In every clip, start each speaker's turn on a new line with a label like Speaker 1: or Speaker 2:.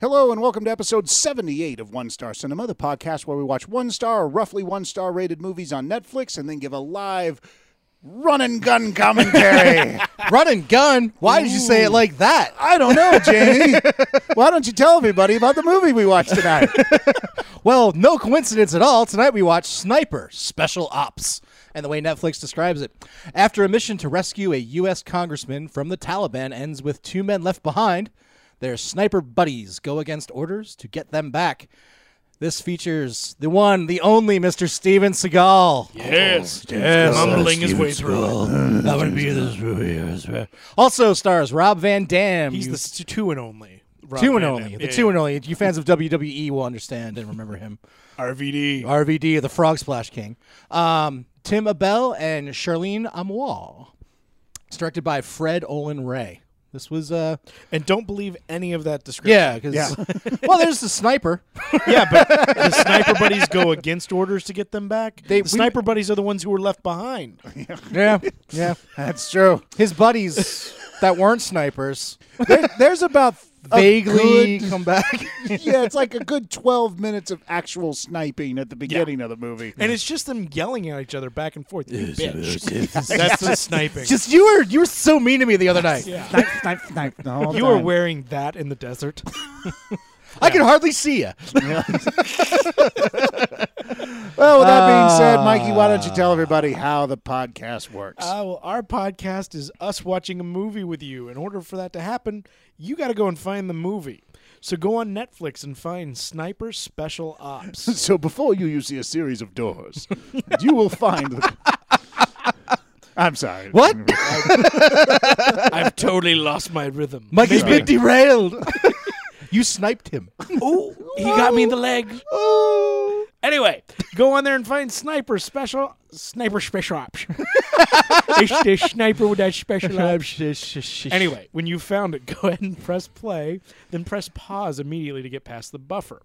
Speaker 1: Hello and welcome to episode 78 of One Star Cinema, the podcast where we watch one star or roughly one star rated movies on Netflix and then give a live run and gun commentary.
Speaker 2: Run and gun? Why did you say it like that?
Speaker 1: I don't know, Jamie. Why don't you tell everybody about the movie we watched tonight?
Speaker 2: Well, no coincidence at all. Tonight we watch Sniper Special Ops. And the way Netflix describes it after a mission to rescue a U.S. congressman from the Taliban ends with two men left behind, their sniper buddies go against orders to get them back. This features the one, the only Mr. Steven Seagal.
Speaker 3: Yes, yes, mumbling his way through. That would be this movie.
Speaker 2: Also stars Rob Van Dam.
Speaker 3: He's
Speaker 2: you
Speaker 3: the s- two and only. Rob
Speaker 2: two and
Speaker 3: Van
Speaker 2: only.
Speaker 3: Dam.
Speaker 2: The
Speaker 3: Yeah,
Speaker 2: two and
Speaker 3: yeah.
Speaker 2: only. You fans of WWE will understand and remember him.
Speaker 3: RVD.
Speaker 2: RVD, the Frog Splash King. Um, Tim Abell and Charlene Amoir. It's directed by Fred Olin Ray. This was uh
Speaker 3: And don't believe any of that description.
Speaker 2: yeah, because well, there's the sniper.
Speaker 3: yeah, but the sniper buddies go against orders to get them back.
Speaker 2: They-
Speaker 3: the sniper buddies are the ones who were left behind.
Speaker 2: Yeah, yeah.
Speaker 1: That's true.
Speaker 2: His buddies that weren't snipers
Speaker 1: There, there's about a
Speaker 2: vaguely
Speaker 1: good-
Speaker 2: come back.
Speaker 1: yeah, it's like a good 12 minutes of actual sniping at the beginning of the movie.
Speaker 3: And it's just them yelling at each other back and forth. You bitch. That's the sniping.
Speaker 2: Just you were you were so mean to me the other night.
Speaker 3: Yeah.
Speaker 1: snipe, snipe, snipe. the whole
Speaker 3: You were
Speaker 1: time.
Speaker 3: wearing that in the desert.
Speaker 2: I could hardly see you.
Speaker 1: Well, with that being said, Mikey, why don't you tell everybody how the podcast works?
Speaker 3: Uh, well, our podcast is us watching a movie with you. In order for that to happen, you got to go and find the movie. So go on Netflix and find Sniper Special Ops.
Speaker 1: so before you, you see a series of doors. you will find. The- I'm sorry.
Speaker 2: What?
Speaker 3: I've totally lost my rhythm.
Speaker 2: Mikey's been derailed. you sniped him.
Speaker 3: oh, he got me in the leg.
Speaker 2: Oh.
Speaker 3: Anyway, go on there and find Sniper Special Sniper Special Ops. it's the sniper with that special ops.
Speaker 2: anyway,
Speaker 3: Anyway, when you found it, go ahead and press play, then press pause immediately to get past the buffer.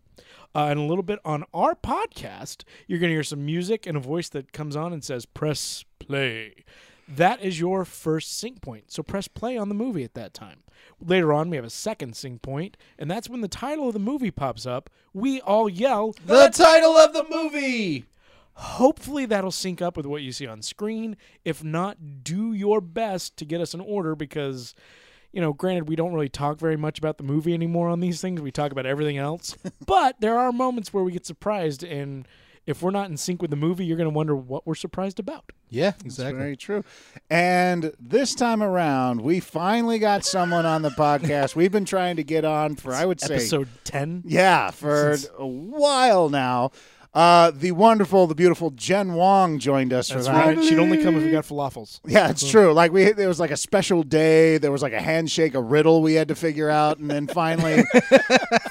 Speaker 3: Uh, and a little bit on our podcast, you're going to hear some music and a voice that comes on and says, press play. That is your first sync point. So press play on the movie at that time. Later on, we have a second sync point, and that's when the title of the movie pops up. We all yell,
Speaker 2: the title of the movie.
Speaker 3: Hopefully that'll sync up with what you see on screen. If not, do your best to get us an order because, you know, granted, we don't really talk very much about the movie anymore on these things. We talk about everything else. but there are moments where we get surprised, and if we're not in sync with the movie, you're going to wonder what we're surprised about.
Speaker 2: Yeah,
Speaker 1: That's
Speaker 2: exactly.
Speaker 1: very true. And this time around, we finally got someone on the podcast we've been trying to get on for, I would say,
Speaker 3: Episode 10.
Speaker 1: yeah, for a while now. Uh, the wonderful, the beautiful Jen Wong joined us for
Speaker 3: That's
Speaker 1: that.
Speaker 3: right. She'd only come if we got falafels.
Speaker 1: Yeah, it's true. Like we, there was like a special day. There was like a handshake, a riddle we had to figure out, and then finally,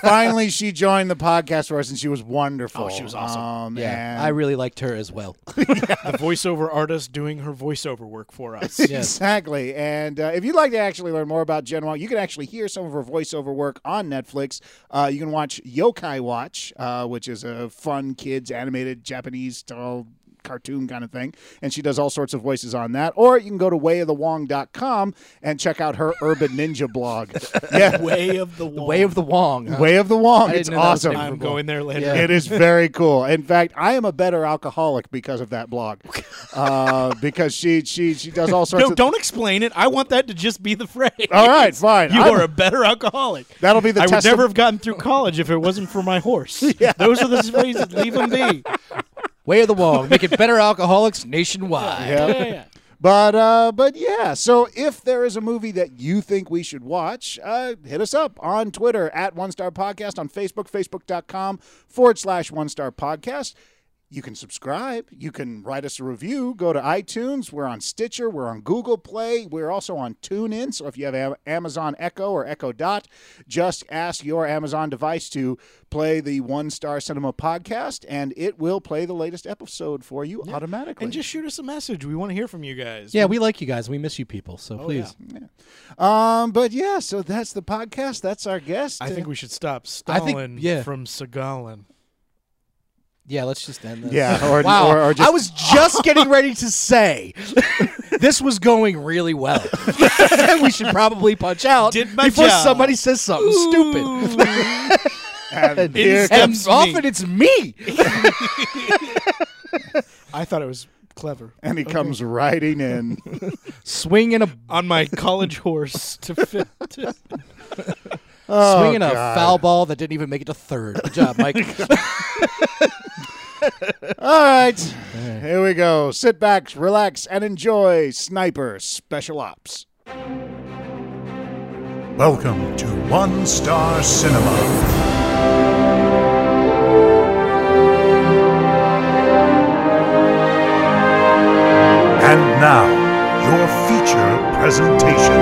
Speaker 1: finally, she joined the podcast for us, and she was wonderful.
Speaker 3: Oh, she was awesome.
Speaker 1: Um,
Speaker 2: Yeah,
Speaker 1: and-
Speaker 2: I really liked her as well.
Speaker 3: The voiceover artist doing her voiceover work for us.
Speaker 2: Yes.
Speaker 1: Exactly. And uh, if you'd like to actually learn more about Jen Wong, you can actually hear some of her voiceover work on Netflix. Uh, you can watch Yokai Watch, uh, which is a fun kids animated Japanese style cartoon kind of thing. And she does all sorts of voices on that. Or you can go to wayofthewong.com and check out her Urban Ninja blog. Yeah.
Speaker 3: Way of the Wall.
Speaker 2: Way of the Wong. Uh, huh?
Speaker 1: Way of the Wong.
Speaker 2: I didn't
Speaker 1: It's
Speaker 2: know that was
Speaker 1: awesome.
Speaker 2: the-
Speaker 3: I'm going there later.
Speaker 2: Yeah.
Speaker 1: It is very cool. In fact, I am a better alcoholic because of that blog, uh, because she she she does all sorts
Speaker 3: No,
Speaker 1: of.
Speaker 3: don't explain it. I want that to just be the phrase.
Speaker 1: All right, fine.
Speaker 3: You
Speaker 1: I'm-
Speaker 3: are a better alcoholic.
Speaker 1: That'll be the
Speaker 3: I would
Speaker 1: testi-
Speaker 3: never have gotten through college if it wasn't for my horse. Those are the phrases. Leave them be.
Speaker 2: Way of the Wong. Making better alcoholics nationwide.
Speaker 1: Yeah.
Speaker 3: Yeah.
Speaker 1: But uh, but yeah. So if there is a movie that you think we should watch, uh, hit us up on Twitter at One Star Podcast on Facebook, Facebook.com forward slash One Star Podcast. You can subscribe. You can write us a review. Go to iTunes. We're on Stitcher. We're on Google Play. We're also on TuneIn. So if you have Am- Amazon Echo or Echo Dot, just ask your Amazon device to play the One Star Cinema podcast, and it will play the latest episode for you automatically.
Speaker 3: And just shoot us a message. We want to hear from you guys.
Speaker 2: Yeah, we like you guys. We miss you people. So
Speaker 1: Oh,
Speaker 2: please.
Speaker 1: Um, but yeah, so that's the podcast. That's our guest.
Speaker 3: I think we should stop
Speaker 2: I think-
Speaker 3: Stalin
Speaker 2: yeah.
Speaker 3: from Segalin.
Speaker 2: Yeah, let's just end this.
Speaker 1: Yeah, or-
Speaker 2: wow.
Speaker 1: or- or just-
Speaker 2: I was just getting ready to say this was going really well. we should probably punch out
Speaker 4: Did my
Speaker 2: before
Speaker 4: job.
Speaker 2: somebody says something stupid.
Speaker 1: And here
Speaker 4: Instant-
Speaker 2: And
Speaker 4: Steps me.
Speaker 2: often it's me.
Speaker 3: I thought it was clever.
Speaker 1: and he comes riding in.
Speaker 2: Swinging a
Speaker 4: on my college horse to fit.
Speaker 1: Oh,
Speaker 2: swinging a foul ball that didn't even make it to third. Good job, Mike.
Speaker 1: All right, here we go. Sit back, relax, and enjoy Sniper Special Ops.
Speaker 5: Welcome to One Star Cinema. And now, your feature presentation.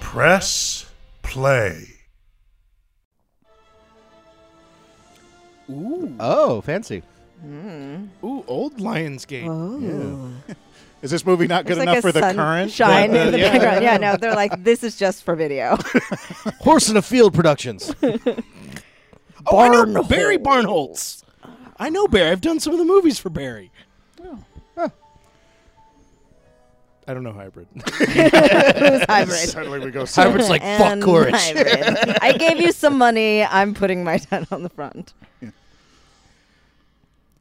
Speaker 5: Press play.
Speaker 2: oh, fancy.
Speaker 3: Ooh, old Lionsgate.
Speaker 1: Is this movie not good
Speaker 6: There's
Speaker 1: enough
Speaker 6: like a
Speaker 1: for the
Speaker 6: sun
Speaker 1: current?
Speaker 6: shine in the
Speaker 1: Yeah.
Speaker 6: background. Yeah, no, they're like, this is just for video.
Speaker 2: Horse in a Field Productions.
Speaker 3: Oh, I know Barry Barnholtz. I know Barry. I've done some of the movies for Barry. I don't know hybrid.
Speaker 6: It's hybrid.
Speaker 1: Suddenly we go.
Speaker 2: Hybrid's like, fuck
Speaker 6: And
Speaker 2: Courage.
Speaker 6: hybrid. I gave you some money. I'm putting my dad on the front.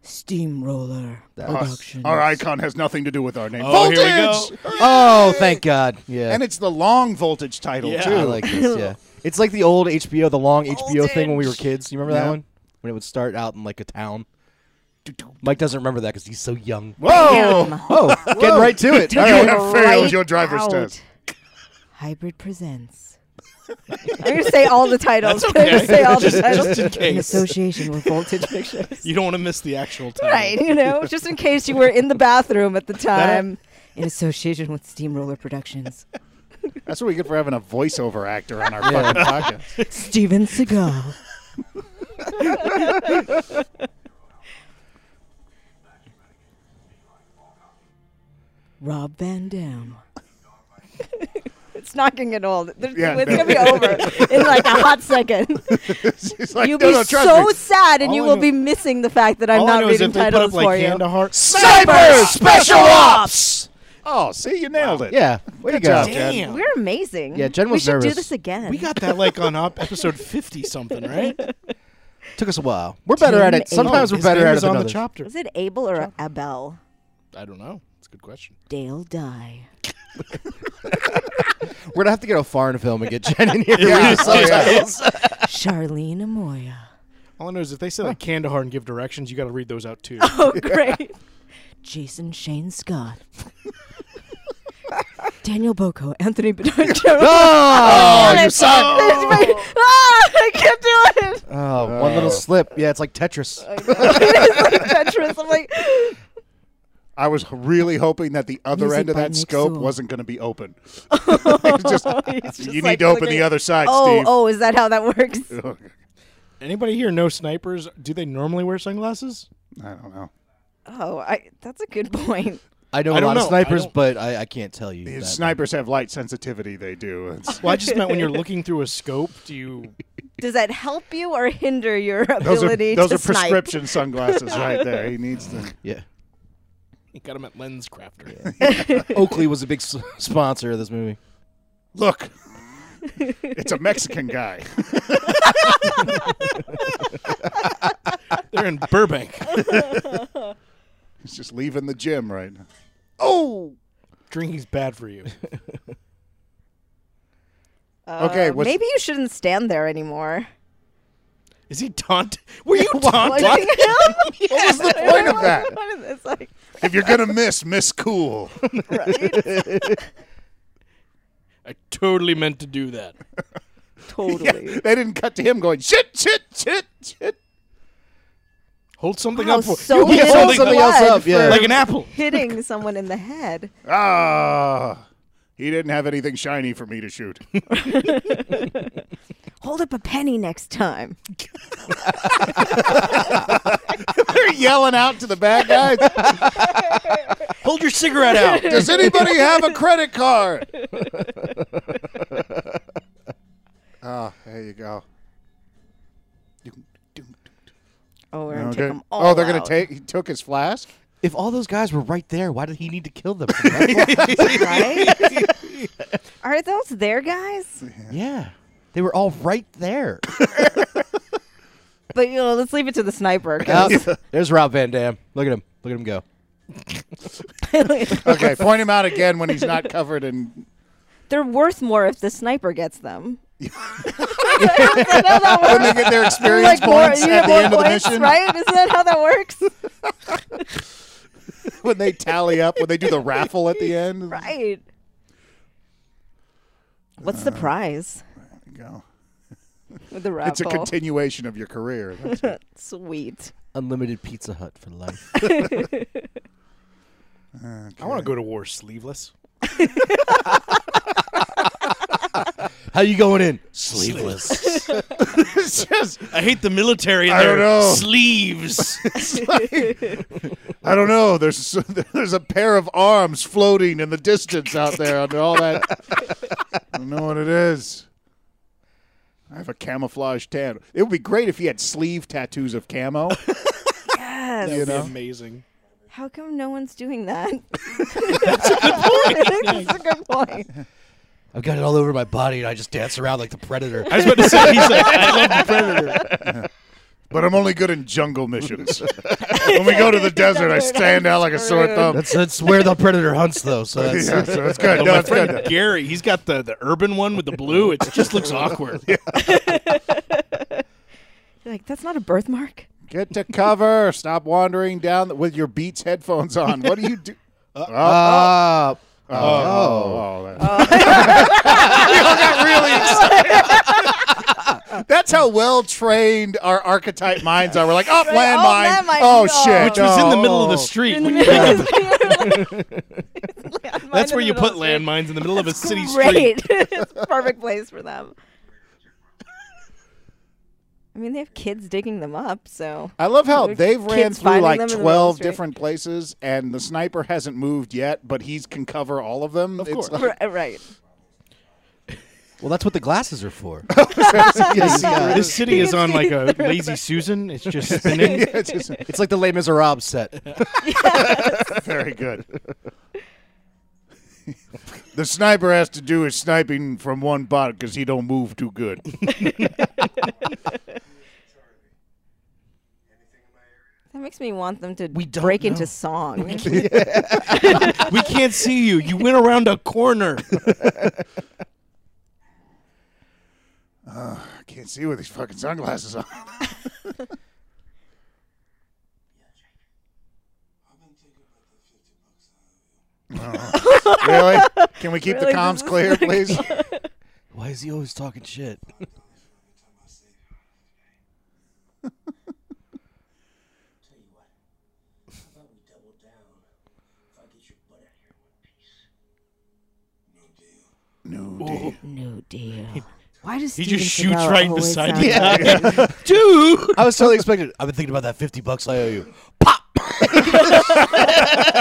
Speaker 6: Steamroller production.
Speaker 1: Our icon has nothing to do with our name.
Speaker 4: Oh,
Speaker 1: voltage,
Speaker 4: here we go.
Speaker 2: Oh, thank God. Yeah.
Speaker 1: and it's the long voltage title
Speaker 4: Yeah.
Speaker 1: too.
Speaker 2: I like this, yeah. It's like the old HBO, the long HBO thing when we were
Speaker 6: Voltage.
Speaker 2: kids. You remember
Speaker 1: Yeah.
Speaker 2: that one? When it would start out in like a town. Mike doesn't remember that because he's so young.
Speaker 1: Whoa!
Speaker 2: Oh, getting right to it. All
Speaker 1: You
Speaker 2: right.
Speaker 1: have failed your driver's test.
Speaker 6: Hybrid presents. I'm going to say all the titles.
Speaker 4: That's
Speaker 6: I'm going
Speaker 4: okay.
Speaker 6: to say all the
Speaker 4: Just-
Speaker 6: titles.
Speaker 4: just in case.
Speaker 6: association with Voltage Pictures.
Speaker 4: You don't want to miss the actual time.
Speaker 6: right, you know, just in case you were in the bathroom at the time. In association with Steamroller Productions.
Speaker 1: That's what we get for having a voiceover actor on our fucking podcast.
Speaker 6: Steven Seagal. Rob Van Dam. it's not going to get old. There's-
Speaker 1: Yeah,
Speaker 6: it's
Speaker 1: no.
Speaker 6: going to be over in like a hot second.
Speaker 1: She's like,
Speaker 6: You'll
Speaker 1: no,
Speaker 6: be
Speaker 1: no, trust
Speaker 6: so
Speaker 1: me.
Speaker 6: sad, and
Speaker 1: All
Speaker 6: you
Speaker 1: I
Speaker 6: will
Speaker 1: know-
Speaker 6: be missing the fact that I'm
Speaker 4: All I
Speaker 6: not
Speaker 4: know is
Speaker 6: reading
Speaker 4: if they put
Speaker 6: titles
Speaker 4: up like
Speaker 6: for you.
Speaker 4: hand to heart.
Speaker 1: Sniper Special Ops. Oh, see, you nailed it.
Speaker 2: Yeah. Way to
Speaker 1: Good
Speaker 2: go.
Speaker 1: job, Jen.
Speaker 4: Damn.
Speaker 6: We're amazing.
Speaker 2: Yeah, Jen
Speaker 6: we
Speaker 2: was
Speaker 6: should do
Speaker 2: nervous.
Speaker 6: this again.
Speaker 4: We got that like on op- episode 50 something, right?
Speaker 2: Took us a while. We're better at it.
Speaker 6: Tim
Speaker 2: Sometimes
Speaker 6: Oh,
Speaker 2: we're better at it than
Speaker 4: on the
Speaker 2: others.
Speaker 4: chopper.
Speaker 6: Is it Abel or Abel?
Speaker 4: I don't know. It's a good question.
Speaker 6: Dale die.
Speaker 2: We're gonna have to get a foreign film and get Jen in here.
Speaker 1: Yeah, oh, yeah.
Speaker 6: Charlene Amoya.
Speaker 3: All I know is if they say like Kandahar and give directions, you got to read those out too.
Speaker 6: Oh, great. Jason Shane Scott. Daniel Boko, Anthony Bedard.
Speaker 2: Oh,
Speaker 6: you suck. ah, I can't do it.
Speaker 2: oh, one little slip. Yeah, it's like Tetris.
Speaker 6: it's like Tetris. I'm like,
Speaker 1: I was really hoping that the other
Speaker 6: Music
Speaker 1: end of
Speaker 6: by
Speaker 1: that
Speaker 6: Nick
Speaker 1: scope
Speaker 6: Sewell.
Speaker 1: wasn't going to be open. It's just,
Speaker 6: it's just
Speaker 1: you need
Speaker 6: like
Speaker 1: to open
Speaker 6: looking
Speaker 1: the
Speaker 6: at-
Speaker 1: other side,
Speaker 6: Oh,
Speaker 1: Steve.
Speaker 6: oh, is that how that works?
Speaker 3: Anybody here know snipers? Do they normally wear sunglasses?
Speaker 1: I don't know.
Speaker 6: Oh, I, that's a good point.
Speaker 2: I know
Speaker 3: I
Speaker 2: a
Speaker 3: don't
Speaker 2: lot
Speaker 3: know.
Speaker 2: of
Speaker 3: I
Speaker 2: snipers,
Speaker 3: don't-
Speaker 2: but I, I can't tell you. that.
Speaker 1: Snipers have light sensitivity. They do. It's-
Speaker 3: Well, I just meant when you're looking through a scope, do you?
Speaker 6: Does that help you or hinder your
Speaker 1: those are
Speaker 6: ability
Speaker 1: those
Speaker 6: to
Speaker 1: are
Speaker 6: snipe?
Speaker 1: prescription sunglasses right there. He needs them.
Speaker 2: Yeah.
Speaker 3: You got them at Lens Crafter.
Speaker 2: Oakley was a big s- sponsor of this movie.
Speaker 1: Look, it's a Mexican guy.
Speaker 3: They're in Burbank.
Speaker 1: He's just leaving the gym right now.
Speaker 3: Drinking's bad for you.
Speaker 1: okay,
Speaker 6: Uh,
Speaker 1: what's,
Speaker 6: maybe you shouldn't stand there anymore.
Speaker 3: Is he taunt? Were you taunting?
Speaker 6: Pointing him.
Speaker 1: what was the point of that?
Speaker 6: What is this? Like,
Speaker 1: If you're gonna miss, miss cool.
Speaker 3: I totally meant to do that.
Speaker 6: totally.
Speaker 1: They didn't cut to him going shit, shit, shit, shit.
Speaker 3: Hold something
Speaker 6: Wow,
Speaker 3: up for
Speaker 6: so
Speaker 3: you.
Speaker 6: much
Speaker 3: Hold something
Speaker 6: blood
Speaker 2: something else up, yeah.
Speaker 6: for
Speaker 3: like an apple.
Speaker 6: hitting someone in the head.
Speaker 1: Ah, he didn't have anything shiny for me to shoot.
Speaker 6: Hold up a penny next time.
Speaker 1: They're yelling out to the bad guys.
Speaker 4: Hold your cigarette out.
Speaker 1: Does anybody have a credit card? Ah, there you go.
Speaker 6: Oh, we're in took them all.
Speaker 1: oh, they're gonna
Speaker 6: out.
Speaker 1: take. He took his flask.
Speaker 2: If all those guys were right there, why did he need to kill them?
Speaker 6: right? Are those their guys?
Speaker 2: yeah. They were all right there.
Speaker 6: But you know, let's leave it to the sniper. 'cause-
Speaker 2: Yep. There's Rob Van Dam. Look at him. Look at him go.
Speaker 1: Okay, point him out again when he's not covered in.
Speaker 6: They're worth more if the sniper gets them. Is that how that
Speaker 1: When they
Speaker 6: works?
Speaker 1: get their
Speaker 6: You're
Speaker 1: experience
Speaker 6: more-
Speaker 1: points
Speaker 6: you
Speaker 1: at
Speaker 6: get
Speaker 1: the
Speaker 6: more
Speaker 1: end
Speaker 6: points,
Speaker 1: of the mission,
Speaker 6: right? Isn't that how that works?
Speaker 1: when they tally up, when they do the raffle at the end.
Speaker 6: Right. What's
Speaker 1: Uh,
Speaker 6: the prize
Speaker 1: You go.
Speaker 6: with the raffle?
Speaker 1: It's a continuation of your career. That's it.
Speaker 6: Sweet.
Speaker 2: Unlimited Pizza Hut for life.
Speaker 3: I want to go to war sleeveless.
Speaker 2: How you going in? Sleeveless.
Speaker 1: it's just
Speaker 3: I hate the military and
Speaker 1: I don't
Speaker 3: their
Speaker 1: know.
Speaker 3: sleeves.
Speaker 1: I don't know. There's there's a pair of arms floating in the distance out there under all that. I don't know what it is. I have a camouflage tan. It would be great if he had sleeve tattoos of camo.
Speaker 6: Yes.
Speaker 1: You know,
Speaker 3: Amazing.
Speaker 6: How come no one's doing that? That's a good point.
Speaker 2: I've got it all over my body and I just dance around like the predator.
Speaker 3: I was about to say, he's like, I love the predator.
Speaker 1: but I'm only good in jungle missions. when we go to the desert, I stand out like a sore thumb.
Speaker 2: That's that's where the predator hunts though. So that's
Speaker 1: Yeah, so it's good.
Speaker 3: Oh,
Speaker 1: No,
Speaker 3: my
Speaker 1: it's
Speaker 3: friend
Speaker 1: good.
Speaker 3: Gary, he's got the, the urban one with the blue. It just looks awkward.
Speaker 6: You're like, that's not a birthmark.
Speaker 1: Get to cover. Stop wandering down the- with your Beats headphones on. What do you do?
Speaker 2: Uh,
Speaker 1: uh, Oh, that- We all got really excited. That's how well trained our archetype minds are. We're like, oh, landmine.
Speaker 6: landmine.
Speaker 1: Oh,
Speaker 6: Oh.
Speaker 1: shit.
Speaker 6: Which
Speaker 3: It was in the
Speaker 1: no.
Speaker 3: middle of the street.
Speaker 6: In the
Speaker 3: When you
Speaker 6: middle
Speaker 3: pick
Speaker 6: of
Speaker 3: up-
Speaker 6: the street. Landmine
Speaker 3: that's
Speaker 6: in
Speaker 3: where
Speaker 6: the
Speaker 3: you
Speaker 6: middle
Speaker 3: put
Speaker 6: of the street.
Speaker 3: landmines in the middle of a city street.
Speaker 6: Great. it's a perfect place for them. I mean, they have kids digging them up, so.
Speaker 1: I love how they've ran
Speaker 6: Kids
Speaker 1: through
Speaker 6: finding
Speaker 1: like
Speaker 6: them in the middle
Speaker 1: 12
Speaker 6: of the street.
Speaker 1: different places, and the sniper hasn't moved yet, but he's can cover all of them. Of it's
Speaker 3: course.
Speaker 1: like-
Speaker 6: Ri- Right.
Speaker 2: well, that's what the glasses are for.
Speaker 1: Yes, yeah.
Speaker 3: This city is on like a lazy Susan. It's just spinning.
Speaker 1: Yeah, it's just-
Speaker 2: It's like the Les Miserables set.
Speaker 1: Very good. the sniper has to do his sniping from one bot because he don't move too good.
Speaker 6: That makes me want them to
Speaker 2: We don't
Speaker 6: break
Speaker 2: know.
Speaker 6: into song.
Speaker 3: we can't see you. You went around a corner.
Speaker 1: I can't see with these fucking sunglasses on. Oh, really? Can we keep
Speaker 6: Really?
Speaker 1: the comms
Speaker 6: This is
Speaker 1: clear, please?
Speaker 2: Why is he always talking shit?
Speaker 6: no deal. Why does
Speaker 3: He just
Speaker 6: Steven
Speaker 3: shoots
Speaker 6: Seagal
Speaker 3: right
Speaker 6: always
Speaker 3: beside
Speaker 6: sound
Speaker 3: you.
Speaker 6: like-
Speaker 3: Dude.
Speaker 2: I was totally expecting. I've been thinking about that fifty bucks I owe you. Pop.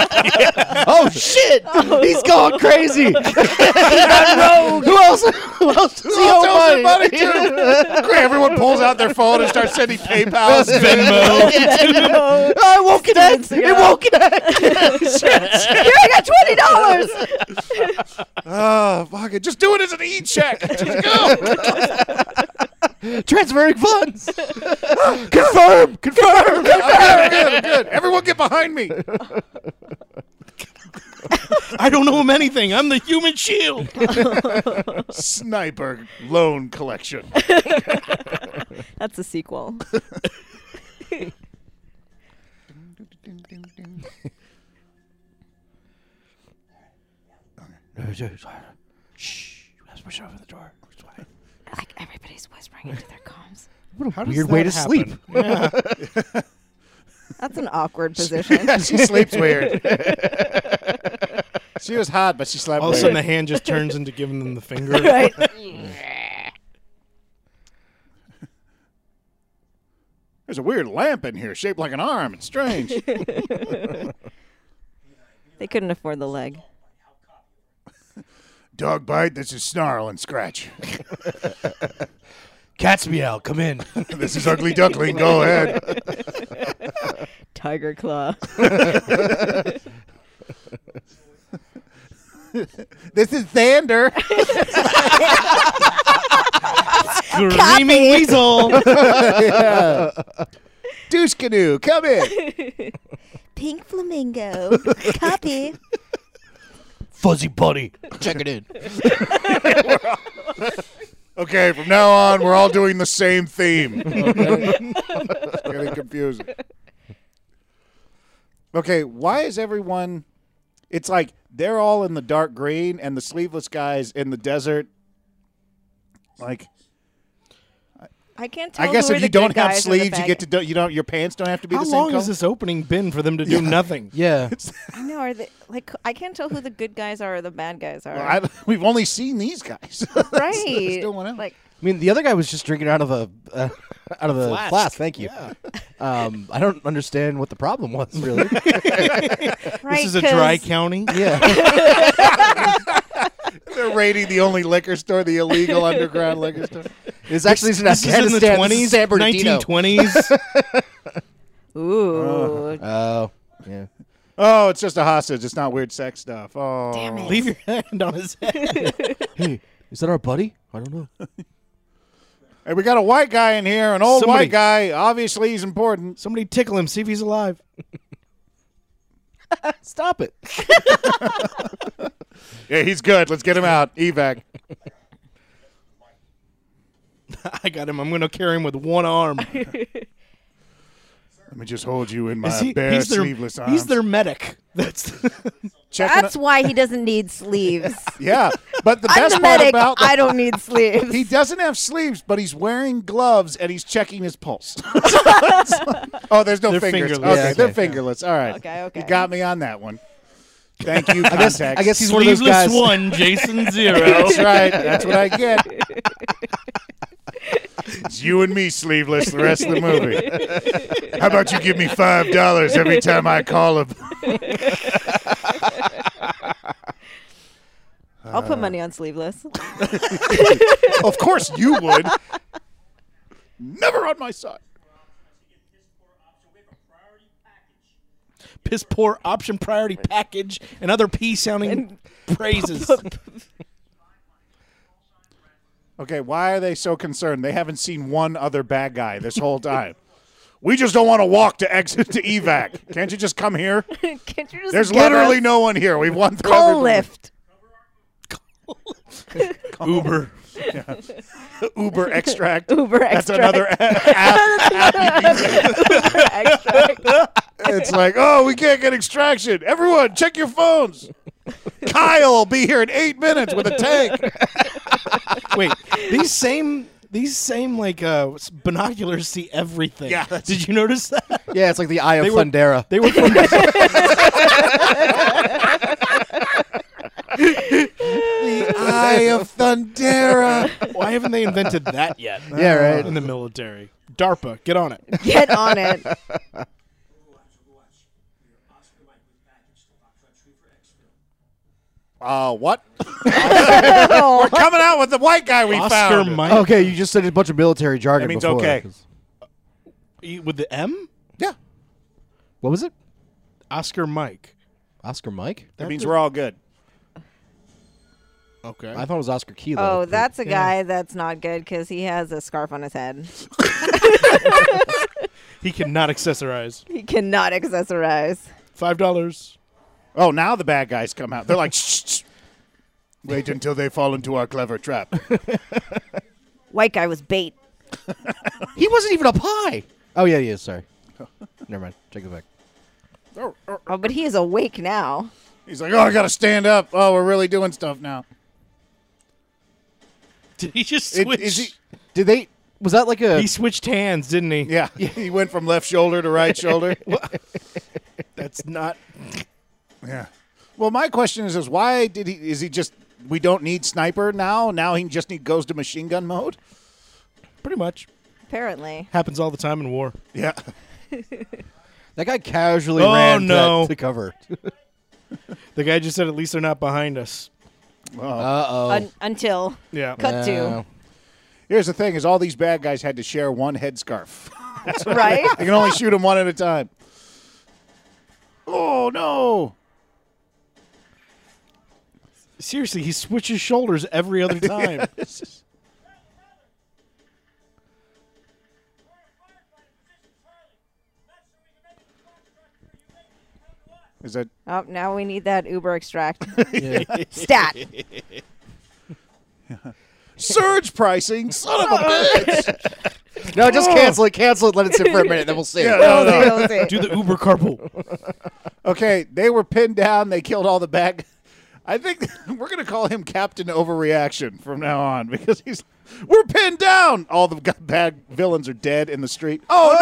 Speaker 2: Oh shit! He's going crazy. He's got rogue. Who else? Who else? Does he
Speaker 1: I'll
Speaker 2: owe
Speaker 1: tell
Speaker 2: money?
Speaker 1: somebody too. Great, everyone pulls out their phone and starts sending PayPal.
Speaker 2: I won't connect.
Speaker 6: Steven
Speaker 2: It
Speaker 6: Seagal.
Speaker 2: won't connect.
Speaker 6: Here, I got twenty dollars.
Speaker 1: Oh, fuck it. Just do it as an E e-check. Just go.
Speaker 2: Transferring funds. confirm. Confirm.
Speaker 1: good, good. Everyone get behind me.
Speaker 3: I don't know him anything. I'm the human shield.
Speaker 1: Sniper loan collection.
Speaker 6: That's a sequel.
Speaker 2: Shh. That's push open the door. It's fine.
Speaker 6: Like everybody's whispering into their comms.
Speaker 3: How does
Speaker 2: Weird
Speaker 3: that
Speaker 2: way to
Speaker 3: happen?
Speaker 2: sleep.
Speaker 6: That's an awkward position.
Speaker 1: she sleeps weird. she was hot, but she slept
Speaker 3: All of a
Speaker 1: weird.
Speaker 3: sudden, the hand just turns into giving them the finger.
Speaker 6: right.
Speaker 1: There's a weird lamp in here shaped like an arm. It's strange.
Speaker 6: They couldn't afford the leg.
Speaker 1: Dog bite, this is snarl and scratch.
Speaker 2: Cat's meow, come in.
Speaker 7: This is Ugly Duckling. Go ahead.
Speaker 4: Tiger Claw.
Speaker 1: This is Xander.
Speaker 3: Screaming weasel.
Speaker 1: Douche canoe, come in.
Speaker 4: Pink Flamingo. Copy.
Speaker 3: Fuzzy bunny.
Speaker 2: Check it in.
Speaker 7: Okay, from now on, we're all doing the same theme.
Speaker 1: It's getting confusing. Okay, why is everyone? It's like they're all in the dark green, and the sleeveless guys in the desert. Like,
Speaker 4: I can't tell.
Speaker 1: I guess
Speaker 4: who are
Speaker 1: if you
Speaker 4: the good
Speaker 1: don't have
Speaker 4: guys and the
Speaker 1: sleeves, you
Speaker 4: bad
Speaker 1: get to do, you don't your pants don't have to be
Speaker 3: How
Speaker 1: the same
Speaker 3: long
Speaker 1: color.
Speaker 3: has this opening been for them to do nothing?
Speaker 2: Yeah.
Speaker 4: guys. I know. Are they like? I can't tell who the good guys are or the bad guys are.
Speaker 1: Well, I, we've only seen these guys.
Speaker 4: right.
Speaker 1: There's no one else.
Speaker 4: Like
Speaker 2: I mean, the other guy was just drinking out of a uh, out of a
Speaker 3: Flask.
Speaker 2: flask. Thank you. Um, I don't understand what the problem was really.
Speaker 4: right.
Speaker 3: This is a dry
Speaker 4: 'cause
Speaker 3: county.
Speaker 2: yeah,
Speaker 1: They're raiding the only liquor store, the illegal underground liquor store.
Speaker 2: it's actually in
Speaker 3: This is in the
Speaker 2: Afghanistan. This is
Speaker 3: twenties,
Speaker 2: San Bernardino.
Speaker 3: nineteen twenties.
Speaker 1: Uh,
Speaker 4: Ooh.
Speaker 2: Oh, yeah.
Speaker 1: Oh, it's just a hostage. It's not weird sex stuff. Oh,
Speaker 4: damn it.
Speaker 3: Leave your hand on his head.
Speaker 2: Hey, is that our buddy? I don't know.
Speaker 1: Hey, we got a white guy in here, an old
Speaker 3: Somebody-
Speaker 1: white guy. Obviously, he's important.
Speaker 3: Somebody tickle him. See if he's alive.
Speaker 2: Stop it.
Speaker 1: Yeah, he's good. Let's get him out. Evac.
Speaker 3: I got him. I'm going to carry him with one arm.
Speaker 1: Let me just hold you in my
Speaker 3: Is he-
Speaker 1: Uh, bare
Speaker 3: he's, their,
Speaker 1: sleeveless arms.
Speaker 3: he's their medic. That's
Speaker 1: Checking
Speaker 4: That's why he doesn't need sleeves.
Speaker 1: yeah, but the
Speaker 4: I'm
Speaker 1: best
Speaker 4: the
Speaker 1: part
Speaker 4: medic.
Speaker 1: about the-
Speaker 4: I don't need sleeves.
Speaker 1: he doesn't have sleeves, but he's wearing gloves and he's checking his pulse. oh, there's no
Speaker 3: They're
Speaker 1: fingers.
Speaker 3: fingerless.
Speaker 1: Okay,
Speaker 2: Yeah,
Speaker 1: they're
Speaker 2: okay.
Speaker 1: fingerless. All right.
Speaker 4: Okay, okay.
Speaker 1: You got me on that one. Thank you. I guess.
Speaker 2: I guess he's one of those guys.
Speaker 3: one, Jason zero.
Speaker 1: That's right. That's what I get.
Speaker 7: It's you and me, sleeveless, the rest of the movie. How about you give me $5 every time I call him?
Speaker 4: I'll put money on sleeveless.
Speaker 1: Of course you would. Never on my side.
Speaker 3: Piss poor option priority package and other P sounding phrases.
Speaker 1: Okay, why are they so concerned? They haven't seen one other bad guy this whole time. we just don't want to walk to exit to E evac. Can't you just come here?
Speaker 4: Can't you just
Speaker 1: There's
Speaker 4: get
Speaker 1: literally
Speaker 4: us
Speaker 1: no one here. We've won through
Speaker 4: coal
Speaker 1: everybody.
Speaker 4: lift?
Speaker 3: Uber.
Speaker 1: Uber extract.
Speaker 4: Uber
Speaker 1: That's
Speaker 4: extract.
Speaker 1: another app.
Speaker 4: extract.
Speaker 1: It's like, oh, we can't get extraction. Everyone, check your phones. Kyle will be here in eight minutes with a tank.
Speaker 3: Wait, these same these same like uh, s- binoculars see everything.
Speaker 1: Yeah, that's-
Speaker 3: Did you notice that?
Speaker 2: Yeah, it's like the Eye of
Speaker 3: were-
Speaker 2: Fundera.
Speaker 3: They were from
Speaker 1: Eye of Thundera.
Speaker 3: Why haven't they invented that yet?
Speaker 2: Yeah, right.
Speaker 3: In the military. DARPA, get on it.
Speaker 4: Get on it.
Speaker 1: Uh, what?
Speaker 4: Oh,
Speaker 1: Coming out with the white guy we
Speaker 3: Oscar
Speaker 1: found.
Speaker 3: Mike
Speaker 2: Okay, you just said a bunch of military jargon.
Speaker 1: That means
Speaker 2: before.
Speaker 1: okay.
Speaker 3: with the M?
Speaker 1: Yeah.
Speaker 2: What was it?
Speaker 3: Oscar Mike.
Speaker 2: Oscar Mike?
Speaker 1: That means we're all good.
Speaker 3: Okay.
Speaker 2: I thought it was Oscar Kilo.
Speaker 4: oh, that's a guy that's not good because he has a scarf on his head.
Speaker 3: He cannot accessorize.
Speaker 4: He cannot accessorize.
Speaker 3: Five dollars.
Speaker 1: Oh, now the bad guys come out. They're like, shh, shh.
Speaker 7: Wait until they fall into our clever trap.
Speaker 4: White guy was bait.
Speaker 2: He wasn't even up high. Oh yeah, he is. Sorry. Never mind. Take it back.
Speaker 4: Oh, but he is awake now.
Speaker 1: He's like, oh, I got to stand up. Oh, we're really doing stuff now.
Speaker 3: Did he just
Speaker 1: It-
Speaker 3: switch?
Speaker 1: is he-
Speaker 2: Did they? Was that like a?
Speaker 3: he switched hands, didn't he?
Speaker 1: Yeah. he went from left shoulder to right shoulder.
Speaker 3: That's not.
Speaker 1: Yeah. Well, my question is, is why did he? Is he just? We don't need sniper now. Now he just need, goes to machine gun mode.
Speaker 3: Pretty much.
Speaker 4: Apparently.
Speaker 3: Happens all the time in war.
Speaker 1: Yeah.
Speaker 2: that guy casually
Speaker 3: Oh,
Speaker 2: ran to-
Speaker 3: no.
Speaker 2: to, cover.
Speaker 3: The guy just said, at least they're not behind us.
Speaker 2: Uh oh.
Speaker 4: Un- until
Speaker 3: Yeah.
Speaker 4: cut to.
Speaker 1: Here's the thing: is all these bad guys had to share one headscarf.
Speaker 6: right?
Speaker 1: I can only shoot them one at a time. Oh no!
Speaker 3: Seriously, he switches shoulders every other time.
Speaker 1: Is that
Speaker 6: Oh, now we need that Uber extract. Stat.
Speaker 1: surge pricing? Son of a bitch!
Speaker 2: No, just cancel it. Cancel it. Let it sit for a minute, then we'll see.
Speaker 6: We'll see, we'll see.
Speaker 3: Do the Uber carpool.
Speaker 1: Okay, they were pinned down. They killed all the bad. I think we're gonna call him Captain Overreaction from now on because he's we're pinned down. All the g- bad villains are dead in the street. Oh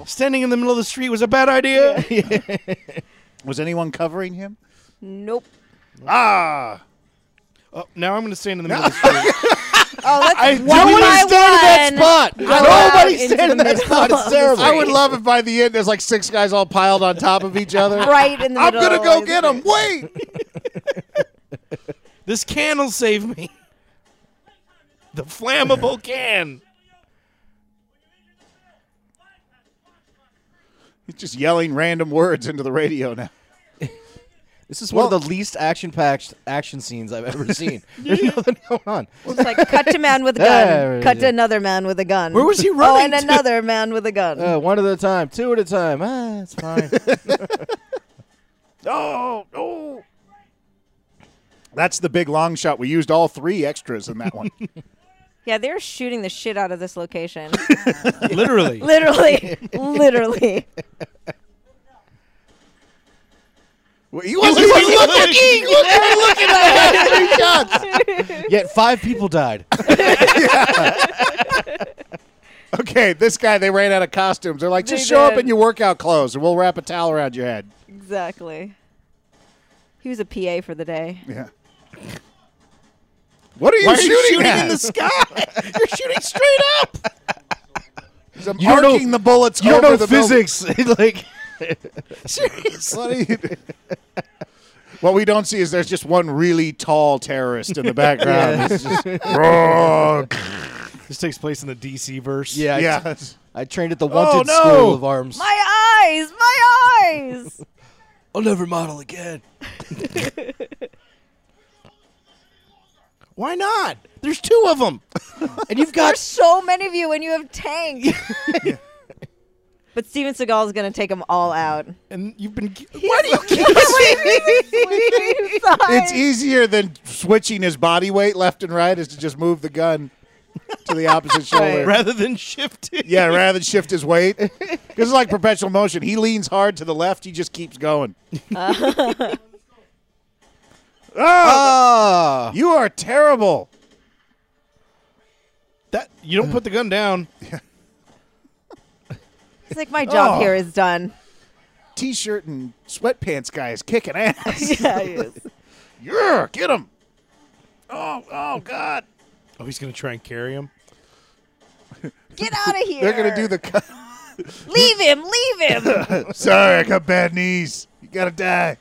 Speaker 1: no!
Speaker 3: Standing in the middle of the street was a bad idea.
Speaker 1: Was anyone covering him?
Speaker 6: Nope.
Speaker 1: Ah!
Speaker 3: Oh, now I'm going to stand in the middle of the street.
Speaker 6: Oh, let's I one
Speaker 2: Nobody
Speaker 6: by
Speaker 2: stand in that
Speaker 6: one.
Speaker 2: spot.
Speaker 6: go out
Speaker 2: Nobody
Speaker 6: into
Speaker 2: stand in
Speaker 6: the
Speaker 2: that
Speaker 6: middle
Speaker 2: spot. It's
Speaker 6: of the
Speaker 2: terrible.
Speaker 1: I would love if by the end there's like six guys all piled on top of each other.
Speaker 6: Right in the
Speaker 1: I'm
Speaker 6: middle.
Speaker 1: gonna go
Speaker 6: is-
Speaker 1: get him. Wait.
Speaker 3: this can will save me. The flammable can.
Speaker 1: He's just yelling random words into the radio now.
Speaker 2: This is one of the least action-packed action scenes I've ever seen. There's nothing going on.
Speaker 6: It's like cut to man with a
Speaker 2: Yeah,
Speaker 6: gun, cut to
Speaker 2: yeah.
Speaker 6: another man with a gun.
Speaker 3: Where was he
Speaker 6: Oh,
Speaker 3: running
Speaker 6: and another man with a gun.
Speaker 2: Uh, one at a time, two at a time. Ah, it's fine.
Speaker 1: Oh, oh. That's the big long shot. We used all three extras in that one.
Speaker 6: yeah, they're shooting the shit out of this location.
Speaker 3: Literally.
Speaker 6: literally, literally.
Speaker 1: Well, he wasn't even looking. He wasn't even looking at that three shots.
Speaker 2: Yet five people died.
Speaker 1: Okay, this guy. They ran out of costumes. They're like, just
Speaker 6: They
Speaker 1: show up
Speaker 6: did.
Speaker 1: in your workout clothes, and we'll wrap a towel around your head.
Speaker 6: Exactly. He was a PA for the day.
Speaker 1: Yeah. What are you
Speaker 3: Why are
Speaker 1: shooting,
Speaker 3: you shooting
Speaker 1: at?
Speaker 3: in the sky? You're shooting straight up.
Speaker 1: He's
Speaker 2: You don't know-
Speaker 1: arcing the bullets
Speaker 2: You don't
Speaker 1: over
Speaker 2: know
Speaker 1: the
Speaker 2: physics. like
Speaker 3: Seriously.
Speaker 1: What, what we don't see is there's just one really tall terrorist in the background. It's just-
Speaker 3: This takes place in the DC verse.
Speaker 2: yeah, Oh, I,
Speaker 1: yeah.
Speaker 2: I trained at the wanted
Speaker 1: no.
Speaker 2: school of arms.
Speaker 6: My eyes, my eyes.
Speaker 2: I'll never model again.
Speaker 3: Why not? There's two of them.
Speaker 2: And you've
Speaker 6: There's
Speaker 2: got
Speaker 6: so many of you, and you have tanks. but Steven Seagal is gonna take them all out.
Speaker 3: And you've been. Why do you keep
Speaker 1: It's e- easier than switching his body weight left and right is to just move the gun to the opposite shoulder.
Speaker 3: rather than shifting?
Speaker 1: Yeah, rather than shift his weight. Because it's like perpetual motion. He leans hard to the left, he just keeps going. oh,
Speaker 2: ah.
Speaker 1: you are terrible.
Speaker 3: That you don't put the gun down.
Speaker 6: It's like my job
Speaker 1: Oh.
Speaker 6: here is done.
Speaker 1: T shirt and sweatpants guy is kicking ass.
Speaker 6: yeah, he is.
Speaker 1: yeah, get him. Oh, oh, God.
Speaker 3: Oh, he's gonna try and carry him.
Speaker 6: Get out of here.
Speaker 1: They're going to do the cut.
Speaker 6: Leave him. Leave him.
Speaker 1: Sorry, I got bad knees. You got to die.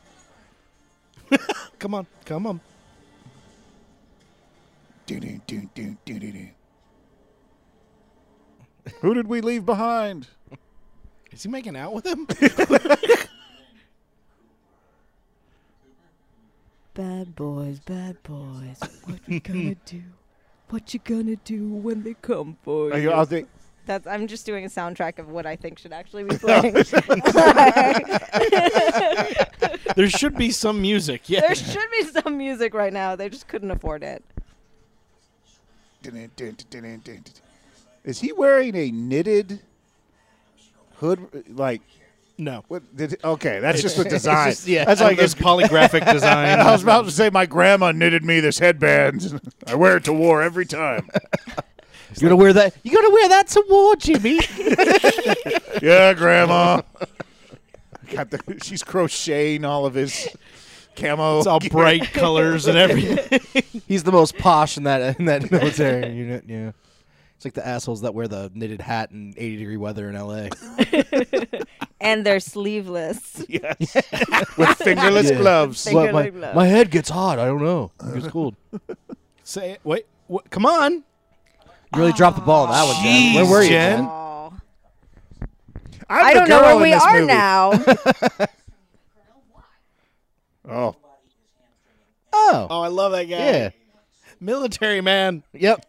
Speaker 3: Come on, come on.
Speaker 1: Who did we leave behind?
Speaker 3: Is he making out with him?
Speaker 6: Bad boys, bad boys. What you gonna do? What you gonna do when they come for
Speaker 1: Are you- I'll think-
Speaker 6: That's. I'm just doing a soundtrack of what I think should actually be playing.
Speaker 3: there should be some music. Yeah.
Speaker 6: there should be some music right now. They just couldn't afford it.
Speaker 1: Is he wearing a knitted hood? Like,
Speaker 3: no.
Speaker 1: what did, okay, that's just the design.
Speaker 2: yeah.
Speaker 1: That's like,
Speaker 3: Like this polygraphic design.
Speaker 1: I was about to say, my grandma knitted me this headband. I wear it to war every time.
Speaker 2: You're gonna wear that. You gotta wear that to war, Jimmy.
Speaker 1: yeah, grandma. Got the, she's crocheting all of his camo.
Speaker 3: It's all bright colors and everything.
Speaker 2: He's the most posh in that in that military unit. Yeah, it's like the assholes that wear the knitted hat in 80 degree weather in L.A.
Speaker 6: And they're sleeveless.
Speaker 1: with fingerless gloves.
Speaker 6: Finger
Speaker 2: my,
Speaker 6: like that.
Speaker 2: my head gets hot. I don't know. It's cold.
Speaker 3: Say it. Wait. What? Come on.
Speaker 2: really dropped the ball on that one, Jen. Where were you,
Speaker 3: Jen?
Speaker 2: Jen?
Speaker 6: Aw.
Speaker 7: I'm
Speaker 6: I
Speaker 7: the
Speaker 6: don't know
Speaker 7: girl
Speaker 6: where
Speaker 7: in
Speaker 6: we
Speaker 7: this
Speaker 6: are
Speaker 7: movie.
Speaker 6: now.
Speaker 7: Oh,
Speaker 2: Oh,
Speaker 3: Oh, I love that guy.
Speaker 2: yeah.
Speaker 3: Military man.
Speaker 2: Yep.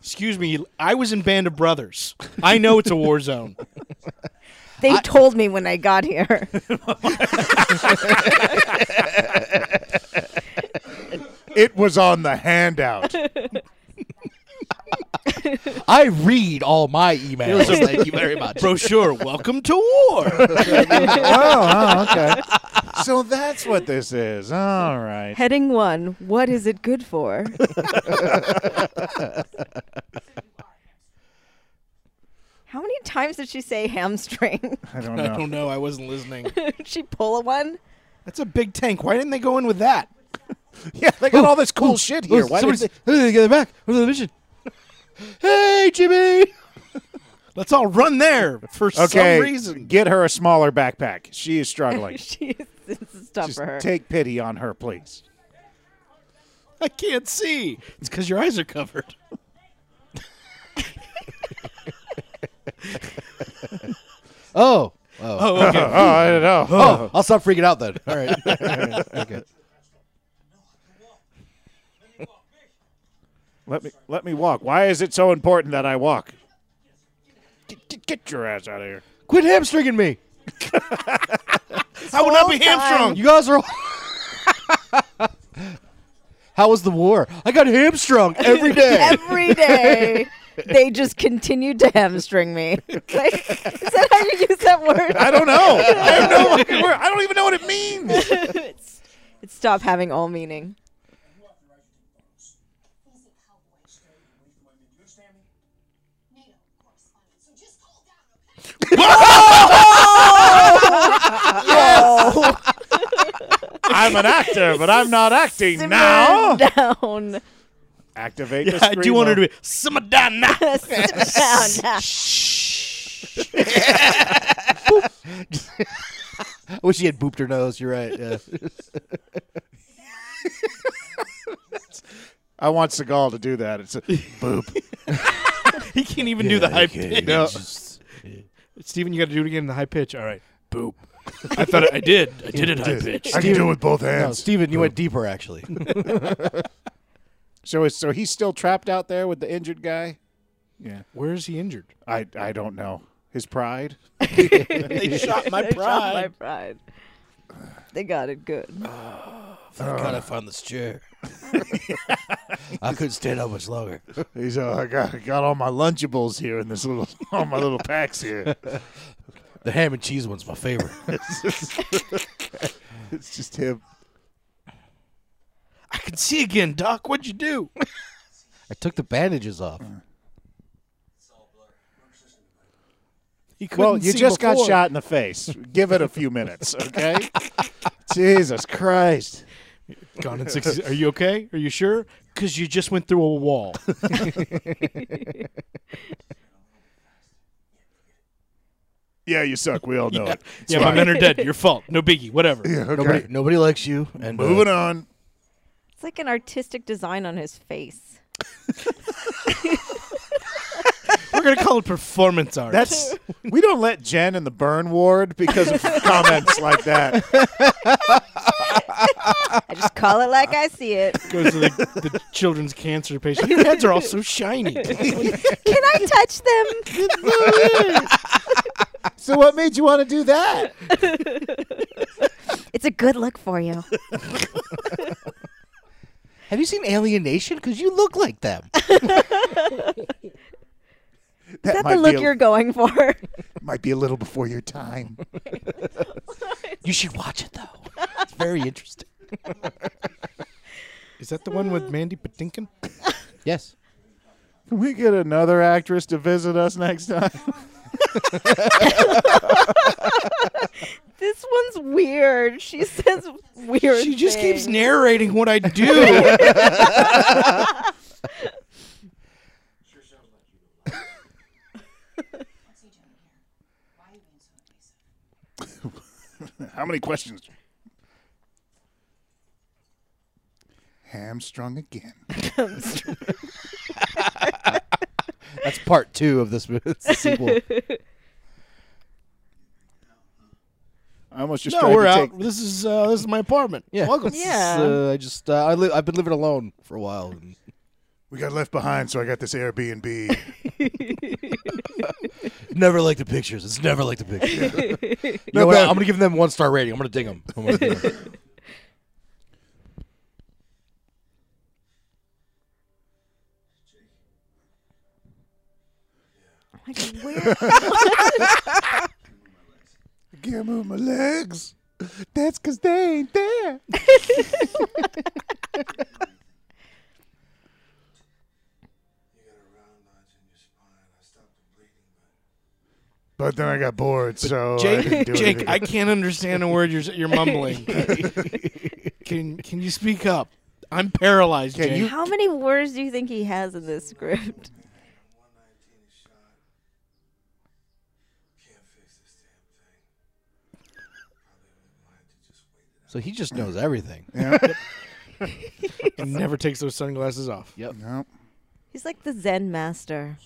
Speaker 3: Excuse me. I was in Band of Brothers. I know it's a war zone.
Speaker 6: They told me when I got here.
Speaker 7: it was on the handout.
Speaker 2: I read all my emails. Thank you very much.
Speaker 3: Brochure. Welcome to war.
Speaker 7: oh, oh, okay. So that's what this is. All right.
Speaker 4: Heading one. What is it good for?
Speaker 6: How many times did she say hamstring?
Speaker 7: I don't
Speaker 3: I
Speaker 7: know.
Speaker 3: don't know. I wasn't listening.
Speaker 6: did she pull a one?
Speaker 3: That's a big tank. Why didn't they go in with that?
Speaker 1: Yeah, they got all this cool shit here. Why did
Speaker 2: Somebody
Speaker 1: they-
Speaker 2: say, "Hey, get it back. What the mission? hey, Jimmy.
Speaker 3: Let's all run there for
Speaker 7: Okay,
Speaker 3: some reason.
Speaker 1: get her a smaller backpack? She is struggling.
Speaker 6: She this is tough
Speaker 1: Just
Speaker 6: for her.
Speaker 1: take pity on her, please.
Speaker 3: I can't see. It's because your eyes are covered.
Speaker 2: Oh. Oh.
Speaker 3: Oh, okay.
Speaker 7: Oh, I don't know.
Speaker 2: Oh, I'll stop freaking out then. All right. okay.
Speaker 1: Let me let me walk. Why is it so important that I walk? Get, get, get your ass out of here.
Speaker 2: Quit hamstringing me.
Speaker 3: I will not be hamstrung.
Speaker 2: You guys are. all- How was the war? I got hamstrung every day.
Speaker 6: Every day, they just continued to hamstring me. Like, is that how you use that word?
Speaker 7: I don't know. I have no fucking word. I don't even know what it means.
Speaker 6: it's, it stopped having all meaning.
Speaker 7: I'm an actor, but I'm not acting
Speaker 6: Simmer
Speaker 7: now.
Speaker 6: down.
Speaker 1: Activate the
Speaker 3: I do want her to be. Samadana.
Speaker 6: Sit down now.
Speaker 2: I wish she had booped her nose. You're right. Yeah.
Speaker 1: I want Seagal to do that. It's a boop.
Speaker 3: He can't even do the high pitch. Steven, you got to do it again in the high pitch. All right. Boop. I thought I did. I did it high pitch.
Speaker 7: I can do it with both
Speaker 2: No,
Speaker 7: hands.
Speaker 2: Steven, you went deeper actually.
Speaker 1: So is so he's still trapped out there with the injured guy?
Speaker 3: Where is he injured?
Speaker 1: I I don't know. His pride?
Speaker 3: They shot my
Speaker 6: They dropped my pride. They got it good.
Speaker 2: God, I found this chair. I couldn't stand up much longer.
Speaker 7: He's uh, I got I got all my lunchables here in this little all my little packs here.
Speaker 2: The ham and cheese one's my favorite.
Speaker 7: It's just him.
Speaker 3: I can see again, Doc. What'd you do?
Speaker 2: I took the bandages off.
Speaker 3: He couldn't
Speaker 1: Well, you
Speaker 3: see
Speaker 1: just got
Speaker 3: before.
Speaker 1: shot in the face. Give it a few minutes, okay? Jesus Christ.
Speaker 3: Gone in six. Are you okay? Are you sure? Because you just went through a wall.
Speaker 7: Yeah, you suck. We all know it. It's
Speaker 3: yeah, my
Speaker 7: fine.
Speaker 3: men are dead. Your fault. No biggie. Whatever.
Speaker 7: Yeah, okay.
Speaker 2: Nobody, nobody likes you. And uh,
Speaker 7: Moving on.
Speaker 6: It's like an artistic design on his face.
Speaker 3: We're gonna call it performance art.
Speaker 1: That's we don't let Jen in the burn ward because of comments like that.
Speaker 6: I just call it like I see it.
Speaker 3: goes to the, the children's cancer patient. Your heads are all so shiny.
Speaker 6: Can I touch them?
Speaker 1: So what made you want to do that?
Speaker 6: It's a good look for you.
Speaker 2: have you seen Alienation? Because you look like them.
Speaker 7: That,
Speaker 6: Is that
Speaker 7: might,
Speaker 6: the look
Speaker 7: be a,
Speaker 6: you're going for?
Speaker 7: might be a little before your time.
Speaker 2: you should watch it though. It's very interesting.
Speaker 3: Is that the one with Mandy Patinkin?
Speaker 2: Yes.
Speaker 1: Can we get another actress to visit us next time?
Speaker 6: This one's weird. She says weird.
Speaker 3: She just keeps
Speaker 6: things.
Speaker 3: narrating what I do.
Speaker 7: How many questions? Hamstrung again.
Speaker 6: hamstring.
Speaker 2: That's part two of this movie. It's the sequel.
Speaker 1: I almost just
Speaker 3: No,
Speaker 1: tried
Speaker 3: we're
Speaker 1: to
Speaker 3: out.
Speaker 1: take.
Speaker 3: This is uh, this is my apartment.
Speaker 2: Yeah.
Speaker 3: Welcome.
Speaker 2: It's,
Speaker 6: Yeah.
Speaker 2: uh, I just uh, I li- I've been living alone for a while. and-
Speaker 7: We got left behind, so I got this Airbnb.
Speaker 2: Never like the pictures. It's never like the pictures. you know what? I'm gonna give them one star rating. I'm gonna ding them. I'm gonna ding 'em.
Speaker 6: Like, where?
Speaker 7: Can't move my legs. That's because they ain't there. But then I got bored, so I didn't
Speaker 3: Jake,
Speaker 7: do
Speaker 3: Jake,
Speaker 7: anything.
Speaker 3: I can't understand a word you're s- you're mumbling. can can you speak up? I'm paralyzed,
Speaker 7: Can
Speaker 3: Jake.
Speaker 7: you-
Speaker 6: How many words do you think he has in this script?
Speaker 2: so he just knows everything.
Speaker 3: and never takes those sunglasses off.
Speaker 7: No.
Speaker 6: He's like the Zen master.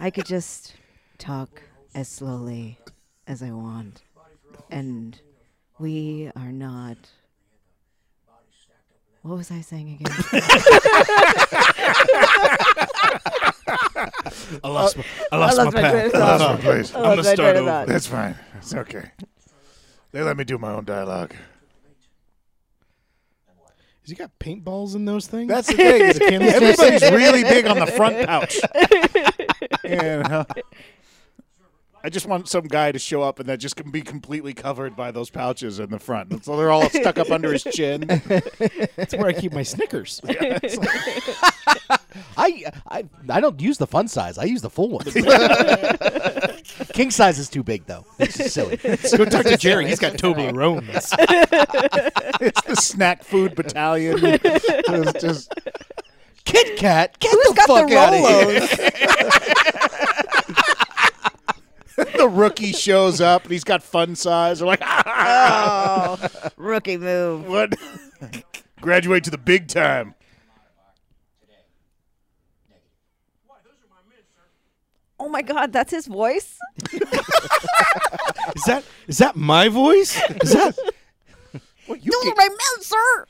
Speaker 6: I could just talk as slowly as I want. And we are not. What was I saying again?
Speaker 3: I lost, my, I
Speaker 6: I Uh,
Speaker 3: lost, my,
Speaker 6: lost my train
Speaker 3: path.
Speaker 6: of thought. Oh,
Speaker 7: That's my place.
Speaker 6: I lost
Speaker 3: gonna
Speaker 6: my
Speaker 3: start
Speaker 6: train of thought.
Speaker 7: That's fine. It's okay. They let me do my own dialogue.
Speaker 3: Has he got paintballs in those things?
Speaker 1: That's the thing. is Everybody's really big on the front pouch. And, uh, I just want some guy to show up and that just can be completely covered by those pouches in the front. And So they're all stuck up under his chin.
Speaker 3: That's where I keep my Snickers.
Speaker 2: I, I I don't use the fun size. I use the full one. King size is too big though. It's just silly.
Speaker 3: Go talk to Jerry. He's got Toblerones.
Speaker 1: It's the snack food battalion. It's just
Speaker 2: Kit Kat, get the
Speaker 6: got
Speaker 2: fuck
Speaker 6: the
Speaker 2: out of here.
Speaker 1: the rookie shows up and he's got fun size. They're like, ah,
Speaker 6: Oh, rookie move.
Speaker 1: what?
Speaker 7: Graduate to the big time.
Speaker 6: Oh my God, that's his voice?
Speaker 3: Is that is that my voice? Is that
Speaker 6: Those are my men, sir!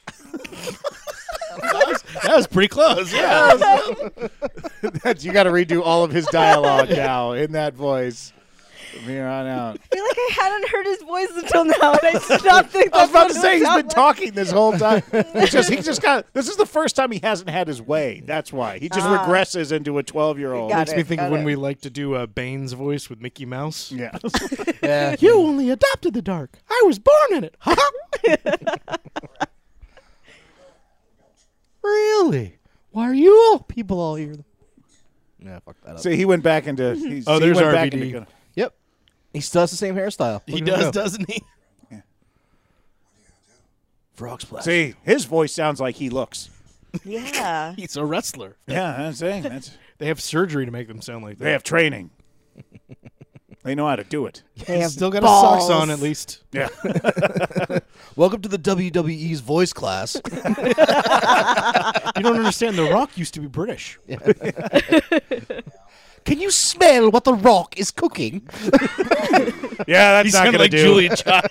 Speaker 3: that was pretty close? Yeah.
Speaker 1: you got to redo all of his dialogue now in that voice from here on out.
Speaker 6: I feel like I hadn't heard his voice until now, and I did not think
Speaker 1: I was
Speaker 6: that's
Speaker 1: about
Speaker 6: what
Speaker 1: to
Speaker 6: it
Speaker 1: say he's
Speaker 6: sounded
Speaker 1: been
Speaker 6: like.
Speaker 1: talking this whole time. It's just he just got. This is the first time he hasn't had his way. That's why he just regresses into a twelve-year-old.
Speaker 6: Ah. Got
Speaker 3: Makes me
Speaker 6: it,
Speaker 3: think
Speaker 6: got
Speaker 3: of when
Speaker 6: it.
Speaker 3: we like to do a Bane's voice with Mickey Mouse.
Speaker 1: Yeah,
Speaker 2: Yeah.
Speaker 3: You only adopted the dark. I was born in it. Huh?
Speaker 2: Really? Why are you all people all here? Yeah, fuck that up.
Speaker 1: so he went back into. He's,
Speaker 3: Oh,
Speaker 1: he
Speaker 3: there's
Speaker 1: went back
Speaker 3: RVD.
Speaker 1: into-
Speaker 2: Yep. He still has the same hairstyle.
Speaker 3: He does, doesn't he?
Speaker 2: Frog splash.
Speaker 1: See, his voice sounds like he looks.
Speaker 6: Yeah.
Speaker 3: He's a wrestler.
Speaker 1: Yeah, I'm saying that's.
Speaker 3: They have surgery to make them sound like that.
Speaker 1: They have training. they know how to do it.
Speaker 6: They have
Speaker 3: Still got
Speaker 6: balls.
Speaker 3: his socks on at least.
Speaker 1: Yeah.
Speaker 2: Welcome to the WWE's voice class.
Speaker 3: You don't understand. The Rock used to be British.
Speaker 2: Can you smell what the rock is cooking?
Speaker 1: Yeah, that's not
Speaker 3: sounded
Speaker 1: gonna
Speaker 3: like
Speaker 1: do.
Speaker 3: Julia Child.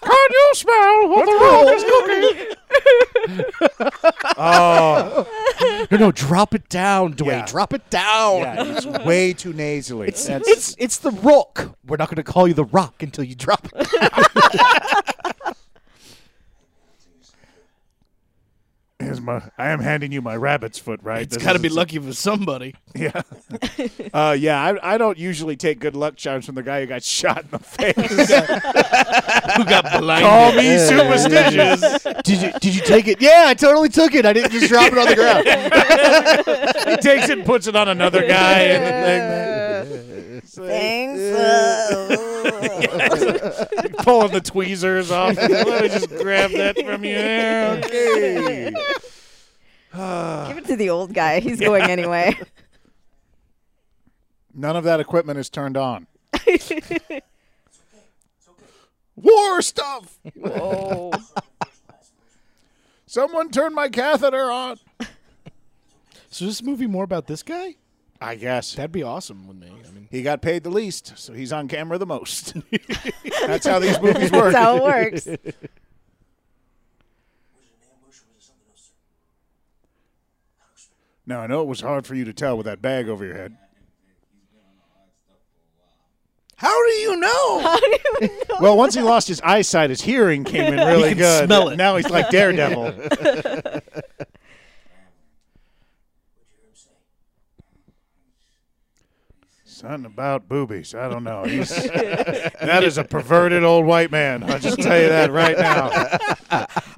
Speaker 1: Can you smell what the rock is cooking? oh,
Speaker 2: No, no, drop it down, Dwayne.
Speaker 1: Yeah.
Speaker 2: Drop it down.
Speaker 1: yeah, it's way too nasally.
Speaker 2: It's, it's it's the rock. We're not going to call you the rock until you drop it.
Speaker 7: Here's my. I am handing you my rabbit's foot, right?
Speaker 3: It's
Speaker 7: This
Speaker 3: got to
Speaker 7: is-
Speaker 3: be lucky for somebody.
Speaker 1: Yeah. uh, yeah, I, I don't usually take good luck charms from the guy who got shot in the face.
Speaker 3: Who got
Speaker 1: Call
Speaker 3: blinded?
Speaker 1: me superstitious.
Speaker 2: did you did you take it? Yeah, I totally took it. I didn't just drop it on the ground.
Speaker 1: he takes it and puts it on another guy. And
Speaker 6: Thanks. uh,
Speaker 1: like, pulling the tweezers off. Let me just grab that from you. Yeah, Okay.
Speaker 6: uh, Give it to the old guy. He's going anyway.
Speaker 1: None of that equipment is turned on. War stuff.
Speaker 6: Whoa.
Speaker 1: Someone turn my catheter on.
Speaker 8: So is this movie more about this guy?
Speaker 1: I guess.
Speaker 8: That'd be awesome with me. I mean,
Speaker 1: He got paid the least, so he's on camera the most. That's how these movies work.
Speaker 6: That's how it works.
Speaker 1: Now, I know it was hard for you to tell with that bag over your head.
Speaker 2: How do you know?
Speaker 1: Oh. Well, once he lost his eyesight, his hearing came in really
Speaker 2: can
Speaker 1: good.
Speaker 2: smell it.
Speaker 1: Now he's like Daredevil.
Speaker 7: Something about boobies. I don't know. He's, that is a perverted old white man. I'll just tell you that right now.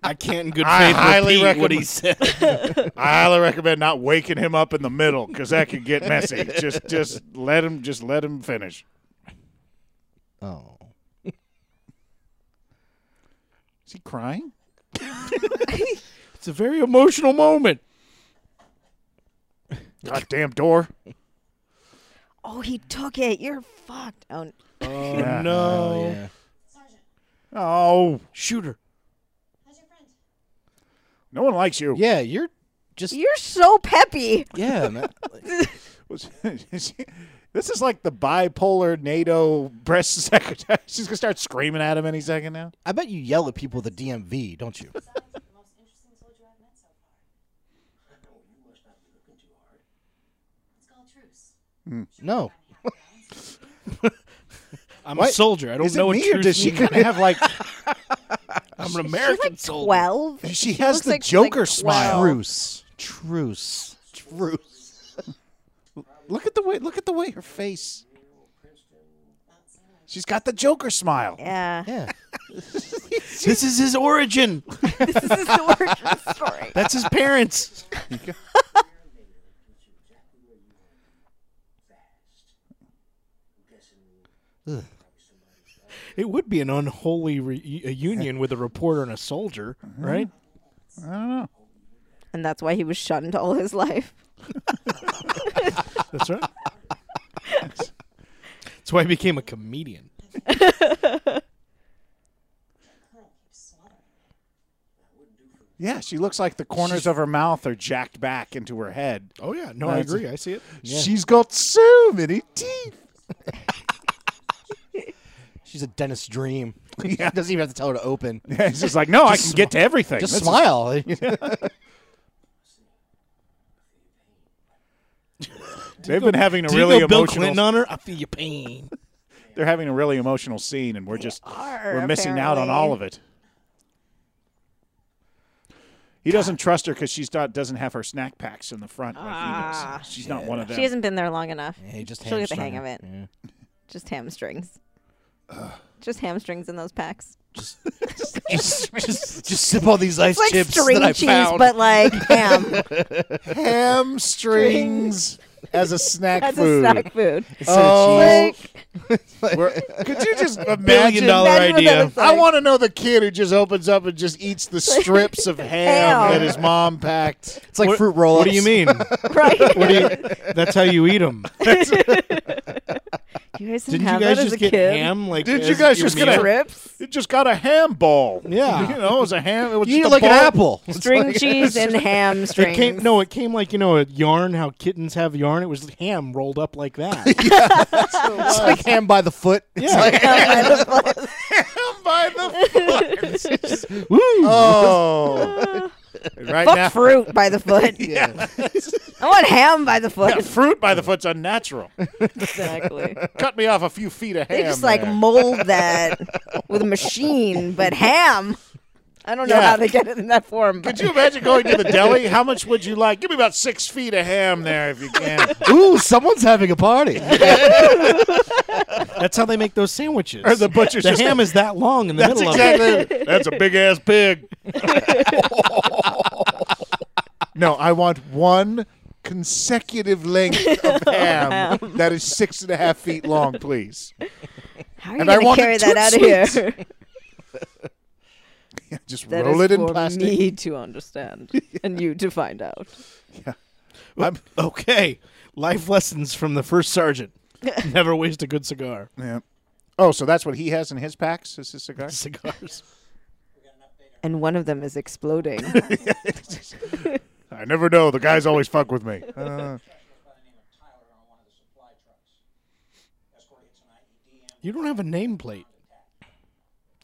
Speaker 3: I can't in good
Speaker 7: I
Speaker 3: faith
Speaker 7: highly
Speaker 3: repeat what
Speaker 7: recommend-
Speaker 3: he said.
Speaker 7: I highly recommend not waking him up in the middle because that could get messy. Just, just let him, just let him finish.
Speaker 2: Oh.
Speaker 1: Is he crying?
Speaker 8: it's a very emotional moment.
Speaker 7: Goddamn door.
Speaker 6: Oh, he took it. You're fucked. Oh, n-
Speaker 1: Uh,
Speaker 7: Yeah.
Speaker 8: No.
Speaker 2: yeah.
Speaker 7: Oh,
Speaker 8: Shooter.
Speaker 7: no one likes you.
Speaker 2: Yeah, you're just
Speaker 6: you're so peppy.
Speaker 2: yeah, man.
Speaker 1: Was- this is like the bipolar NATO press secretary. She's going to start screaming at him any second now.
Speaker 2: I bet you yell at people at the DMV, don't you?
Speaker 3: Hmm.
Speaker 2: No.
Speaker 8: I'm
Speaker 1: What?
Speaker 8: a soldier. I don't
Speaker 1: Is it
Speaker 8: know
Speaker 1: me
Speaker 8: what
Speaker 1: or does she
Speaker 8: truth means.
Speaker 1: kind of have like
Speaker 3: I'm an American soldier.
Speaker 6: Twelve.
Speaker 1: she has
Speaker 6: looks
Speaker 1: the
Speaker 6: like she's like
Speaker 1: Joker smile?
Speaker 2: Truce. Truce. Truce.
Speaker 1: Look at the way look at the way her face. She's got the Joker smile.
Speaker 6: Yeah.
Speaker 2: Yeah.
Speaker 3: This is his origin.
Speaker 6: this is the origin story.
Speaker 3: That's his parents.
Speaker 8: It would be an unholy re- a union with a reporter and a soldier, right?
Speaker 6: And that's why he was shunned all his life.
Speaker 8: That's right. That's why I became a comedian.
Speaker 1: Yeah, she looks like the corners of her mouth are jacked back into her head.
Speaker 8: Oh yeah, no,
Speaker 1: That's-
Speaker 8: I agree. I see it.
Speaker 1: She's got so many teeth.
Speaker 2: She's a dentist's dream. Doesn't even have to tell her to open.
Speaker 1: Yeah, she's just like, no, I can get to everything.
Speaker 2: Just
Speaker 1: This is-
Speaker 2: smile.
Speaker 1: They've been having a
Speaker 3: Do
Speaker 1: really
Speaker 3: you know Bill
Speaker 1: emotional.
Speaker 3: Clinton on her? I feel your pain.
Speaker 1: they're having a really emotional scene, and we're just we're missing out on all of it. He doesn't trust her because she's not doesn't have her snack packs in the front. Like he
Speaker 6: Ah.
Speaker 1: does. She's not one of them.
Speaker 6: She hasn't been there long enough.
Speaker 2: Yeah, just
Speaker 6: She'll get the
Speaker 2: hamstring
Speaker 6: hang of
Speaker 2: her.
Speaker 6: it. Just hamstrings. Just hamstrings in those packs.
Speaker 2: just, just, just sip all these ice
Speaker 6: It's like
Speaker 2: chips
Speaker 6: string
Speaker 2: that I
Speaker 6: cheese,
Speaker 2: found.
Speaker 6: but like ham.
Speaker 1: hamstrings as a snack
Speaker 6: That's
Speaker 1: food.
Speaker 6: a snack food.
Speaker 1: Oh,
Speaker 6: Like,
Speaker 1: we're- could you just
Speaker 3: Billion
Speaker 1: imagine?
Speaker 3: dollar
Speaker 6: imagine what that
Speaker 3: idea.
Speaker 6: looks
Speaker 1: I
Speaker 6: like.
Speaker 1: want to know the kid who just opens up and just eats the strips of ham,
Speaker 6: Ham.
Speaker 1: that his mom packed.
Speaker 2: It's like
Speaker 3: What-
Speaker 2: fruit roll-ups.
Speaker 3: What do you mean?
Speaker 6: right.
Speaker 3: What do you, that's how you eat them.
Speaker 6: You guys didn't,
Speaker 3: Didn't you
Speaker 6: have
Speaker 3: guys
Speaker 6: that as
Speaker 3: just
Speaker 6: a
Speaker 3: get
Speaker 6: kid.
Speaker 3: ham? Like,
Speaker 1: Did
Speaker 3: as
Speaker 1: you guys
Speaker 3: your
Speaker 1: just get
Speaker 3: meal?
Speaker 1: a-
Speaker 6: Rips,
Speaker 1: It just got a ham ball.
Speaker 3: Yeah.
Speaker 1: you know, it was a ham. It was
Speaker 2: You eat
Speaker 1: just a
Speaker 2: it like an
Speaker 1: ball.
Speaker 2: apple. It's
Speaker 6: string
Speaker 2: like-
Speaker 6: cheese, and ham
Speaker 3: It
Speaker 6: strings.
Speaker 3: came, no, it came like you know a yarn. How kittens have yarn. It was ham rolled up like that.
Speaker 2: It's like ham by the foot. It's
Speaker 3: Yeah.
Speaker 2: like-
Speaker 1: by the
Speaker 3: Woo!
Speaker 1: oh. right
Speaker 6: Fuck
Speaker 1: now,
Speaker 6: fruit by the foot. I want ham by the foot.
Speaker 1: yeah, fruit by the foot's unnatural.
Speaker 6: Exactly.
Speaker 1: Cut me off a few feet of ham.
Speaker 6: They just like
Speaker 1: there.
Speaker 6: mold that with a machine, but ham. I don't know
Speaker 1: Yeah.
Speaker 6: how they get it in that form. But
Speaker 1: Could you imagine going to the deli? How much would you like? Give me about six feet of ham there if you can.
Speaker 2: Ooh, someone's having a party.
Speaker 3: That's how they make those sandwiches.
Speaker 1: or the butcher's
Speaker 3: The
Speaker 1: just
Speaker 3: ham is that long in the
Speaker 1: That's
Speaker 3: middle
Speaker 1: exactly. it. That's a big ass pig. no, I want one consecutive length of ham that is six and a half feet long, please.
Speaker 6: how are you
Speaker 1: and I
Speaker 6: going to
Speaker 1: want
Speaker 6: carry
Speaker 1: it
Speaker 6: that out of
Speaker 1: Tootsie.
Speaker 6: here?
Speaker 1: Just
Speaker 6: That is
Speaker 1: roll it in
Speaker 6: for
Speaker 1: plastic.
Speaker 6: me to understand and you to find out.
Speaker 1: I'm-
Speaker 3: of it. Okay. Life lessons from the first sergeant. Never waste a good cigar.
Speaker 1: yeah. Oh, so that's what he has in his packs? Is his cigar?
Speaker 3: Cigars.
Speaker 9: We got an update
Speaker 6: and one of them is exploding.
Speaker 1: I never know. The guys always fuck with me. Uh,
Speaker 3: You don't have a nameplate.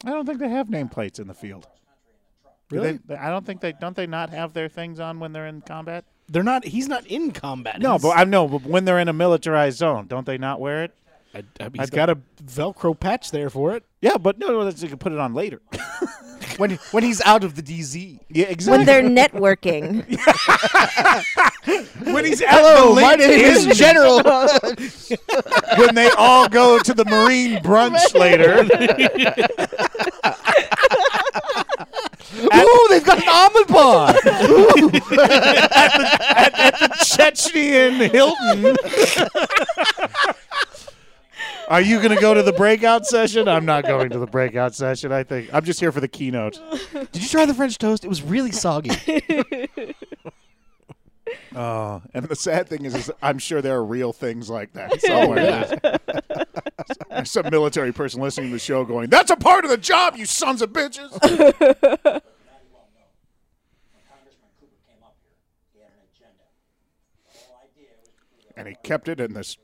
Speaker 1: I don't think they have nameplates in the field. Do
Speaker 3: Really?
Speaker 1: They, I don't think they don't they not have their things on when they're in combat.
Speaker 3: They're not. He's not in combat.
Speaker 1: No,
Speaker 3: He's-
Speaker 1: but I know. But when they're in a militarized zone, don't they not wear it?
Speaker 3: I, I, he's
Speaker 1: don't-
Speaker 3: got a Velcro patch there for it.
Speaker 1: Yeah, but no, no, that's, you can put it on later.
Speaker 2: when when he's out of the DZ.
Speaker 1: Yeah, exactly.
Speaker 6: when they're networking.
Speaker 1: when he's hello,
Speaker 2: Oh,
Speaker 1: my name is
Speaker 2: General.
Speaker 1: when they all go to the Marine brunch later.
Speaker 2: Ooh, they've got an almond bar.
Speaker 1: Chechenian Hilton. Are you going to go to the breakout session? I'm not going to the breakout session. I think I'm just here for the keynote.
Speaker 2: Did you try the French toast? It was really soggy.
Speaker 1: Oh, and the sad thing is, is I'm sure there are real things like that somewhere. There's Some military person listening to the show going, "That's a part of the job, you sons of bitches." and he kept it in this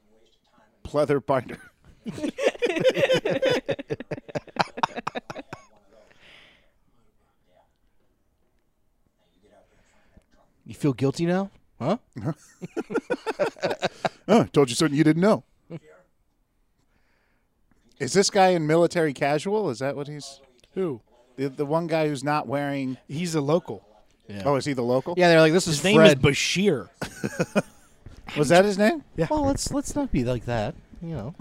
Speaker 1: pleather binder.
Speaker 2: You feel guilty now? Huh?
Speaker 1: Huh, told you something you didn't know. Is this guy in military casual? Is that what he's
Speaker 3: Who?
Speaker 1: the, the one guy who's not wearing?
Speaker 3: He's a local.
Speaker 1: Oh, is he the local?
Speaker 2: Yeah, they're like, this is
Speaker 3: His name
Speaker 2: Fred.
Speaker 3: is Bashir.
Speaker 1: was that his name?
Speaker 2: Well, let's let's not be like that. You know,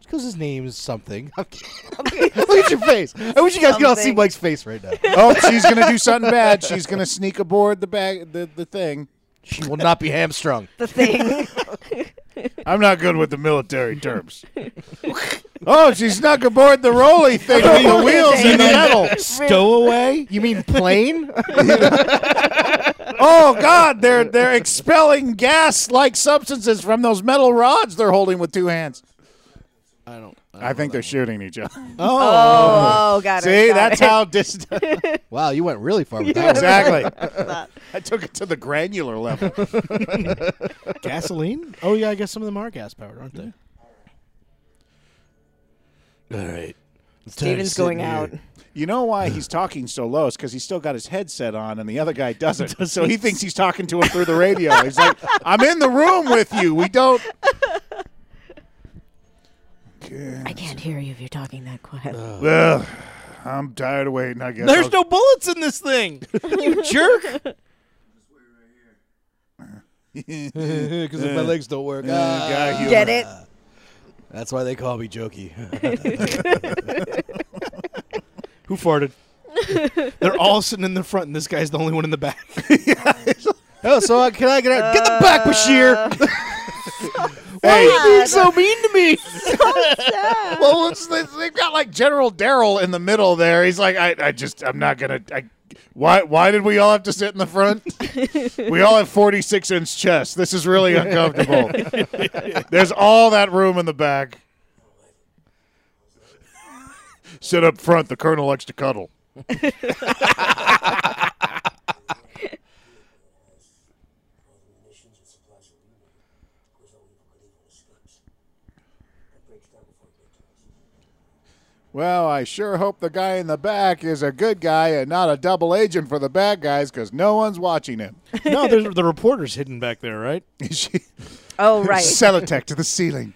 Speaker 2: because his name is something. I'm kidding. Look at your face. I wish you guys could all see
Speaker 6: Something.
Speaker 2: Mike's face right now.
Speaker 1: oh, she's gonna do something bad. She's gonna sneak aboard the bag, the, the thing.
Speaker 2: She will not be hamstrung.
Speaker 6: the thing.
Speaker 1: I'm not good with the military terms. oh, she snuck aboard the rolly thing with the wheels in the metal.
Speaker 3: Stowaway.
Speaker 2: You mean plane?
Speaker 1: Oh God, they're they're expelling gas-like substances from those metal rods they're holding with two hands.
Speaker 3: I don't.
Speaker 1: I think they're shooting each other.
Speaker 6: Oh, got it.
Speaker 1: See,
Speaker 6: got
Speaker 1: that's
Speaker 6: it.
Speaker 1: how distant.
Speaker 2: wow, you went really far with that.
Speaker 1: exactly. I took it to the granular level.
Speaker 3: Gasoline? Oh yeah, I guess some of them are gas powered, aren't they? All right.
Speaker 6: Steven's going out.
Speaker 1: You know why he's talking so low? It's because he's still got his headset on and the other guy doesn't. So he thinks he's talking to him through the radio. He's like, I'm in the room with you. We don't.
Speaker 6: I can't hear you if you're talking that quiet.
Speaker 1: Uh, Well, I'm tired of waiting, I guess.
Speaker 3: There's no bullets in this thing. you jerk.
Speaker 2: Because if my legs don't work, ah,
Speaker 1: guy
Speaker 6: Get it?
Speaker 2: that's why they call me Jokey.
Speaker 3: Who farted? They're all sitting in the front, and this guy's the only one in the back.
Speaker 2: oh, so uh, can I get out? Get the back, Bashir.
Speaker 1: Hey,
Speaker 2: so mean to me.
Speaker 1: well, it's, they- they've got like General Daryl in the middle there. He's like, I, I just, I'm not going to. Why, why did we all have to sit in the front? we all have 46 inch chests. This is really uncomfortable. There's all that room in the back. Sit up front. The colonel likes to cuddle. Well, I sure hope the guy in the back is a good guy and not a double agent for the bad guys because no one's watching him.
Speaker 3: no, there's the reporter's hidden back there, right?
Speaker 1: she
Speaker 6: Oh, right.
Speaker 1: Sellotape to the ceiling.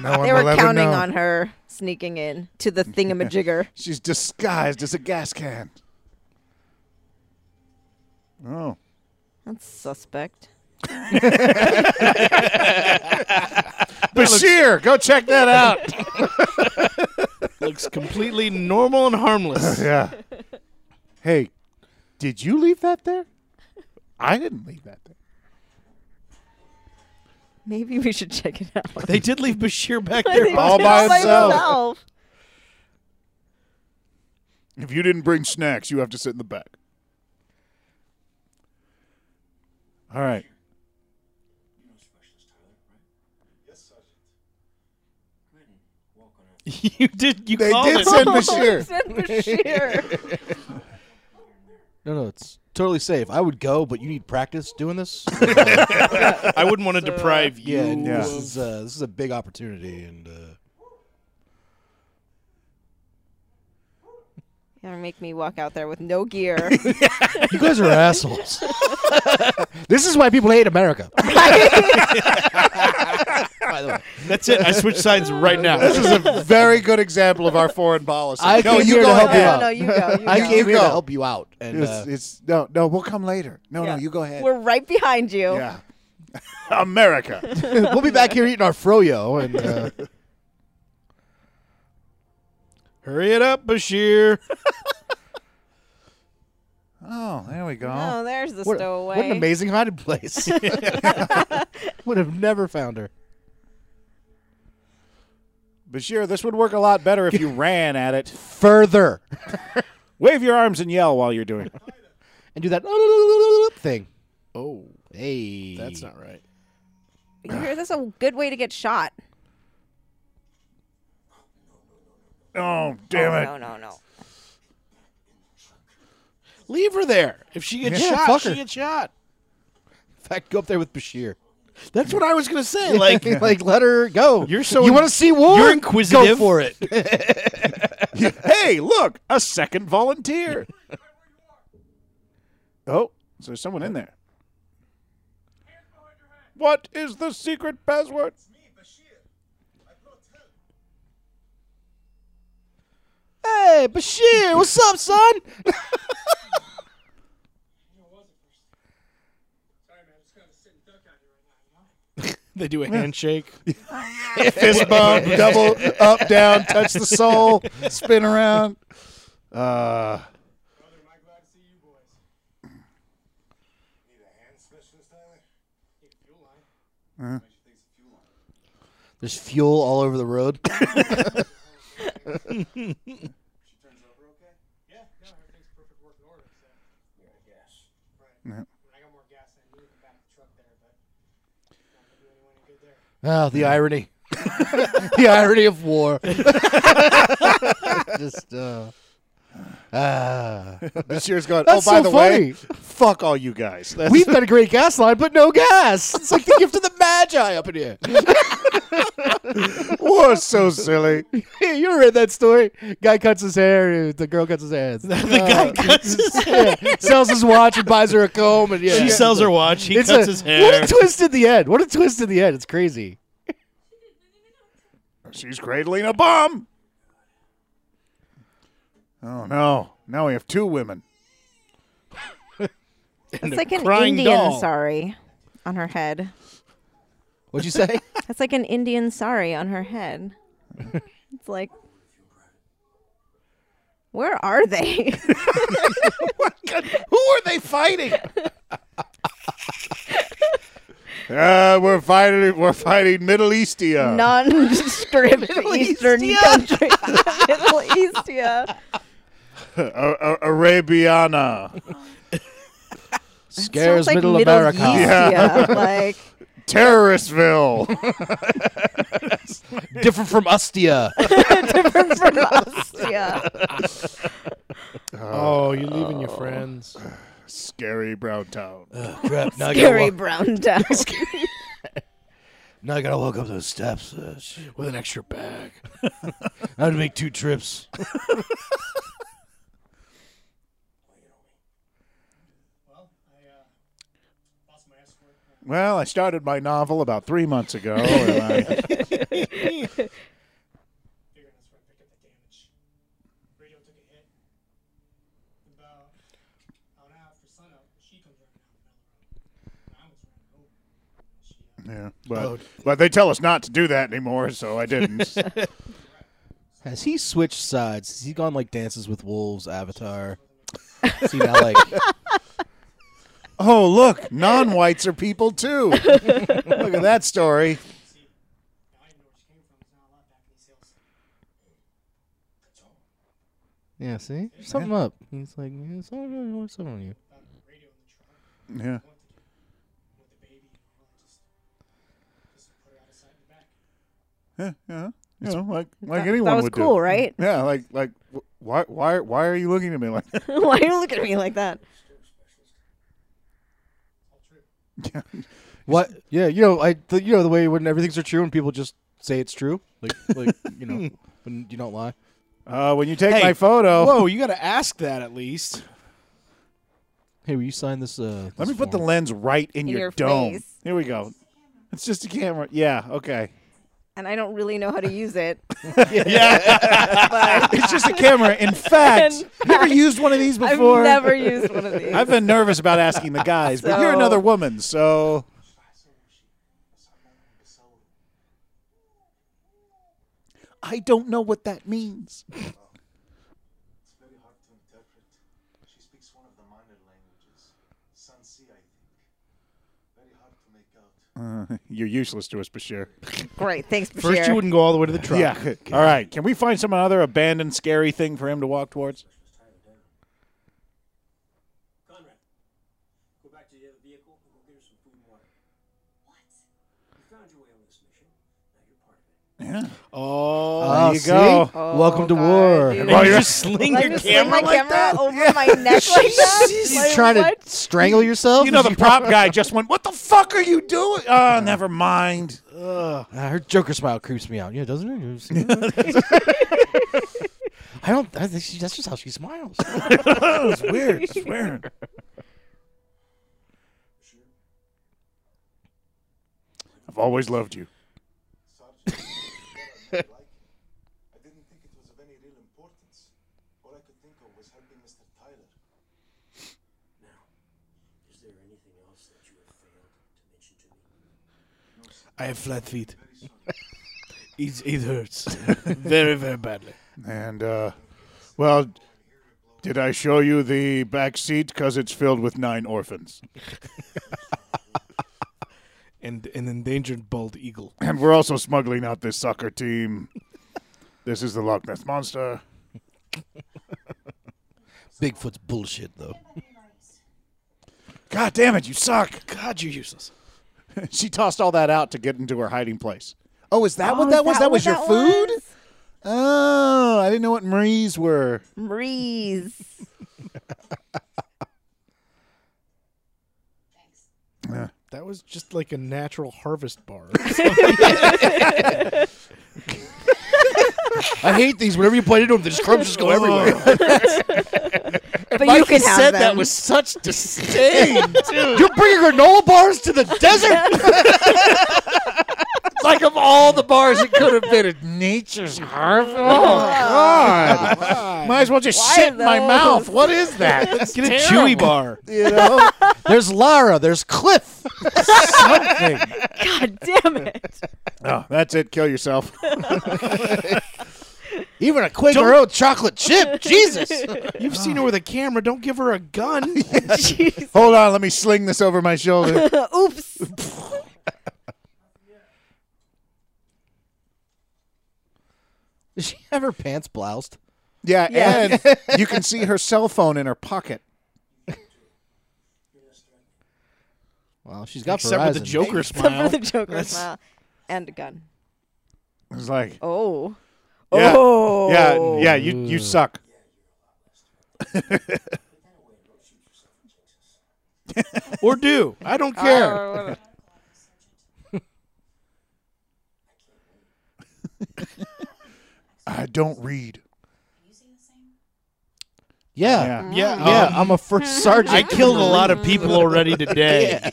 Speaker 1: No one
Speaker 6: They
Speaker 1: will
Speaker 6: were
Speaker 1: ever
Speaker 6: counting
Speaker 1: know.
Speaker 6: on her sneaking in to the thingamajigger.
Speaker 1: She's disguised as a gas can. Oh.
Speaker 6: That's suspect.
Speaker 1: Bashir, go check that out.
Speaker 3: Looks completely normal and harmless.
Speaker 1: yeah. Hey, did you leave that there? I didn't leave that there.
Speaker 6: Maybe we should check it out.
Speaker 3: they did leave Bashir back there.
Speaker 1: All by himself.
Speaker 6: himself.
Speaker 1: If you didn't bring snacks, you have to sit in the back. All right.
Speaker 3: you did. You
Speaker 1: They
Speaker 6: Oh
Speaker 3: called
Speaker 1: did
Speaker 3: it.
Speaker 1: send Bashir.
Speaker 6: Send Bashir.
Speaker 2: No, no, it's totally safe. I would go, but you need practice doing this.
Speaker 3: I wouldn't want to deprive you.
Speaker 2: yeah,
Speaker 1: Yeah.
Speaker 2: This, is, uh, this is a big opportunity, and uh,
Speaker 6: Or make me walk out there with no gear.
Speaker 2: you guys are assholes. this is why people hate America. By the way,
Speaker 3: That's it. I switch sides right now.
Speaker 1: This is a very good example of our foreign policy.
Speaker 2: I
Speaker 1: no,
Speaker 2: came
Speaker 1: you
Speaker 2: here
Speaker 1: go
Speaker 2: to help you
Speaker 1: ahead.
Speaker 6: no,
Speaker 2: out.
Speaker 6: no, you go. You
Speaker 2: I
Speaker 6: go.
Speaker 2: came here
Speaker 1: go.
Speaker 2: to help you out, and
Speaker 1: It's,
Speaker 2: uh,
Speaker 1: it's no, no. We'll come later. No,
Speaker 6: Yeah.
Speaker 1: no, you go ahead.
Speaker 6: We're right behind you.
Speaker 1: yeah, America.
Speaker 2: we'll be back here eating our froyo. And uh,
Speaker 3: Hurry it up, Bashir.
Speaker 1: Oh, there we go.
Speaker 6: Oh, there's the
Speaker 2: what,
Speaker 6: stowaway.
Speaker 2: what an amazing hiding place! Would have never found her.
Speaker 10: Bashir, this would work a lot better if you ran at it.
Speaker 2: Further,
Speaker 10: Wave your arms and yell while you're doing it.
Speaker 2: and do that thing.
Speaker 3: Oh,
Speaker 2: Hey,
Speaker 3: that's not right.
Speaker 6: You hear that's a good way to get shot.
Speaker 1: Oh, damn it.
Speaker 6: No, no, no.
Speaker 3: Leave her there. If she gets
Speaker 2: Yeah, fuck
Speaker 3: shot,
Speaker 2: her.
Speaker 3: she gets shot.
Speaker 2: In fact, go up there with Bashir.
Speaker 3: That's what I was gonna say. Like
Speaker 2: like let her go.
Speaker 3: You're so
Speaker 2: you
Speaker 3: in-
Speaker 2: want to see war?
Speaker 3: you're inquisitive.
Speaker 2: Go for it.
Speaker 10: hey, look, a second volunteer. oh, so there's someone in there. What is the secret password?
Speaker 2: hey, Bashir, what's up, son?
Speaker 3: they do a handshake.
Speaker 1: Fist bump, double up, down, touch the soul, spin around. Uh,
Speaker 2: There's fuel all over the road. Oh, the irony. the irony of war. Just uh ah.
Speaker 1: Bashir's going.
Speaker 2: That's
Speaker 1: oh, by
Speaker 2: so
Speaker 1: the
Speaker 2: funny.
Speaker 1: way, fuck all you guys. That's-
Speaker 2: We've got a great gas line, but no gas. It's like the gift of the magi up in here.
Speaker 1: war's so silly.
Speaker 2: Hey, you ever read that story? Guy cuts his hair, uh, the girl cuts his hands. the guy cuts his hair. Sells his watch and buys her a comb and yeah.
Speaker 3: She sells her watch. He
Speaker 2: It's
Speaker 3: cuts
Speaker 2: a-
Speaker 3: his
Speaker 2: What
Speaker 3: hair.
Speaker 2: a twist in the end. What a twist in the end. It's crazy.
Speaker 1: She's cradling a bomb. Oh no! Now we have two women.
Speaker 6: It's like an
Speaker 3: crying
Speaker 6: Indian
Speaker 3: doll.
Speaker 6: sorry on her head.
Speaker 2: What'd you say?
Speaker 6: That's like an Indian sorry on her head. it's like, where are they?
Speaker 1: Who are they fighting? uh, we're fighting. We're fighting Middleistia.
Speaker 6: Non-stripped Eastern country, Middle East, yeah.
Speaker 1: A- a- Arabiana.
Speaker 2: Scares
Speaker 6: Sounds like
Speaker 2: Middle,
Speaker 6: Middle
Speaker 2: America.
Speaker 6: Yeast, yeah, like
Speaker 1: Terroristville.
Speaker 2: Different from Ustia.
Speaker 6: different from us, yeah.
Speaker 11: Oh, you leaving your friends?
Speaker 1: Scary brown town.
Speaker 2: Crap, now
Speaker 6: Gary Brown down.
Speaker 2: now I gotta walk up those steps. Uh, sh-
Speaker 3: With an extra bag.
Speaker 2: I had to make two trips.
Speaker 1: Well, I started my novel about three months ago. And I, yeah, but but they tell us not to do that anymore, so I didn't.
Speaker 2: Has he switched sides? Has he gone like Dances with Wolves, Avatar? Is he now like
Speaker 1: oh, look, non-whites are people too. look at that story.
Speaker 2: Yeah, see? There's something up. He's like, yeah, someone really wants something on you.
Speaker 1: Yeah. Yeah, yeah, You know, like like
Speaker 6: that,
Speaker 1: anyone
Speaker 6: that was
Speaker 1: would do.
Speaker 6: cool, right?
Speaker 1: Yeah, like like wh- why why why are you looking at me like that?
Speaker 6: Why are you looking at me like that?
Speaker 2: What? Yeah, you know, I the, you know the way when everything's are true and people just say it's true, like like you know when you don't lie.
Speaker 1: Uh, when you take
Speaker 3: Hey.
Speaker 1: my photo,
Speaker 3: Whoa, you got to ask that at least.
Speaker 2: Hey, will you sign this? Uh,
Speaker 1: let me put the lens right in, your,
Speaker 6: your
Speaker 1: dome.
Speaker 6: face.
Speaker 1: Here we go. It's just a camera. Yeah, okay.
Speaker 6: And I don't really know how to use it.
Speaker 1: It's just a camera. In fact,
Speaker 6: In
Speaker 1: I've never used one of these
Speaker 6: I've
Speaker 1: before.
Speaker 6: never used one of these.
Speaker 1: I've been nervous about asking the guys, but you're
Speaker 6: So-
Speaker 1: another woman, so I don't know what that means.
Speaker 12: very hard to interpret. She speaks one of the minor languages, Sansi, I think. Very hard to make out.
Speaker 1: You're useless to us, Bashir.
Speaker 6: Great, thanks, Bashir.
Speaker 3: First, you wouldn't go all the way to the truck.
Speaker 1: Yeah. All right. Can we find some other abandoned, scary thing for him to walk towards?
Speaker 13: Conrad, go back to the other vehicle and go get her some food and water. What? You found your way on this mission. Now you're part of it.
Speaker 1: there you go.
Speaker 6: Oh,
Speaker 2: Ah, Welcome to
Speaker 6: God,
Speaker 2: war.
Speaker 6: dude.
Speaker 1: Well, you're
Speaker 3: Sling
Speaker 6: Like
Speaker 3: your
Speaker 6: just sling
Speaker 3: camera
Speaker 6: my
Speaker 3: like
Speaker 6: camera
Speaker 3: that.
Speaker 6: over my neck like that.
Speaker 2: He's
Speaker 6: Like,
Speaker 2: trying
Speaker 6: what?
Speaker 2: to strangle yourself.
Speaker 1: You know, the prop guy just went, What the fuck are you doing? Oh, never mind.
Speaker 2: Uh, her Joker smile creeps me out. Yeah, doesn't it? I don't. I think she, that's just how she smiles.
Speaker 1: It's weird. It's weird. I've always loved you.
Speaker 12: Sergeant, I like him. I didn't think it was of any real importance. All I could think of was helping Mr. Tyler.
Speaker 13: Is there anything else that you have failed to mention to me?
Speaker 3: I have flat feet. It's, it hurts very, very badly.
Speaker 1: And, uh, well, did I show you the back seat? Because it's filled with nine orphans.
Speaker 3: And an endangered bald eagle.
Speaker 1: And we're also smuggling out this soccer team. This is the Loch Ness Monster.
Speaker 2: Bigfoot's bullshit, though.
Speaker 1: God damn it, you suck.
Speaker 3: God, you're useless.
Speaker 1: She tossed all that out to get into her hiding place. Oh, is that
Speaker 6: Oh,
Speaker 1: what
Speaker 6: is
Speaker 1: that was? That, was your
Speaker 6: what
Speaker 1: food?
Speaker 6: was?
Speaker 1: Oh, I didn't know what Marie's were.
Speaker 6: Breeze.
Speaker 3: That was just like a natural harvest bar.
Speaker 2: I hate these. Whenever you play into them, the crumbs just go everywhere.
Speaker 6: But you can have them.
Speaker 2: such disdain, dude. You're bringing granola bars to the desert.
Speaker 1: like of all the bars it could have been at nature's harvest. Oh God! Might as well just
Speaker 6: Why
Speaker 1: shit in my
Speaker 6: those?
Speaker 1: mouth. What is that? That's
Speaker 3: Get a chewy bar.
Speaker 1: You know?
Speaker 2: there's Lara. There's Cliff.
Speaker 6: God damn it.
Speaker 1: oh, that's it. Kill yourself.
Speaker 2: Even a Quaker Oat chocolate chip. Jesus.
Speaker 3: You've seen her with a camera. Don't give her a gun.
Speaker 6: Jeez.
Speaker 1: Hold on. Let me sling this over my shoulder.
Speaker 6: Oops.
Speaker 2: Does she have her pants bloused?
Speaker 1: Yeah,
Speaker 6: Yeah.
Speaker 1: and you can see her cell phone in her pocket.
Speaker 2: Well, she's got
Speaker 3: Except with the
Speaker 2: Verizon.
Speaker 3: Joker
Speaker 6: Except for
Speaker 3: smile.
Speaker 6: the Joker smile. And a gun.
Speaker 1: It's like,
Speaker 6: Oh.
Speaker 1: yeah,
Speaker 6: Oh.
Speaker 1: yeah, yeah. You you suck.
Speaker 3: or do. I don't care.
Speaker 1: I don't read.
Speaker 2: Yeah.
Speaker 1: Yeah.
Speaker 3: yeah.
Speaker 2: Yeah,
Speaker 3: um,
Speaker 2: I'm a first sergeant.
Speaker 3: I killed a lot of people already today.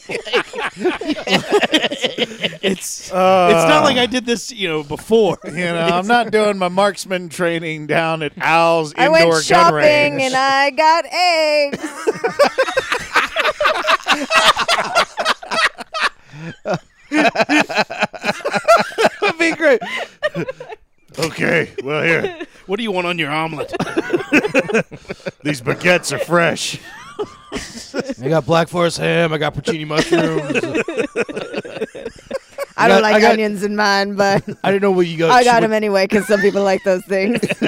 Speaker 3: it's it's not like I did this, you know, before.
Speaker 1: You know, I'm not doing my marksman training down at Al's
Speaker 6: I
Speaker 1: indoor
Speaker 6: went
Speaker 1: gun
Speaker 6: shopping
Speaker 1: range.
Speaker 6: and I got eggs.
Speaker 1: okay, well here,
Speaker 3: What do you want on your omelet?
Speaker 1: these baguettes are fresh.
Speaker 2: I got Black Forest ham. I got puccini mushrooms.
Speaker 6: I don't
Speaker 2: got-
Speaker 6: like
Speaker 2: I got-
Speaker 6: onions in mine, but
Speaker 2: I didn't know what you got.
Speaker 6: I got them anyway because some people like those things.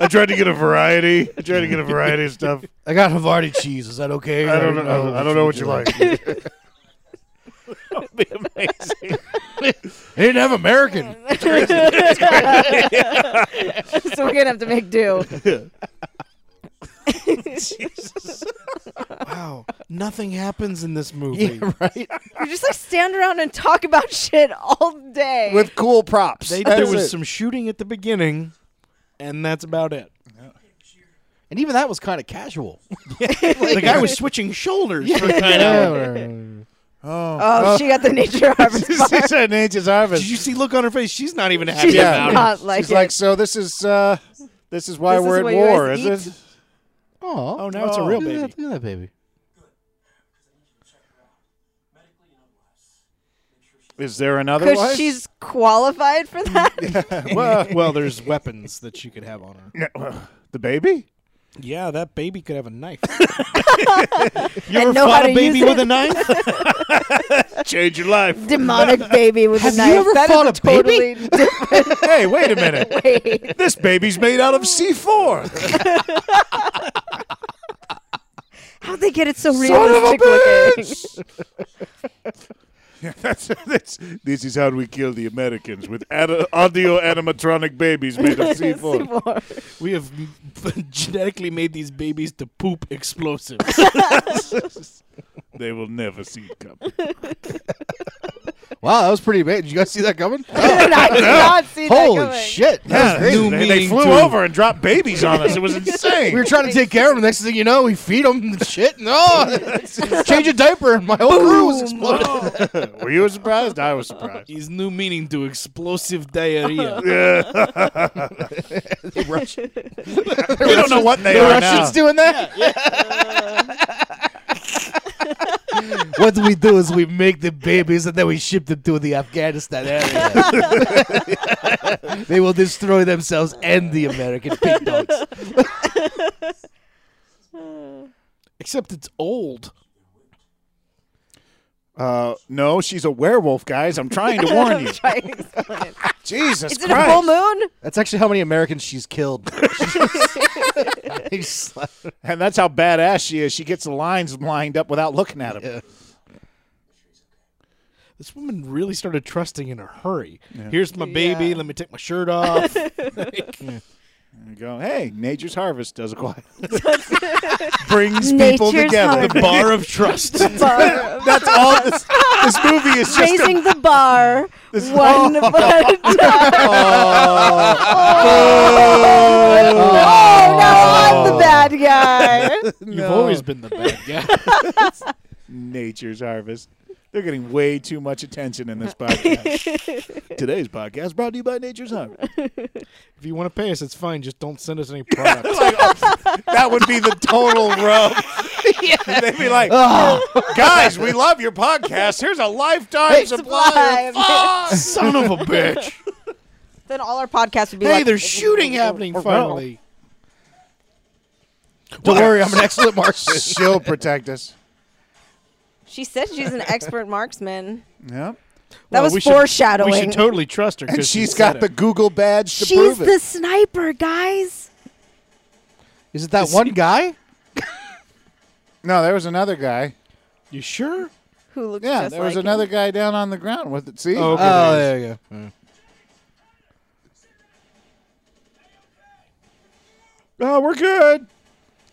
Speaker 1: I tried to get a variety. I tried to get a variety of stuff.
Speaker 2: I got Havarti cheese. Is that okay?
Speaker 1: I don't know. I don't know what you like.
Speaker 3: be amazing.
Speaker 1: They didn't have American.
Speaker 6: so we're gonna have to make do.
Speaker 7: Wow. Nothing happens in this movie.
Speaker 2: right?
Speaker 6: You just like stand around and talk about shit all day.
Speaker 1: With cool props.
Speaker 7: They,
Speaker 1: That
Speaker 7: there
Speaker 1: is
Speaker 7: was
Speaker 1: it.
Speaker 7: some shooting at the beginning, and that's about it.
Speaker 2: And even that was kind of casual.
Speaker 7: the guy was switching shoulders. For
Speaker 1: uh,
Speaker 6: oh, she got the nature harvest.
Speaker 1: She said Nature's Harvest.
Speaker 7: Did you see look on her face? She's not even happy
Speaker 6: She
Speaker 1: Yeah.
Speaker 6: does not like
Speaker 1: She's
Speaker 6: it.
Speaker 1: like, so this is uh, this is why
Speaker 6: This is
Speaker 1: we're
Speaker 6: what
Speaker 1: at
Speaker 6: you guys
Speaker 1: war, is
Speaker 6: eat?
Speaker 1: it?
Speaker 2: Oh,
Speaker 7: Oh, now it's a real
Speaker 2: look at
Speaker 7: baby.
Speaker 2: that- Look at that baby.
Speaker 1: Is there another
Speaker 6: Because
Speaker 1: wife?
Speaker 6: she's qualified for that.
Speaker 7: well, well, there's weapons that she could have on her.
Speaker 1: the baby?
Speaker 7: Yeah, that baby could have a knife.
Speaker 6: you ever fought a baby with a knife?
Speaker 1: Change your life.
Speaker 6: Demonic baby with
Speaker 2: Have
Speaker 6: a
Speaker 2: you
Speaker 6: knife.
Speaker 2: ever
Speaker 6: That is
Speaker 2: fought a
Speaker 6: totally
Speaker 2: baby?
Speaker 6: different
Speaker 1: hey, wait a minute.
Speaker 6: way.
Speaker 1: This baby's made out of C4.
Speaker 6: How'd they get it so
Speaker 1: Son of a
Speaker 6: realistic looking?
Speaker 1: bitch! Yeah, that's, that's, this is how we kill the Americans with ad- audio animatronic babies made of C4.
Speaker 6: C4.
Speaker 3: we have m- genetically made these babies to poop explosives.
Speaker 1: They will never see it coming.
Speaker 2: Wow, that was pretty big. Did you guys see that coming?
Speaker 6: I did not see that
Speaker 2: Holy
Speaker 6: coming.
Speaker 2: shit. That was
Speaker 1: they,
Speaker 2: crazy.
Speaker 1: they flew over and dropped babies on us. It was insane.
Speaker 2: We were trying to take care of him. Next thing you know, we feed him shit. No, change a diaper. My whole crew was exploded.
Speaker 1: Were you surprised? I was surprised.
Speaker 3: His new meaning to explosive diarrhea.
Speaker 1: we don't know what they
Speaker 2: the
Speaker 1: are
Speaker 2: Russians doing that. what we do is we make the babies and then we ship them to the Afghanistan area. they will destroy themselves and the American pig dogs.
Speaker 3: Except it's old.
Speaker 1: now. Uh, no, she's a werewolf, guys. I'm trying to warn you.
Speaker 6: Try and explain it.
Speaker 1: Jesus
Speaker 6: Is it a
Speaker 1: Christ.
Speaker 6: full moon?
Speaker 2: That's actually how many Americans she's killed. She's slapped-
Speaker 1: and that's how badass she is. She gets the lines lined up without looking at them.
Speaker 2: Yeah.
Speaker 3: This woman really started trusting in a hurry. Here's my baby.
Speaker 6: Yeah.
Speaker 3: Let me take my shirt off.
Speaker 1: You go, hey, nature's harvest does it quiet. Brings people
Speaker 6: Nature's
Speaker 1: together.
Speaker 6: harvest.
Speaker 3: Bar of trust.
Speaker 6: Bar.
Speaker 1: That's all this, this movie is just a
Speaker 6: Raising the bar one
Speaker 3: Oh.
Speaker 6: at a time. Oh, now
Speaker 3: Oh.
Speaker 6: I'm the bad guy.
Speaker 3: You've always been the bad guy.
Speaker 1: nature's harvest. They're getting way too much attention in this podcast. Today's podcast brought to you by Nature's Harvest.
Speaker 3: if you want to pay us, it's fine. Just don't send us any product.
Speaker 1: oh, That would be the total rub. They'd be like, guys, we love your podcast. Here's a lifetime supply.
Speaker 6: Sublime.
Speaker 1: of fuck."
Speaker 3: Son of a bitch.
Speaker 6: Then all our podcasts would be
Speaker 3: hey,
Speaker 6: like,
Speaker 3: there's shooting happening finally.
Speaker 2: Don't worry, I'm an excellent marksman.
Speaker 1: She'll protect us.
Speaker 6: She said she's an expert marksman.
Speaker 1: Yeah.
Speaker 6: That
Speaker 3: Well,
Speaker 6: was
Speaker 3: we should-
Speaker 6: foreshadowing.
Speaker 3: We should totally trust her.
Speaker 1: And
Speaker 3: 'cause she
Speaker 1: she's
Speaker 3: said
Speaker 1: got
Speaker 3: it.
Speaker 1: the Google badge to
Speaker 6: she's
Speaker 1: prove
Speaker 6: the
Speaker 1: it.
Speaker 6: sniper, guys.
Speaker 2: Is it that one guy?
Speaker 1: No, there was another guy.
Speaker 3: You sure?
Speaker 6: Who looks
Speaker 1: Yeah,
Speaker 6: just
Speaker 1: there was
Speaker 6: like
Speaker 1: another
Speaker 6: him.
Speaker 1: guy down on the ground with it. See?
Speaker 3: Oh, okay.
Speaker 2: Oh, there you go.
Speaker 1: Oh, we're good.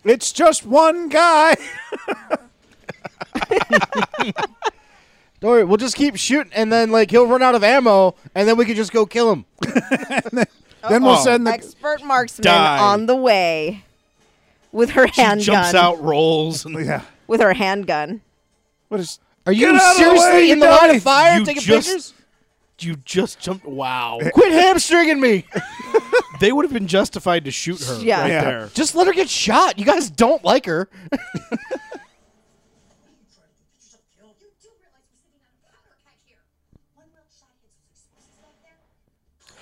Speaker 1: It's just one guy.
Speaker 2: Don't worry, we'll just keep shooting, and then like he'll run out of ammo, and then we can just go kill him.
Speaker 1: then we'll send the.
Speaker 6: expert marksman
Speaker 3: Die.
Speaker 6: on the way with her
Speaker 3: She
Speaker 6: handgun.
Speaker 3: jumps out, rolls, and
Speaker 1: yeah.
Speaker 6: with her handgun.
Speaker 1: What is.
Speaker 2: Are you
Speaker 1: out of the
Speaker 2: seriously
Speaker 1: way,
Speaker 2: in the
Speaker 1: you
Speaker 2: line
Speaker 1: dummy.
Speaker 2: of fire
Speaker 3: You
Speaker 2: taking
Speaker 3: just-
Speaker 2: pictures?
Speaker 3: you just jumped. Wow.
Speaker 2: Quit hamstringing me.
Speaker 3: they would have been justified to shoot her
Speaker 6: Yeah.
Speaker 3: right
Speaker 1: Yeah.
Speaker 3: there.
Speaker 2: just let her get shot. You guys don't like her.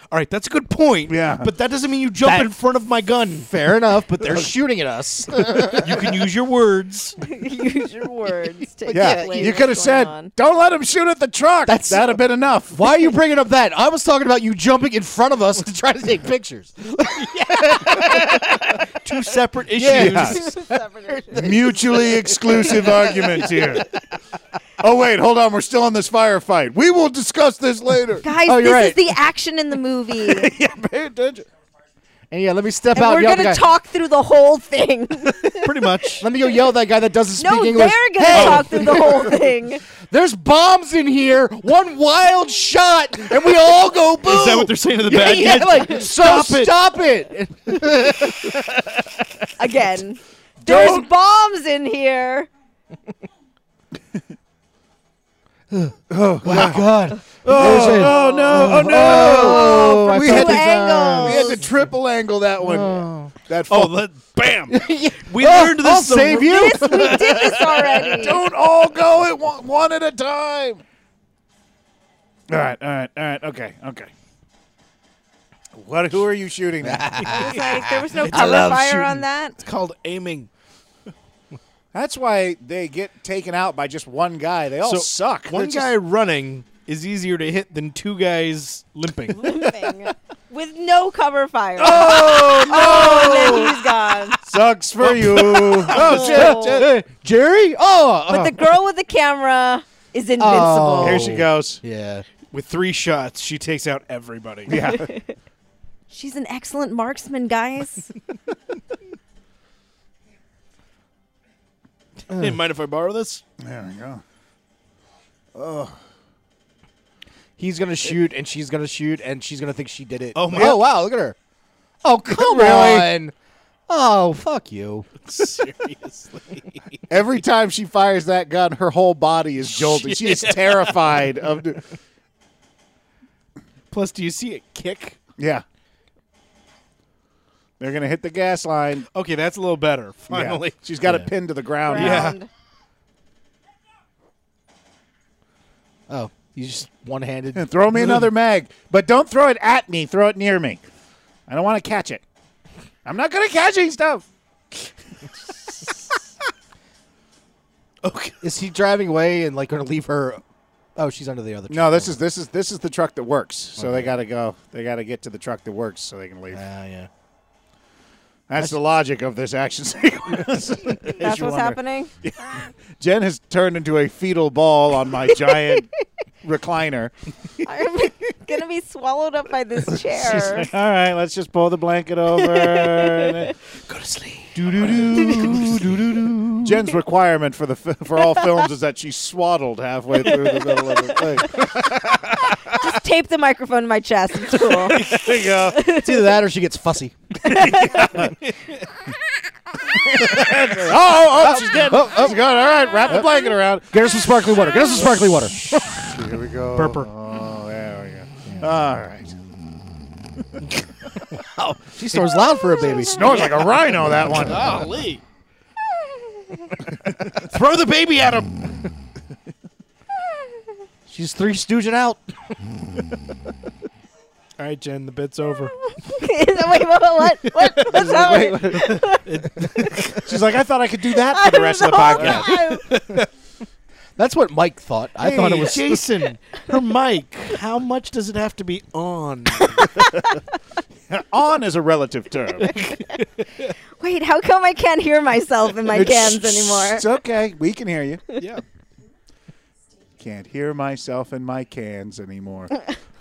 Speaker 3: All right, that's a good point.
Speaker 1: Yeah.
Speaker 3: But that doesn't mean you jump
Speaker 2: That-
Speaker 3: in front of my gun.
Speaker 2: Fair enough, but they're shooting at us.
Speaker 3: You can use your words.
Speaker 6: Use your words to
Speaker 1: Yeah,
Speaker 6: explain
Speaker 1: you
Speaker 6: what's
Speaker 1: could have
Speaker 6: going
Speaker 1: said,
Speaker 6: on.
Speaker 1: "Don't let him shoot at the truck."
Speaker 2: That's-
Speaker 1: That'd have been enough.
Speaker 2: Why are you bringing up that? I was talking about you jumping in front of us to try to take pictures.
Speaker 3: Two separate issues.
Speaker 1: Yeah. Mutually exclusive argument here.
Speaker 7: Oh wait, hold on. We're still on this firefight. We will discuss this later.
Speaker 6: Guys,
Speaker 2: Oh,
Speaker 6: this
Speaker 2: you're
Speaker 6: is the action in the movie. and
Speaker 7: yeah, pay attention.
Speaker 2: And yeah, let me step out.
Speaker 6: we're
Speaker 2: yell at
Speaker 6: going to
Speaker 2: the guy.
Speaker 6: talk through the whole thing.
Speaker 2: pretty much. Let me go yell at that guy that doesn't speak
Speaker 6: no, they're
Speaker 2: English.
Speaker 6: going to
Speaker 2: Hey,
Speaker 6: talk through the whole thing.
Speaker 2: There's bombs in here. One wild shot, and we all go boom.
Speaker 3: Is that what they're saying to the
Speaker 2: yeah,
Speaker 3: bad
Speaker 2: yeah,
Speaker 3: guys?
Speaker 2: like so stop it.
Speaker 6: Again. There's bombs in here.
Speaker 2: Wow. God.
Speaker 7: Oh no! Oh no!
Speaker 2: Oh, I
Speaker 7: we
Speaker 2: felt
Speaker 7: had
Speaker 6: Two
Speaker 7: to-
Speaker 2: it.
Speaker 6: angles.
Speaker 2: Oh.
Speaker 7: We had to triple angle that one. That
Speaker 3: Oh,
Speaker 7: fu-
Speaker 3: let, bam! We
Speaker 2: Oh,
Speaker 3: learned this.
Speaker 2: I'll
Speaker 3: the-
Speaker 2: save you.
Speaker 6: This, we did this already.
Speaker 7: don't all go at one, one at a time. All right, all right, all right. Okay, okay. What? Who are you shooting at?
Speaker 6: It's like, there was no cover fire on that.
Speaker 3: called aiming.
Speaker 1: That's why they get taken out by just one guy. They all
Speaker 3: So,
Speaker 1: suck.
Speaker 3: One
Speaker 1: They're just-
Speaker 3: guy running is easier to hit than two guys limping.
Speaker 6: Thing. With no cover fire. Oh, no. and then he's gone.
Speaker 1: sucks for you. oh,
Speaker 6: No.
Speaker 2: Hey, Jerry. Oh.
Speaker 6: But the girl with the camera is invincible.
Speaker 2: Oh.
Speaker 3: Here she goes.
Speaker 2: yeah.
Speaker 3: With three shots, she takes out everybody.
Speaker 1: yeah.
Speaker 6: She's an excellent marksman, guys.
Speaker 3: Hey, mind if I borrow this?
Speaker 7: There we go.
Speaker 2: He's gonna shoot, and she's gonna shoot, and she's gonna think she did it.
Speaker 3: Oh, my-
Speaker 2: Oh wow! Look at her. Oh come
Speaker 1: Really?
Speaker 2: on. Oh fuck you.
Speaker 3: Seriously.
Speaker 1: Every time she fires that gun, her whole body is jolting. She is terrified of.
Speaker 3: Plus, do you see it kick?
Speaker 1: Yeah. They're gonna hit the gas line.
Speaker 3: Okay, that's a little better.
Speaker 1: Yeah.
Speaker 3: Finally.
Speaker 1: she's got it pinned to the ground. now.
Speaker 3: Yeah.
Speaker 6: Round.
Speaker 2: Oh, he's just one-handed.
Speaker 1: Throw me another mag, but don't throw it at me. Throw it near me. I don't want to catch it. I'm not gonna catching stuff.
Speaker 3: Okay.
Speaker 2: Is he driving away and like gonna leave her? Oh, she's under the other.
Speaker 1: No, this is this is this is the truck that works. So they gotta go. They gotta get to the truck that works so they can leave.
Speaker 2: Ah, yeah.
Speaker 1: That's the logic of this action sequence.
Speaker 6: That's what's happening.
Speaker 1: Jen has turned into a fetal ball on my giant recliner.
Speaker 6: I'm going to be swallowed up by this chair.
Speaker 1: All right, let's just pull the blanket over.
Speaker 3: Go to sleep.
Speaker 1: Jen's requirement for the fi- for all films is that she's swaddled halfway through the middle of the thing.
Speaker 6: Just tape the microphone to my chest. It's cool.
Speaker 1: There you go.
Speaker 2: It's either that or she gets fussy.
Speaker 1: Oh, oh, oh, she's dead. Oh, she's gone. All right, wrap the blanket around.
Speaker 2: Get her some sparkling water. Get her some sparkling water.
Speaker 1: Here we go.
Speaker 3: Burper.
Speaker 1: Oh, there we go. Uh, All right.
Speaker 2: She snores loud for a baby.
Speaker 1: Snores like a rhino, that one.
Speaker 3: Golly. Throw the baby at him.
Speaker 2: She's three stooging out.
Speaker 3: All right, Jen, the bit's over.
Speaker 6: Wait, what? What? what? What's happening?
Speaker 1: She's like, I thought I could do that
Speaker 6: I
Speaker 1: for the rest of the
Speaker 6: whole
Speaker 1: podcast.
Speaker 6: time.
Speaker 2: That's what Mike thought. I thought it was.
Speaker 3: Jason. her mic. How much does it have to be on?
Speaker 1: On is a relative term.
Speaker 6: Wait, how come I can't hear myself in my cans anymore?
Speaker 1: It's okay. We can hear you.
Speaker 3: yeah.
Speaker 1: Can't hear myself in my cans anymore.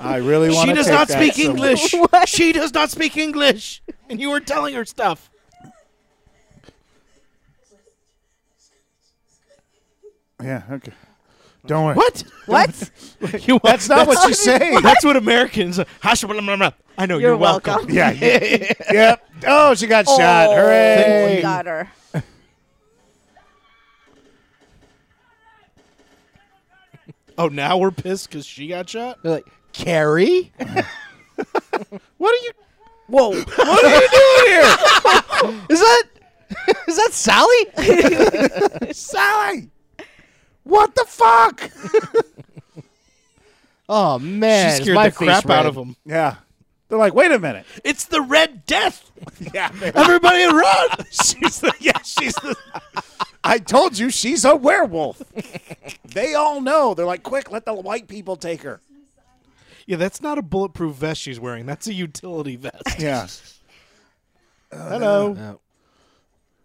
Speaker 1: I really want
Speaker 3: She
Speaker 1: to.
Speaker 3: does
Speaker 1: take
Speaker 3: not
Speaker 1: that
Speaker 3: speak
Speaker 1: somewhere.
Speaker 3: English. She does not speak English. And you were telling her stuff.
Speaker 1: Yeah. Okay. Don't worry.
Speaker 3: What?
Speaker 6: What?
Speaker 3: You, that's
Speaker 1: Not what she's saying.
Speaker 3: That's what Americans. Hush, blah, blah, blah. I know. You're,
Speaker 6: You're welcome.
Speaker 1: Yeah. yeah. yep. Oh, she got shot.
Speaker 6: Oh,
Speaker 1: Hooray!
Speaker 6: Got her.
Speaker 3: Oh, now we're pissed because she got shot.
Speaker 2: They're like, Carrie?
Speaker 1: What are you?
Speaker 6: Whoa.
Speaker 2: Is that. Is that Sally?
Speaker 1: Sally? What the fuck?
Speaker 2: Oh, man.
Speaker 3: she
Speaker 2: is
Speaker 3: scared
Speaker 2: my
Speaker 3: the crap
Speaker 2: face red.
Speaker 3: out of him.
Speaker 1: Yeah. They're like, wait a minute.
Speaker 3: It's the Red Death.
Speaker 1: Yeah. they-
Speaker 3: Everybody run!
Speaker 1: she's the, yeah, she's the. I told you she's a werewolf. they all know. They're like, quick, let the white people take her.
Speaker 3: Yeah, that's not a bulletproof vest she's wearing. That's a utility vest.
Speaker 1: Yeah.
Speaker 3: Hello.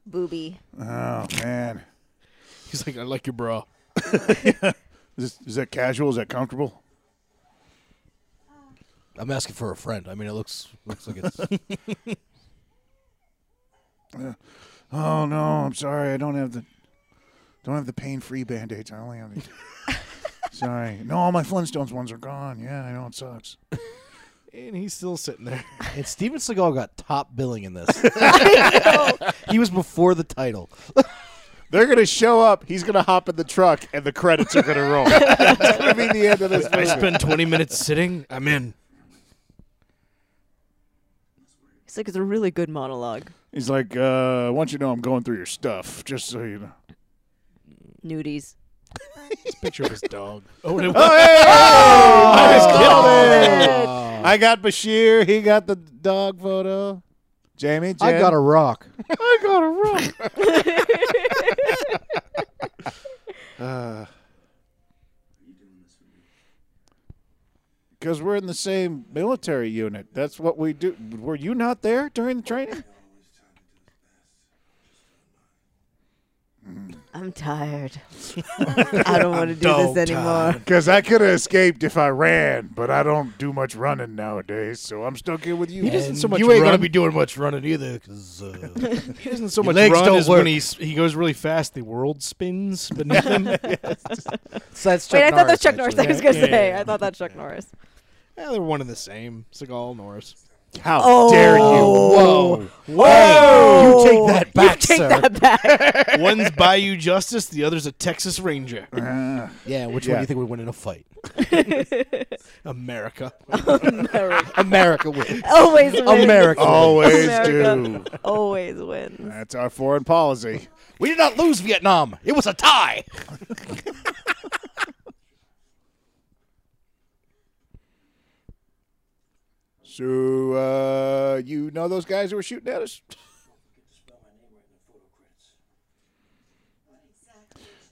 Speaker 6: Booby.
Speaker 1: Oh man.
Speaker 3: He's like, I like your bra.
Speaker 7: Is, is that casual? Is that comfortable?
Speaker 2: I'm asking for a friend. I mean, it looks looks like it's.
Speaker 7: Oh no, I'm sorry. I don't have the don't have the pain-free band-aids. I only have these. sorry. No, all my Flintstones ones are gone. Yeah, I know it sucks.
Speaker 3: And he's still sitting there.
Speaker 2: and Steven Seagal got top billing in this. he was before the title.
Speaker 1: They're gonna show up. He's gonna hop in the truck, and the credits are gonna roll. That's gonna be the end of this
Speaker 3: I
Speaker 1: movie.
Speaker 3: spend 20 minutes sitting. I'm in.
Speaker 4: It's like it's a really good monologue.
Speaker 7: He's like, uh, I want you to know I'm going through your stuff, just so you know.
Speaker 4: Nudies.
Speaker 3: Picture of his dog. Oh, and it
Speaker 1: Oh, hey, hey, hey.
Speaker 7: Oh!
Speaker 1: I just
Speaker 6: Oh.
Speaker 1: killed it.
Speaker 2: Uh,
Speaker 1: I got Bashir. He got the dog photo. Jamie,
Speaker 2: I
Speaker 1: Jen?
Speaker 2: got a rock.
Speaker 1: I got a rock. Because we're in the same military unit. That's what we do. Were you not there during the training?
Speaker 6: I'm tired. I don't want to do this anymore.
Speaker 7: Because I could have escaped if I ran, but I don't do much running nowadays, so I'm stuck here with you.
Speaker 3: doesn't so much
Speaker 2: you ain't gonna
Speaker 3: run.
Speaker 2: be doing much running either, because uh,
Speaker 3: He doesn't so
Speaker 2: Your
Speaker 3: much
Speaker 2: legs
Speaker 3: run
Speaker 2: don't
Speaker 3: as when
Speaker 2: work.
Speaker 3: he, s- he goes really fast. The world spins beneath him. yeah,
Speaker 2: so that's Chuck
Speaker 4: Wait, I thought
Speaker 2: Norris,
Speaker 4: that's Chuck Norris. I
Speaker 2: actually.
Speaker 4: was gonna
Speaker 3: Yeah,
Speaker 4: say,
Speaker 3: yeah,
Speaker 4: I thought that's Chuck Norris.
Speaker 3: they're one and the same. Seagal, Norris.
Speaker 7: How dare
Speaker 1: Oh.
Speaker 2: Whoa!
Speaker 7: you?
Speaker 4: Whoa!
Speaker 2: You take that back,
Speaker 4: You take
Speaker 2: sir.
Speaker 4: that back.
Speaker 3: One's Bayou Justice. The other's a Texas Ranger.
Speaker 2: Yeah, which one do you think would win in a fight?
Speaker 3: America. Oh.
Speaker 4: America.
Speaker 2: America wins.
Speaker 4: Always wins.
Speaker 2: America.
Speaker 7: Always do.
Speaker 4: America. Always wins.
Speaker 7: That's our foreign policy.
Speaker 2: We did not lose Vietnam. It was a tie.
Speaker 7: So, uh, you know those guys who were shooting at us?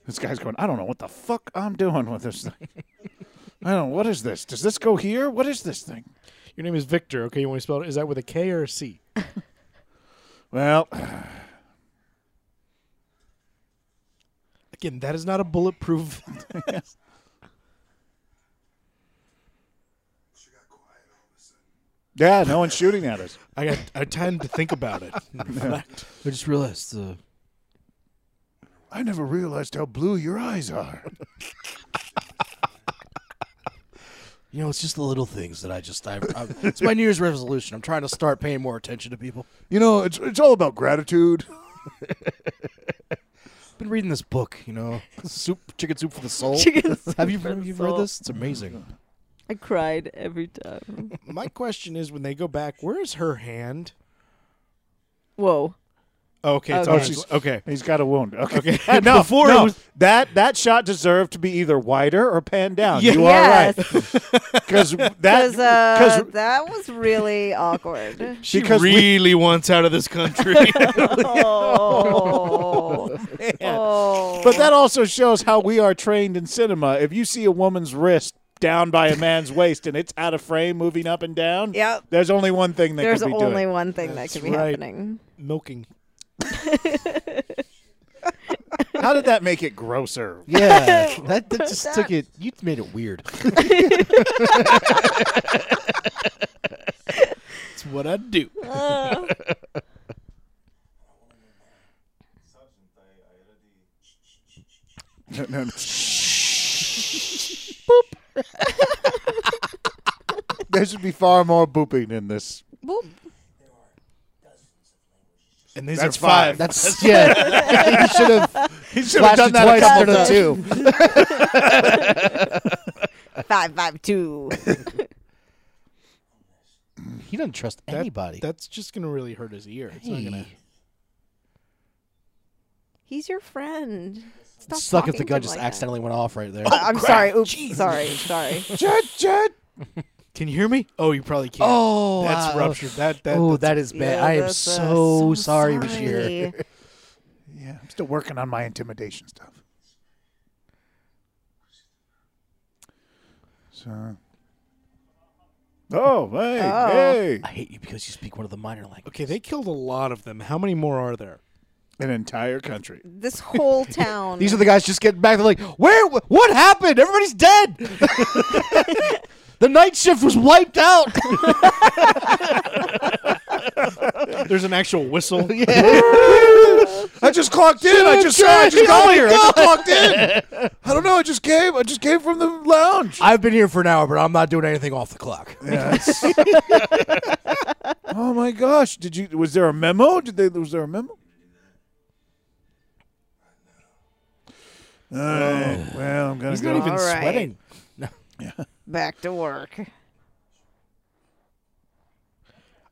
Speaker 7: This guy's going, I don't know what the fuck I'm doing with this thing. I don't know. What is this? Does this go here? What is this thing?
Speaker 3: Your name is Victor. Okay, you want me to spell it? Is that with a K or a C?
Speaker 7: Well,
Speaker 3: Again, that is not a bulletproof.
Speaker 7: yeah, no one's shooting at us.
Speaker 3: I got I had time to think about it. Reflect.
Speaker 2: I just realized. Uh,
Speaker 7: I never realized how blue your eyes are.
Speaker 2: you know, it's just the little things that I just. I, I, it's my New Year's resolution. I'm trying to start paying more attention to people.
Speaker 7: You know, it's it's all about gratitude.
Speaker 2: been reading this book, you know, soup, chicken soup for the soul.
Speaker 4: Chicken
Speaker 2: Have you,
Speaker 4: soup for
Speaker 2: have
Speaker 4: the
Speaker 2: you
Speaker 4: soul.
Speaker 2: read this? It's amazing.
Speaker 4: I cried every time.
Speaker 3: My question is, when they go back, where is her hand? Oh,
Speaker 4: Who's
Speaker 3: Okay, it's
Speaker 4: Okay.
Speaker 3: on his- okay.
Speaker 1: He's got a wound. Oh, Okay.
Speaker 3: Okay.
Speaker 1: no,
Speaker 3: Before
Speaker 1: no.
Speaker 3: it was-
Speaker 1: that that shot deserved to be either wider or panned down. You are
Speaker 6: Yes,
Speaker 1: right because that
Speaker 6: because uh,
Speaker 1: because
Speaker 6: that was really awkward.
Speaker 3: She
Speaker 1: Because we-
Speaker 3: really wants out of this country.
Speaker 6: Oh, oh.
Speaker 1: But that also shows how we are trained in cinema. If you see a woman's wrist down by a man's waist and it's out of frame, moving up and down,
Speaker 6: Yep.
Speaker 1: there's only one thing that
Speaker 6: There's
Speaker 1: could be
Speaker 6: only
Speaker 1: doing.
Speaker 6: one thing that could be
Speaker 3: right.
Speaker 6: happening.
Speaker 3: Milking.
Speaker 1: How did that make it grosser?
Speaker 2: Yeah, that, that just took it. You made it weird.
Speaker 3: That's what I do.
Speaker 9: Sergeant, I, I already.
Speaker 7: There should be far more booping in this.
Speaker 3: And these
Speaker 7: That's
Speaker 3: are five.
Speaker 2: That's yeah. you should have
Speaker 7: He should have done that a couple times.
Speaker 2: two.
Speaker 6: Five five two.
Speaker 2: He doesn't trust
Speaker 3: That-
Speaker 2: anybody.
Speaker 3: That's just gonna really hurt his ear. It's not gonna.
Speaker 2: Hey.
Speaker 6: He's your friend. Stop
Speaker 2: Suck if
Speaker 6: talking
Speaker 2: the
Speaker 6: to
Speaker 2: gun
Speaker 6: him
Speaker 2: just
Speaker 6: like that.
Speaker 2: accidentally went off right there.
Speaker 6: I'm sorry. Oops. Sorry. Sorry.
Speaker 7: Jet, jet.
Speaker 3: Can you hear me? Oh, you probably can't.
Speaker 2: Oh,
Speaker 3: that's
Speaker 2: wow.
Speaker 3: ruptured. That that.
Speaker 2: Oh,
Speaker 3: that's-
Speaker 2: that is bad.
Speaker 6: Yeah,
Speaker 2: I am
Speaker 6: that's, uh,
Speaker 2: so, sorry, Bashir.
Speaker 6: sorry.
Speaker 7: Yeah, I'm still working on my intimidation stuff. So. Oh, hey, hey.
Speaker 2: I hate you because you speak one of the minor languages.
Speaker 3: Okay, they killed a lot of them. How many more are there?
Speaker 1: An entire country.
Speaker 6: This whole town.
Speaker 7: These are the guys just getting back. They're like, where? wh- What happened? Everybody's dead. the night shift was wiped out.
Speaker 3: There's an actual whistle.
Speaker 1: I just clocked in. I just saw. I just got here. I just clocked in. I don't know. I just came. I just came from the lounge.
Speaker 7: I've been here for an hour, but I'm not doing anything off the clock.
Speaker 1: Oh my gosh! Did you? Was there a memo? Did they? Was there a memo? All right. Well, I'm gonna
Speaker 7: He's
Speaker 1: go.
Speaker 7: not even
Speaker 6: All right.
Speaker 7: sweating.
Speaker 6: back to work.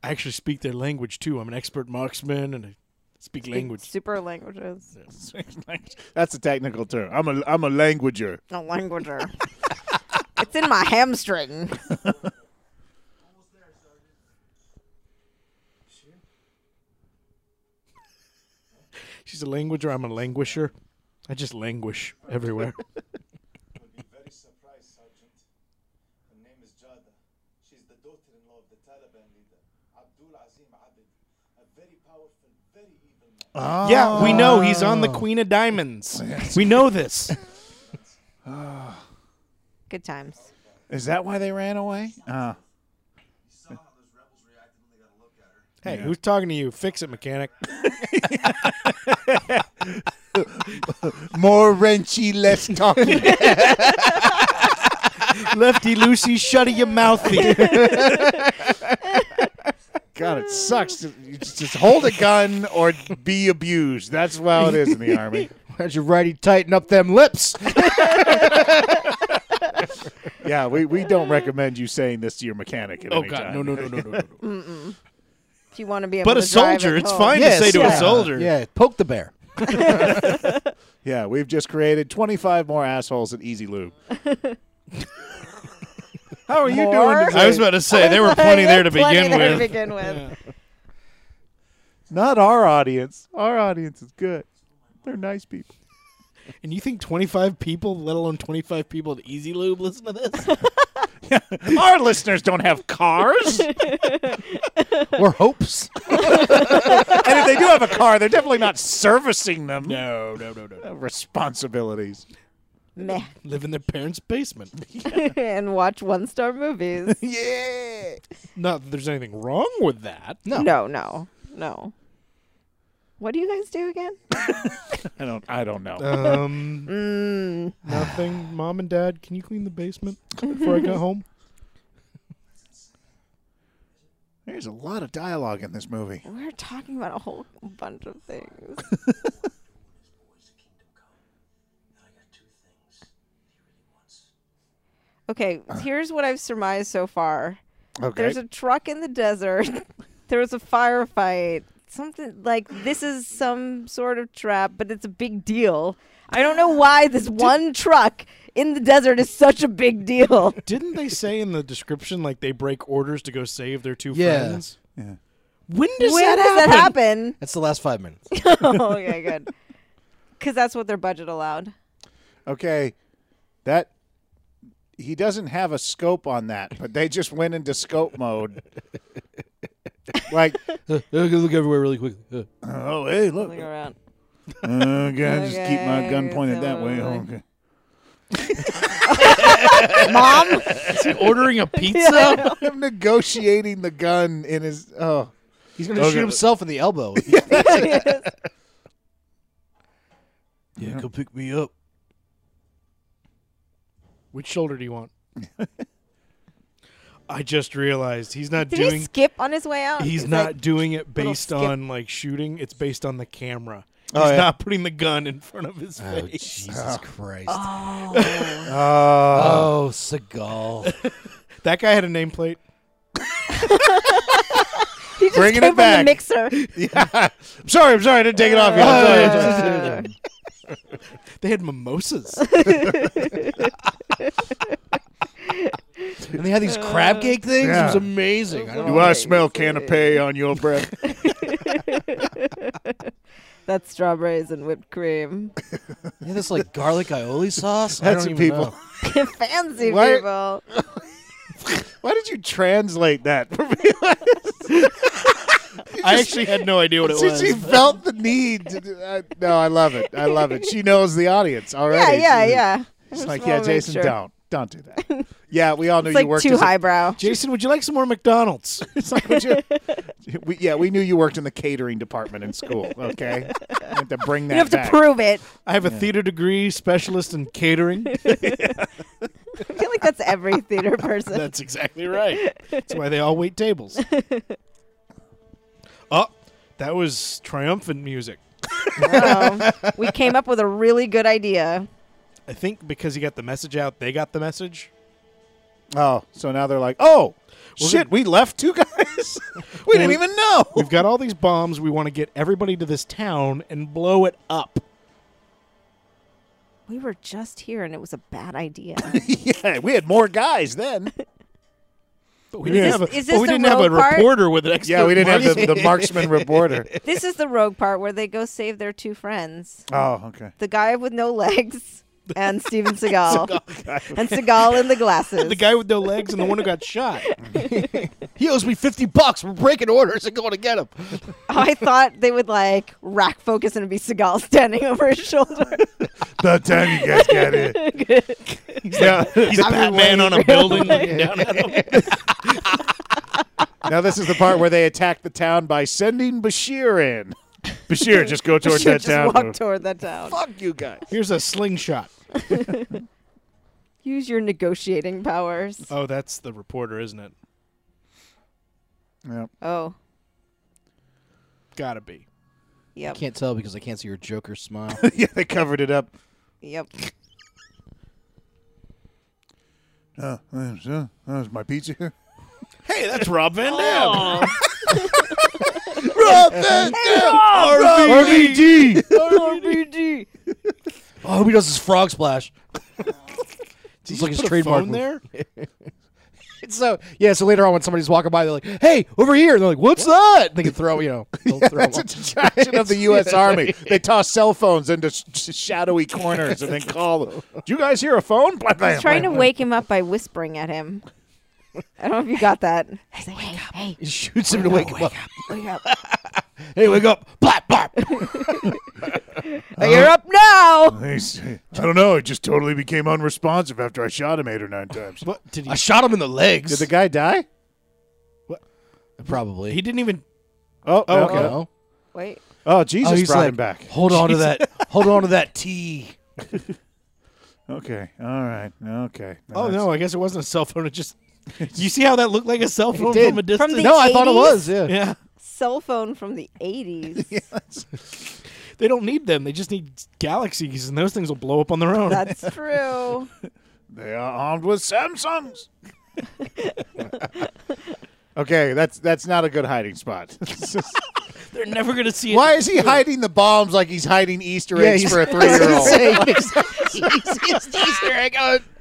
Speaker 3: I actually speak their language too. I'm an expert marksman and I speak language.
Speaker 6: Super languages.
Speaker 1: That's a technical term. I'm a I'm a languager.
Speaker 6: A languager. it's in my hamstring.
Speaker 3: She's a languager. I'm a languisher. I just languish everywhere.
Speaker 14: You'll be very surprised, Sergeant. Her name is Jada. She's the daughter-in-law of the Taliban leader, Abdul Azim Abid, a very powerful, very evil man.
Speaker 3: Yeah, we know he's on the Queen of Diamonds. We know this.
Speaker 6: Good times.
Speaker 1: Is that why they ran away? Uh,
Speaker 3: Hey, who's talking to you? Fix it, mechanic.
Speaker 1: more wrenchy, less talking.
Speaker 3: Lefty Lucy, shut your mouthy.
Speaker 1: God, it sucks. You just, just hold a gun or be abused. That's how it is in the army.
Speaker 7: How'd you righty tighten up them lips?
Speaker 1: Yeah, we, we don't recommend you saying this to your mechanic at
Speaker 3: Oh
Speaker 1: any
Speaker 3: God,
Speaker 1: time.
Speaker 3: no, no, no, no, no, no.
Speaker 6: If you want to be able
Speaker 3: But a
Speaker 6: to drive
Speaker 3: soldier,
Speaker 6: it
Speaker 3: it's
Speaker 6: home.
Speaker 3: fine
Speaker 7: Yes,
Speaker 3: to say to
Speaker 7: yeah.
Speaker 3: a soldier.
Speaker 7: Yeah, poke the bear.
Speaker 1: Yeah, we've just created 25 more assholes at Easy Lube. How are you
Speaker 6: More?
Speaker 1: doing today?
Speaker 3: I was about to say there were plenty there to
Speaker 6: Plenty
Speaker 3: begin
Speaker 6: there
Speaker 3: with.
Speaker 6: To begin with.
Speaker 1: Not our audience. Our audience is good. They're nice people.
Speaker 3: And you think 25 people, let alone 25 people at Easy Lube, listen to this?
Speaker 1: Our listeners don't have cars. and
Speaker 7: Or hopes.
Speaker 1: if they do have a car, they're definitely not servicing them.
Speaker 3: No, no, no, no.
Speaker 1: Responsibilities.
Speaker 6: Meh.
Speaker 3: Live in their parents' basement.
Speaker 6: and watch one star movies.
Speaker 1: Yeah.
Speaker 3: Not that there's anything wrong with that.
Speaker 7: No.
Speaker 6: No, no, no. What do you guys do again?
Speaker 1: I don't I don't know.
Speaker 7: Uh.
Speaker 3: Um,
Speaker 6: Mm.
Speaker 3: nothing. Mom and Dad, can you clean the basement before I go home?
Speaker 1: There's a lot of dialogue in this movie.
Speaker 6: We're talking about a whole bunch of things. Okay, here's what I've surmised so far.
Speaker 1: Okay.
Speaker 6: There's a truck in the desert. there was a firefight. Something like this is some sort of trap, but it's a big deal. I don't know why this one truck in the desert is such a big deal.
Speaker 3: Didn't they say in the description like they break orders to go save their two
Speaker 7: Yeah.
Speaker 3: friends?
Speaker 1: Yeah.
Speaker 3: When does that
Speaker 6: Where does
Speaker 3: happen?
Speaker 6: that happen?
Speaker 7: That's the last five minutes.
Speaker 6: oh, okay, good. Because that's what their budget allowed.
Speaker 1: okay, that he doesn't have a scope on that, but they just went into scope mode. like,
Speaker 7: look everywhere really quick.
Speaker 1: oh hey, look, Uh,
Speaker 6: Looking around.
Speaker 1: okay, I just keep my gun
Speaker 6: Okay,
Speaker 1: pointed that way.
Speaker 6: so-
Speaker 1: okay.
Speaker 6: Mom?
Speaker 3: Ordering a pizza?
Speaker 1: I'm negotiating the gun in his. Oh,
Speaker 7: He's gonna
Speaker 1: Okay.
Speaker 7: shoot himself in the elbow. yeah, come pick me up.
Speaker 3: Which shoulder do you want? I just realized he's not
Speaker 6: Did he
Speaker 3: doing
Speaker 6: skip on his way out?
Speaker 3: he's
Speaker 6: It's
Speaker 3: not
Speaker 6: like,
Speaker 3: doing it
Speaker 6: little
Speaker 3: based
Speaker 6: skip.
Speaker 3: on like shooting, it's based on the camera. He's
Speaker 1: yeah.
Speaker 3: not putting the gun in front of his
Speaker 7: Oh
Speaker 3: face.
Speaker 7: Jesus Christ!
Speaker 6: oh.
Speaker 7: Oh, Seagal.
Speaker 3: That guy had a nameplate.
Speaker 6: he just
Speaker 1: Bringing
Speaker 6: came
Speaker 1: it
Speaker 6: from
Speaker 1: back.
Speaker 6: the mixer.
Speaker 1: I'm sorry. I'm sorry. I didn't take it off
Speaker 3: Oh,
Speaker 1: yet. I'm sorry.
Speaker 6: Uh,
Speaker 3: They had mimosas.
Speaker 7: And they had these crab cake things. It was
Speaker 1: Yeah.
Speaker 7: amazing. I don't
Speaker 1: Do I smell canapé on your breath?
Speaker 6: that's strawberries and whipped cream.
Speaker 7: They had this like garlic aioli sauce. I
Speaker 1: That's
Speaker 7: don't even
Speaker 1: people.
Speaker 7: know.
Speaker 6: Fancy
Speaker 1: Why-
Speaker 6: people.
Speaker 1: Why did you translate that? For me? You
Speaker 3: I actually had no idea what it
Speaker 1: She,
Speaker 3: was.
Speaker 1: she felt the need. To do, I, no, I love it. I love it. She knows the audience
Speaker 6: yeah,
Speaker 1: already.
Speaker 6: yeah,
Speaker 1: She-
Speaker 6: yeah.
Speaker 1: She's
Speaker 6: Just
Speaker 1: like,
Speaker 6: wanna
Speaker 1: yeah,
Speaker 6: make
Speaker 1: Jason,
Speaker 6: sure.
Speaker 1: don't, don't do that. yeah, we all knew
Speaker 6: It's
Speaker 1: you
Speaker 6: like
Speaker 1: worked.
Speaker 6: too
Speaker 1: as a-
Speaker 6: highbrow.
Speaker 3: Jason, would you like some more McDonald's?
Speaker 1: it's like, would you- we, yeah, we knew you worked in the catering department in school. Okay, you have to bring that
Speaker 6: You have to
Speaker 1: back.
Speaker 6: prove it.
Speaker 3: I have a theater degree, specialist in catering.
Speaker 6: I feel like that's every theater person.
Speaker 3: That's exactly right. That's why they all wait tables. oh, that was triumphant music.
Speaker 6: Oh, we came up with a really good idea.
Speaker 3: I think because he got the message out, they got the message.
Speaker 1: oh, so now they're like, oh, shit, we left two guys. we didn't even know.
Speaker 3: We've got all these bombs. We want to get everybody to this town and blow it up.
Speaker 6: We were just here and it was a bad idea.
Speaker 1: yeah, we had more guys then.
Speaker 3: But we
Speaker 6: Is
Speaker 3: didn't have
Speaker 6: this-
Speaker 3: a,
Speaker 6: is
Speaker 3: but
Speaker 6: this
Speaker 3: we
Speaker 6: the
Speaker 3: didn't have a
Speaker 6: road part?
Speaker 3: reporter with an expert.
Speaker 1: Yeah, we didn't have
Speaker 3: mic.
Speaker 1: the, the marksman reporter.
Speaker 6: this is the rogue part where they go save their two friends
Speaker 1: Oh, okay.
Speaker 6: the guy with no legs and Steven Seagal. and Seagal in the glasses.
Speaker 3: the guy with no legs and the one who got shot.
Speaker 2: He owes me 50 bucks. We're breaking orders and going to get him.
Speaker 6: I thought they would like rack focus and it'd be Seagal standing over his shoulder.
Speaker 1: About time you guys got it. yeah.
Speaker 3: He's Batman on a building. down at him.
Speaker 1: Now this is the part where they attack the town by sending Bashir in. Bashir, just go towards
Speaker 6: Should
Speaker 1: that
Speaker 6: just
Speaker 1: town.
Speaker 6: walk toward that town.
Speaker 1: Fuck you guys.
Speaker 3: Here's a slingshot.
Speaker 6: Use your negotiating powers.
Speaker 3: Oh, that's the reporter, isn't it?
Speaker 6: Oh,
Speaker 3: Gotta be.
Speaker 2: I
Speaker 6: yep,
Speaker 2: can't tell because I can't see your Joker smile.
Speaker 1: yeah, they covered it up.
Speaker 6: yep.
Speaker 1: Uh, uh, uh, is my pizza here?
Speaker 3: Hey, that's Rob Van Dam.
Speaker 1: Rob Van Dam! RVD!
Speaker 6: RBD.
Speaker 2: oh, I hope he does his frog splash. it's like his trademark. move.
Speaker 3: there.
Speaker 2: It's so yeah. So later on, when somebody's walking by, they're like, "Hey, over here!" And they're like, "What's that?" They can throw, you know, they'll throw
Speaker 1: That's a
Speaker 2: them.
Speaker 1: distraction of the U.S. Army. They toss cell phones into sh- sh- shadowy corners and then call them. Do you guys hear a phone? Blah, blah,
Speaker 6: He's trying
Speaker 1: blah,
Speaker 6: to wake him up by whispering at him. I don't know if you got that. Hey, hey,
Speaker 2: He shoots him to wake him up.
Speaker 6: wake up.
Speaker 2: Hey, wake up! Uh-huh. Blap, blap.
Speaker 6: You're up now.
Speaker 1: blah. He's- I don't know. He just totally became unresponsive after I shot him eight or nine times.
Speaker 3: What did he?
Speaker 2: I shot him in the legs.
Speaker 1: Did the guy die?
Speaker 2: Probably.
Speaker 3: he didn't even.
Speaker 1: Oh, okay.
Speaker 2: You
Speaker 1: Oh,
Speaker 2: know?
Speaker 6: Wait.
Speaker 1: Jesus
Speaker 2: he's
Speaker 1: brought
Speaker 2: like,
Speaker 1: him back.
Speaker 2: Hold on to that. Hold on to that T.
Speaker 1: Okay. All right. Okay.
Speaker 3: Oh
Speaker 1: That's-
Speaker 3: no, I guess it wasn't a cell phone. It just. You see how that looked like a cell phone
Speaker 2: did.
Speaker 3: from a distance?
Speaker 6: the
Speaker 2: No, Oh, I thought it
Speaker 6: 80s?
Speaker 2: was. Yeah.
Speaker 3: yeah,
Speaker 6: Cell phone from the 80s.
Speaker 3: they don't need them. They just need galaxies, and those things will blow up on their own.
Speaker 6: That's true.
Speaker 1: They are armed with Samsungs. okay, that's that's not a good hiding spot.
Speaker 3: They're never gonna see it.
Speaker 1: Why is he hiding the bombs like he's hiding Easter
Speaker 2: Yeah,
Speaker 1: eggs
Speaker 2: he's-
Speaker 1: for a three-year-old? Like,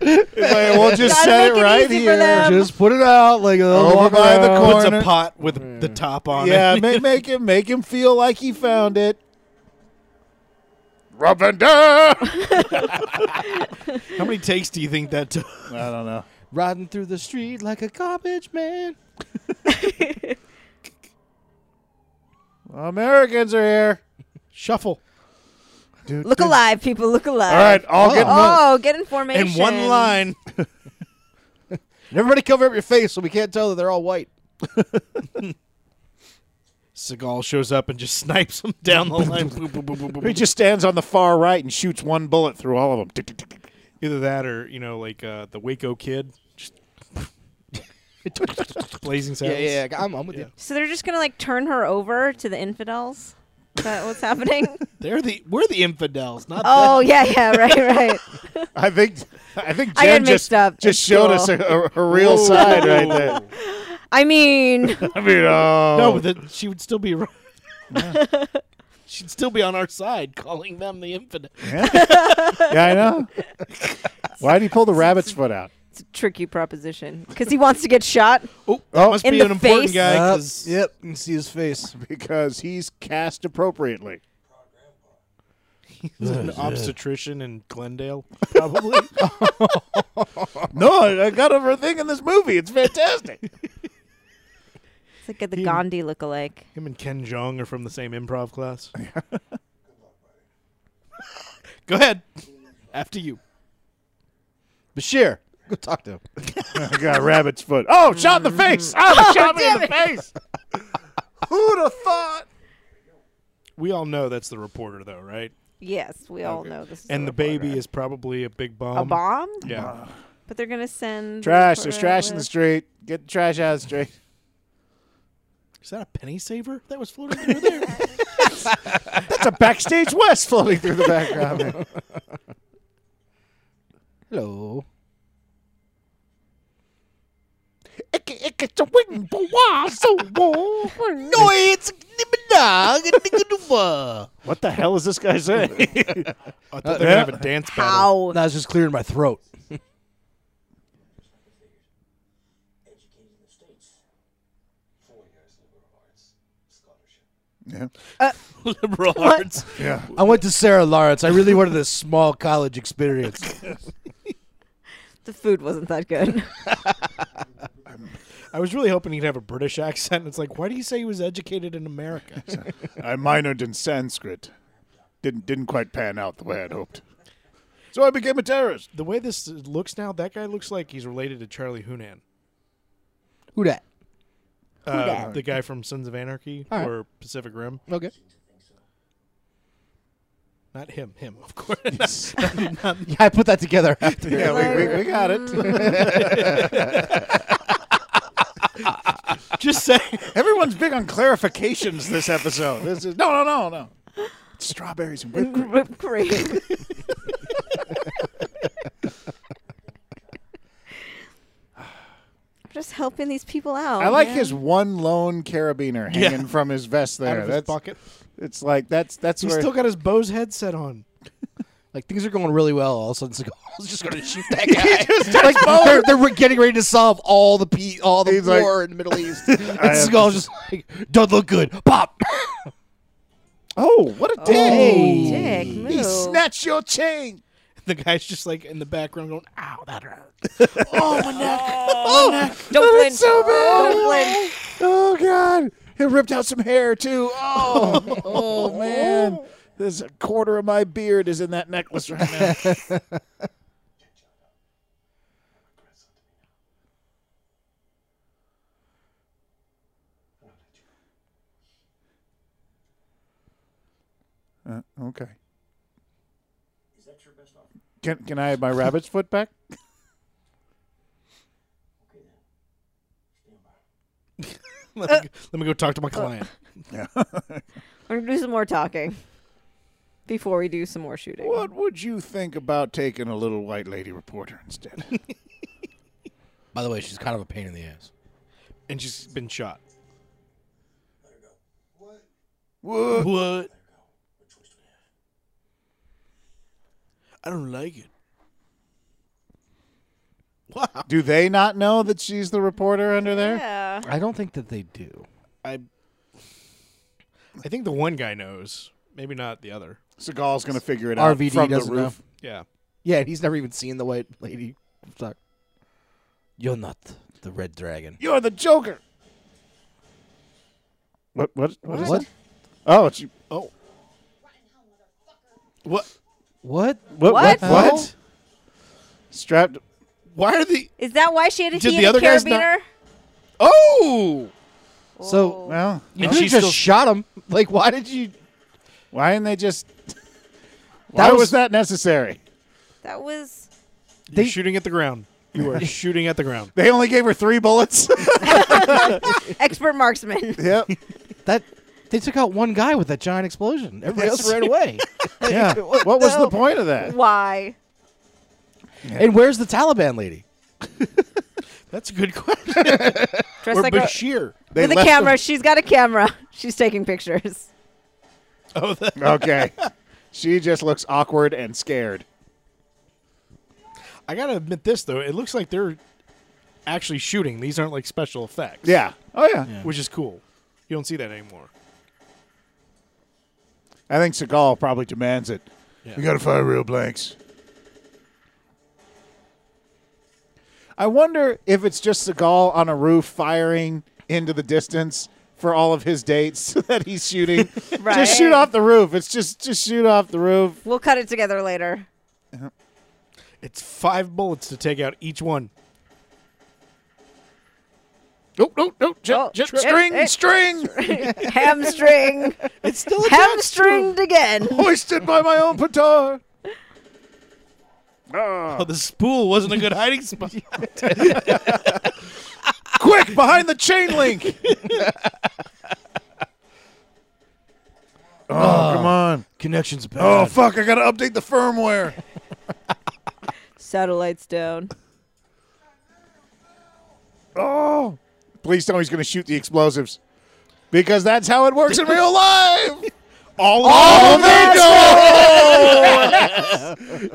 Speaker 1: we'll just
Speaker 6: Gotta
Speaker 1: set
Speaker 6: make
Speaker 1: it
Speaker 6: it
Speaker 1: right
Speaker 6: easy for
Speaker 1: here.
Speaker 6: them.
Speaker 2: Just put it out like
Speaker 1: Over by the
Speaker 3: Puts a
Speaker 1: corner.
Speaker 3: pot with the top on
Speaker 1: yeah,
Speaker 3: it.
Speaker 1: make, make him make him feel like he found it. Rob Van Dam. I
Speaker 3: How many takes do you think that took?
Speaker 1: don't know.
Speaker 2: riding through the street like a garbage man.
Speaker 1: Americans are here.
Speaker 3: Shuffle.
Speaker 6: Look alive, people. Look alive.
Speaker 1: All right, all get
Speaker 6: Oh, get in formation.
Speaker 3: And one line.
Speaker 2: And everybody cover up your face so we can't tell that they're all white.
Speaker 3: Seagal shows up and just snipes him down the line. Boop, boop, boop, boop, boop.
Speaker 1: He just stands on the far right and shoots one bullet through all of them. Tick, tick, tick, tick.
Speaker 3: Either that or, you know, like uh, the Waco kid. Just blazing saddles.
Speaker 2: I'm, I'm with you.
Speaker 6: So they're just gonna like turn her over to the infidels. Is that what's happening?
Speaker 3: They're the we're the infidels, not
Speaker 6: oh yeah, yeah, right, right.
Speaker 1: I think I think
Speaker 6: I
Speaker 1: Jen just
Speaker 6: got mixed up.
Speaker 1: just
Speaker 6: It's
Speaker 1: showed
Speaker 6: cool.
Speaker 1: us a, a, a real side right there.
Speaker 6: I mean,
Speaker 1: I mean, oh.
Speaker 3: no, but the, she would still be right. She'd still be on our side, calling them the infidel.
Speaker 1: yeah, I know. Why did he pull the rabbit's foot out?
Speaker 6: it's a tricky proposition because he wants to get shot.
Speaker 3: Oh, that must
Speaker 6: In
Speaker 3: be
Speaker 6: the
Speaker 3: an important
Speaker 6: face.
Speaker 3: guy. 'cause-
Speaker 2: yep, you can see his face.
Speaker 1: Because he's cast appropriately.
Speaker 3: He's an obstetrician in Glendale, probably.
Speaker 1: No, I I got over a thing in this movie. It's fantastic.
Speaker 6: It's like a, the
Speaker 3: He-
Speaker 6: Gandhi lookalike.
Speaker 3: Him and Ken Jong are from the same improv class. Go ahead. After you.
Speaker 2: Bashir, go talk to him.
Speaker 1: I got a rabbit's foot. Oh, shot in the face. Oh, shot me in the face. Who'd have thought?
Speaker 3: We all know that's the reporter, though, right?
Speaker 6: Yes, we all know this. Is
Speaker 3: and
Speaker 6: a
Speaker 3: the baby
Speaker 6: reporter.
Speaker 3: is probably a big bomb.
Speaker 6: a bomb.
Speaker 3: Yeah.
Speaker 6: But they're gonna send the
Speaker 1: Trash. There's
Speaker 6: reporter
Speaker 1: trash in
Speaker 6: with-
Speaker 1: the street. Get the trash out of the street.
Speaker 3: Is that a penny saver that was floating through there?
Speaker 1: That's a backstage west floating through the background. man.
Speaker 2: Hello. No, it's
Speaker 1: What the hell is this guy saying?
Speaker 3: I thought they were gonna have a dance battle.
Speaker 6: How?
Speaker 2: That was just clearing my throat.
Speaker 15: Educated in the States.
Speaker 16: Four years liberal arts scholarship.
Speaker 1: yeah.
Speaker 17: Liberal arts.
Speaker 1: Yeah.
Speaker 2: I went to Sarah Lawrence. I really wanted a small college experience.
Speaker 6: The food wasn't that good.
Speaker 3: I was really hoping he'd have a British accent. It's like, why do you say he was educated in America?
Speaker 1: I minored in Sanskrit. Didn't didn't quite pan out the way I'd hoped. So I became a terrorist.
Speaker 3: the way this looks now, that guy looks like he's related to Charlie Hunan.
Speaker 2: Who that?
Speaker 3: Uh, the guy from Sons of Anarchy
Speaker 2: All right.
Speaker 3: or Pacific Rim.
Speaker 2: Okay.
Speaker 3: Not him, him, of course.
Speaker 2: Yeah, I put that together. after.
Speaker 1: Yeah, we, we, we got it.
Speaker 3: Just say
Speaker 1: Everyone's big on clarifications this episode. This is, no, no, no, no. Strawberries and whipped cream.
Speaker 6: Whipped cream. Just helping these people out.
Speaker 1: I like
Speaker 6: man.
Speaker 1: his one lone carabiner
Speaker 3: Oh, Yeah.
Speaker 1: hanging from his vest there.
Speaker 3: out of his
Speaker 1: that's
Speaker 3: bucket.
Speaker 1: it's like that's that's
Speaker 3: He's
Speaker 1: where
Speaker 3: still got his Bose headset on.
Speaker 2: Like things are going really well. All of a sudden, it's like, oh, I was just going to shoot that guy. like they're, they're re- getting ready to solve all the pe- all the
Speaker 1: He's like-
Speaker 2: war in the Middle East.
Speaker 1: I
Speaker 2: it's
Speaker 1: have
Speaker 2: all just like, don't look good. Pop.
Speaker 1: Oh, what a dick.
Speaker 6: Dick move.
Speaker 1: He snatched your chain.
Speaker 3: The guy's just like in the background going, "Ow, that hurt."
Speaker 6: Don't blink.
Speaker 1: so bad.
Speaker 6: Don't blink.
Speaker 1: Oh god. He ripped out some hair too. Oh, oh man. There's a quarter of my beard is in that necklace right now. Uh, okay.
Speaker 15: Is that your best offer?
Speaker 1: Can can I have my rabbit's foot back?
Speaker 15: Okay then. Stand by.
Speaker 3: Let,
Speaker 2: Uh,
Speaker 3: me, go- let me go talk to my client.
Speaker 6: We're gonna do some more talking before we do some more shooting.
Speaker 1: What would you think about taking a little white lady reporter instead?
Speaker 2: By the way, she's kind of a pain in the ass.
Speaker 3: and she's been shot.
Speaker 1: Whoa.
Speaker 3: What? I don't like it. Wow.
Speaker 1: Do they not know that she's the reporter under there?
Speaker 6: Yeah.
Speaker 2: I don't think that they do.
Speaker 3: I I think the one guy knows, maybe not the other.
Speaker 1: Seagal's going to figure it out
Speaker 2: RVD
Speaker 1: from the
Speaker 2: doesn't know.
Speaker 1: roof.
Speaker 3: Yeah.
Speaker 2: Yeah, and he's never even seen the white lady. Fuck. You're not the red dragon.
Speaker 1: You're the Joker. What? What? What? Is
Speaker 2: What?
Speaker 1: that? Oh, it's you.
Speaker 3: Oh. What?
Speaker 2: What?
Speaker 1: What?
Speaker 6: What?
Speaker 1: What?
Speaker 2: What?
Speaker 1: what? Strapped.
Speaker 3: Why are the
Speaker 6: Is that why she had a
Speaker 3: Did
Speaker 6: he
Speaker 3: the
Speaker 6: and a
Speaker 3: other guys not-
Speaker 6: carabiner?
Speaker 3: Oh!
Speaker 2: So
Speaker 1: Well,
Speaker 2: you
Speaker 3: And she's
Speaker 2: just
Speaker 3: still-
Speaker 2: shot him. Like, why did you?
Speaker 1: why didn't they just? Why was,
Speaker 2: was-
Speaker 1: that necessary?
Speaker 6: That was
Speaker 3: You're shooting at the ground. You are shooting at the ground.
Speaker 1: They only gave her three bullets.
Speaker 6: expert marksman.
Speaker 1: yep.
Speaker 2: That they took out one guy with that giant explosion. Everybody else ran away.
Speaker 1: Yeah. What, was the
Speaker 6: hell?
Speaker 1: point of that?
Speaker 6: Why?
Speaker 2: And where's the Taliban lady?
Speaker 3: That's a good question.
Speaker 6: Dressed
Speaker 3: Or
Speaker 6: like a,
Speaker 3: Bashir.
Speaker 1: They
Speaker 6: with a
Speaker 1: left
Speaker 6: camera. She's got a camera. She's taking pictures.
Speaker 3: Oh, the,
Speaker 1: them- Okay. she just looks awkward and scared.
Speaker 3: I gotta admit this though. It looks like they're actually shooting. These aren't like special effects.
Speaker 1: Yeah. Oh yeah.
Speaker 3: Which is cool. You don't see that anymore.
Speaker 1: I think Seagal probably demands it.
Speaker 3: Yeah.
Speaker 1: We got to fire real blanks. I wonder if it's just Seagal on a roof firing into the distance for all of his dates that he's shooting.
Speaker 6: Right.
Speaker 1: Just shoot off the roof. It's just just shoot off the roof.
Speaker 6: We'll cut it together later.
Speaker 8: It's five bullets to take out each one.
Speaker 1: Nope, nope, nope. Jet,
Speaker 6: Oh,
Speaker 1: jet
Speaker 6: shit.
Speaker 1: string,
Speaker 6: Hey.
Speaker 1: string,
Speaker 6: Hamstring.
Speaker 8: It's still a
Speaker 6: Hamstringed again.
Speaker 1: hoisted by my own petard. Ah.
Speaker 8: Oh, the spool wasn't a good hiding spot.
Speaker 1: Quick, behind the chain link. oh, come on.
Speaker 2: Connections bad.
Speaker 1: Oh, fuck, I gotta update the firmware.
Speaker 6: Satellites down.
Speaker 1: Oh. Please tell me he's going to shoot the explosives. Because that's how it works in real life. All, of them go.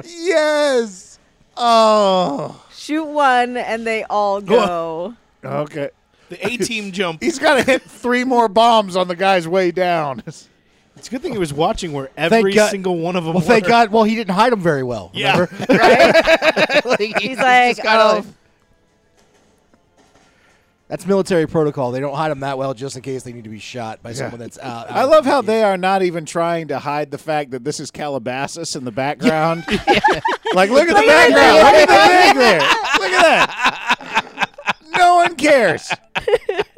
Speaker 1: yes. Oh.
Speaker 6: Shoot one and they all go.
Speaker 1: Okay.
Speaker 3: The A team jump.
Speaker 1: He's got to hit three more bombs on the guy's way down.
Speaker 8: It's a good thing he was watching where every
Speaker 2: God-
Speaker 8: single one of them.
Speaker 2: Well, thank God. Well, he didn't hide them very well.
Speaker 3: Yeah.
Speaker 6: He's like, oh,
Speaker 2: That's military protocol. They don't hide them that well just in case they need to be shot by someone that's out.
Speaker 1: I love how they are not even trying to hide the fact that this is Calabasas in the background. like, look at the background. Look at the thing there. Look at that. No one cares.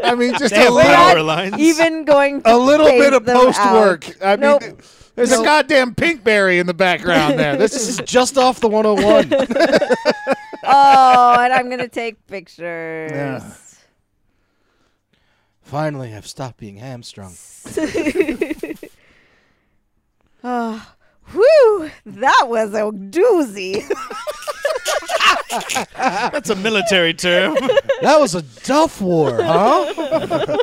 Speaker 1: I mean, just a
Speaker 6: we're
Speaker 1: little.
Speaker 6: not
Speaker 3: Power lines.
Speaker 6: even going to
Speaker 1: a little
Speaker 6: phase
Speaker 1: bit of
Speaker 6: them
Speaker 1: post
Speaker 6: out.
Speaker 1: work. I
Speaker 6: Nope.
Speaker 1: mean, there's a goddamn pinkberry in the background there. This is
Speaker 2: just off the 101.
Speaker 6: oh, and I'm gonna take pictures.
Speaker 1: Yeah.
Speaker 2: Finally, I've stopped being hamstrung.
Speaker 6: Oh, whew, that was a doozy.
Speaker 3: That's a military term.
Speaker 2: That was a duff war, huh?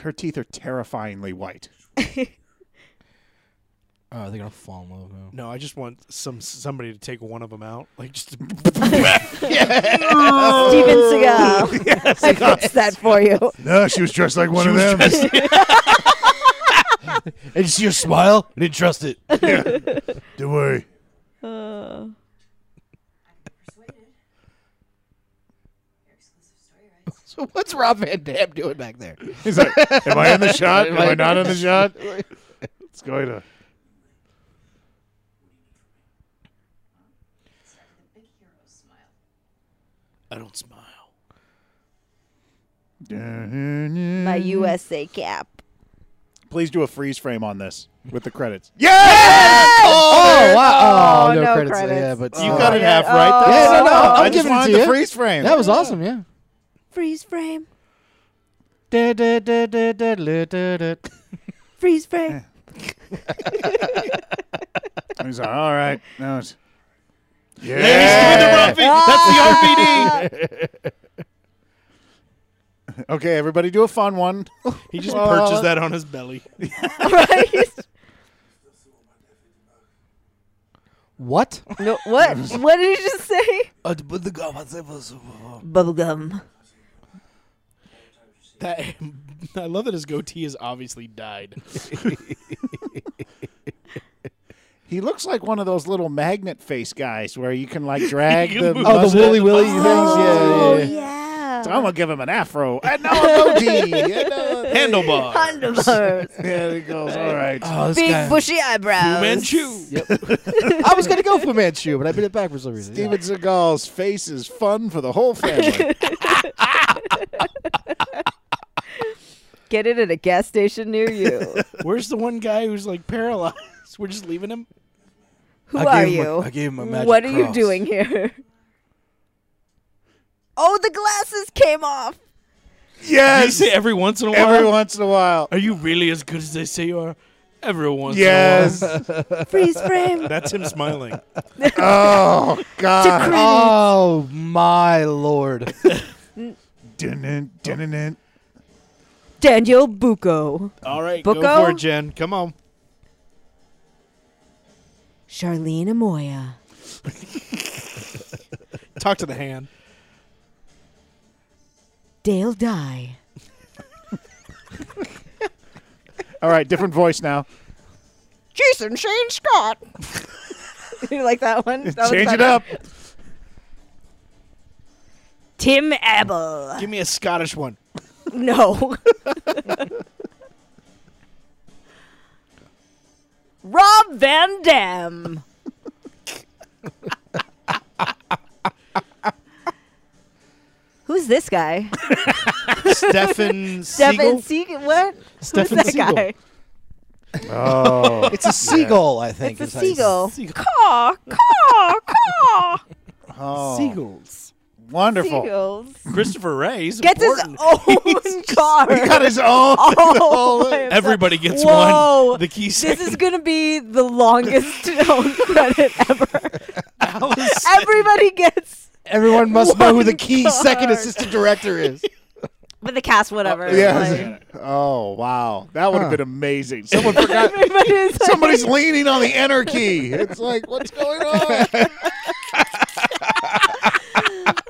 Speaker 1: her teeth are terrifyingly white.
Speaker 2: Oh, they're gonna fall in love now.
Speaker 8: No, I just want some somebody to take one of them out. Like just
Speaker 6: Steven Seagal. I fixed that for you.
Speaker 1: No, she was dressed like one of them.
Speaker 2: And you see her smile? I didn't trust it.
Speaker 1: Don't worry.
Speaker 6: Uh,
Speaker 2: So what's Rob Van Dam doing back there?
Speaker 1: He's like, am I in the shot? Am I not in the shot? It's going to.
Speaker 3: I don't smile.
Speaker 6: my USA cap.
Speaker 1: Please do a freeze frame on this with the credits.
Speaker 2: Oh, wow!
Speaker 6: Oh, no credits.
Speaker 2: Yeah, but
Speaker 3: You got it
Speaker 6: yeah.
Speaker 3: half right.
Speaker 6: Oh.
Speaker 2: Yeah, no, no.
Speaker 1: I
Speaker 2: I'm
Speaker 1: just
Speaker 2: giving it
Speaker 1: wanted
Speaker 2: to
Speaker 1: the
Speaker 2: you.
Speaker 1: freeze frame.
Speaker 2: That was awesome. Yeah.
Speaker 6: Freeze frame.
Speaker 2: That's
Speaker 6: Freeze frame.
Speaker 1: He's like, all right. No, it's-
Speaker 3: Ladies, do the Rob Van-
Speaker 6: Ah!
Speaker 1: okay, everybody do a fun one.
Speaker 3: He just perches that on his belly.
Speaker 6: Right?
Speaker 2: what?
Speaker 6: No, what? What did you just say?
Speaker 2: Oh.
Speaker 6: Bubblegum.
Speaker 3: That, I love that his goatee has obviously died.
Speaker 1: He looks like one of those little magnet face guys where you can like drag
Speaker 3: You
Speaker 1: the.
Speaker 3: move
Speaker 2: Oh,
Speaker 3: Buzzed
Speaker 2: the
Speaker 3: it.
Speaker 2: Willy Willy things.
Speaker 6: Oh
Speaker 2: Yeah, yeah, yeah.
Speaker 6: yeah.
Speaker 1: So I'm gonna give him an afro and now a goatee. and, uh,
Speaker 3: Handlebar.
Speaker 6: Handlebars.
Speaker 1: there he goes. All right.
Speaker 2: Oh, this
Speaker 6: Big
Speaker 2: guy.
Speaker 6: bushy eyebrows.
Speaker 3: Manchu.
Speaker 2: I was gonna go for Manchu, but I bit it back for some reason.
Speaker 1: Steven Seagal's face is fun for the whole family.
Speaker 6: Get it at a gas station near you.
Speaker 8: where's the one guy who's like paralyzed? We're just leaving him.
Speaker 6: Who
Speaker 2: I
Speaker 6: are
Speaker 2: gave him a-
Speaker 6: you?
Speaker 2: I gave him a magic
Speaker 6: What are you
Speaker 2: cross.
Speaker 6: doing here? Oh, the glasses came off.
Speaker 3: They
Speaker 1: yes.
Speaker 3: say every once in a while.
Speaker 1: Every once in a while.
Speaker 3: Are you really as good as they say you are? Every once
Speaker 1: Yes.
Speaker 3: in a while.
Speaker 6: Freeze frame.
Speaker 3: That's him smiling.
Speaker 1: oh God.
Speaker 2: Oh my lord!
Speaker 1: Dun-dun, dun-dun-dun.
Speaker 6: Daniel Bucco.
Speaker 3: All right,
Speaker 6: Bucko?
Speaker 3: go for it, Jen. Come on.
Speaker 6: Charlene Amoya.
Speaker 3: Talk to the hand.
Speaker 6: Dale Dye.
Speaker 1: All right, different voice now.
Speaker 6: Jason Shane Scott. you like that one? That was
Speaker 1: Change it
Speaker 6: better.
Speaker 1: up.
Speaker 6: Tim Abel.
Speaker 3: Give me a Scottish one.
Speaker 6: No. Rob Van Dam. Who's this guy?
Speaker 3: Stefan
Speaker 6: Devin
Speaker 3: Siegel.
Speaker 6: Seagal. What?
Speaker 3: Stefan
Speaker 6: Who's that
Speaker 3: Siegel.
Speaker 6: guy?
Speaker 1: Oh,
Speaker 2: It's a seagull, I think.
Speaker 6: It's a
Speaker 2: is how you-
Speaker 6: seagull. Caw, caw, caw.
Speaker 3: Seagulls.
Speaker 1: Oh, wonderful.
Speaker 6: Seagulls.
Speaker 3: Christopher Ray. He's
Speaker 6: Gets his
Speaker 3: important.
Speaker 6: own car.
Speaker 1: Got his own.
Speaker 6: Oh, my
Speaker 3: Everybody gets
Speaker 6: Whoa.
Speaker 3: one. The key
Speaker 6: This
Speaker 3: second
Speaker 6: is going to be the longest known credit ever. Everybody gets,
Speaker 2: Everyone must know who the
Speaker 6: One
Speaker 2: key
Speaker 6: card.
Speaker 2: second assistant director is.
Speaker 6: but the cast, whatever.
Speaker 1: Uh, Yeah. Oh wow, that would have been amazing. Someone
Speaker 6: like,
Speaker 1: forgot.
Speaker 6: everybody's like,
Speaker 1: Somebody's leaning on the enter key. It's like, what's going on?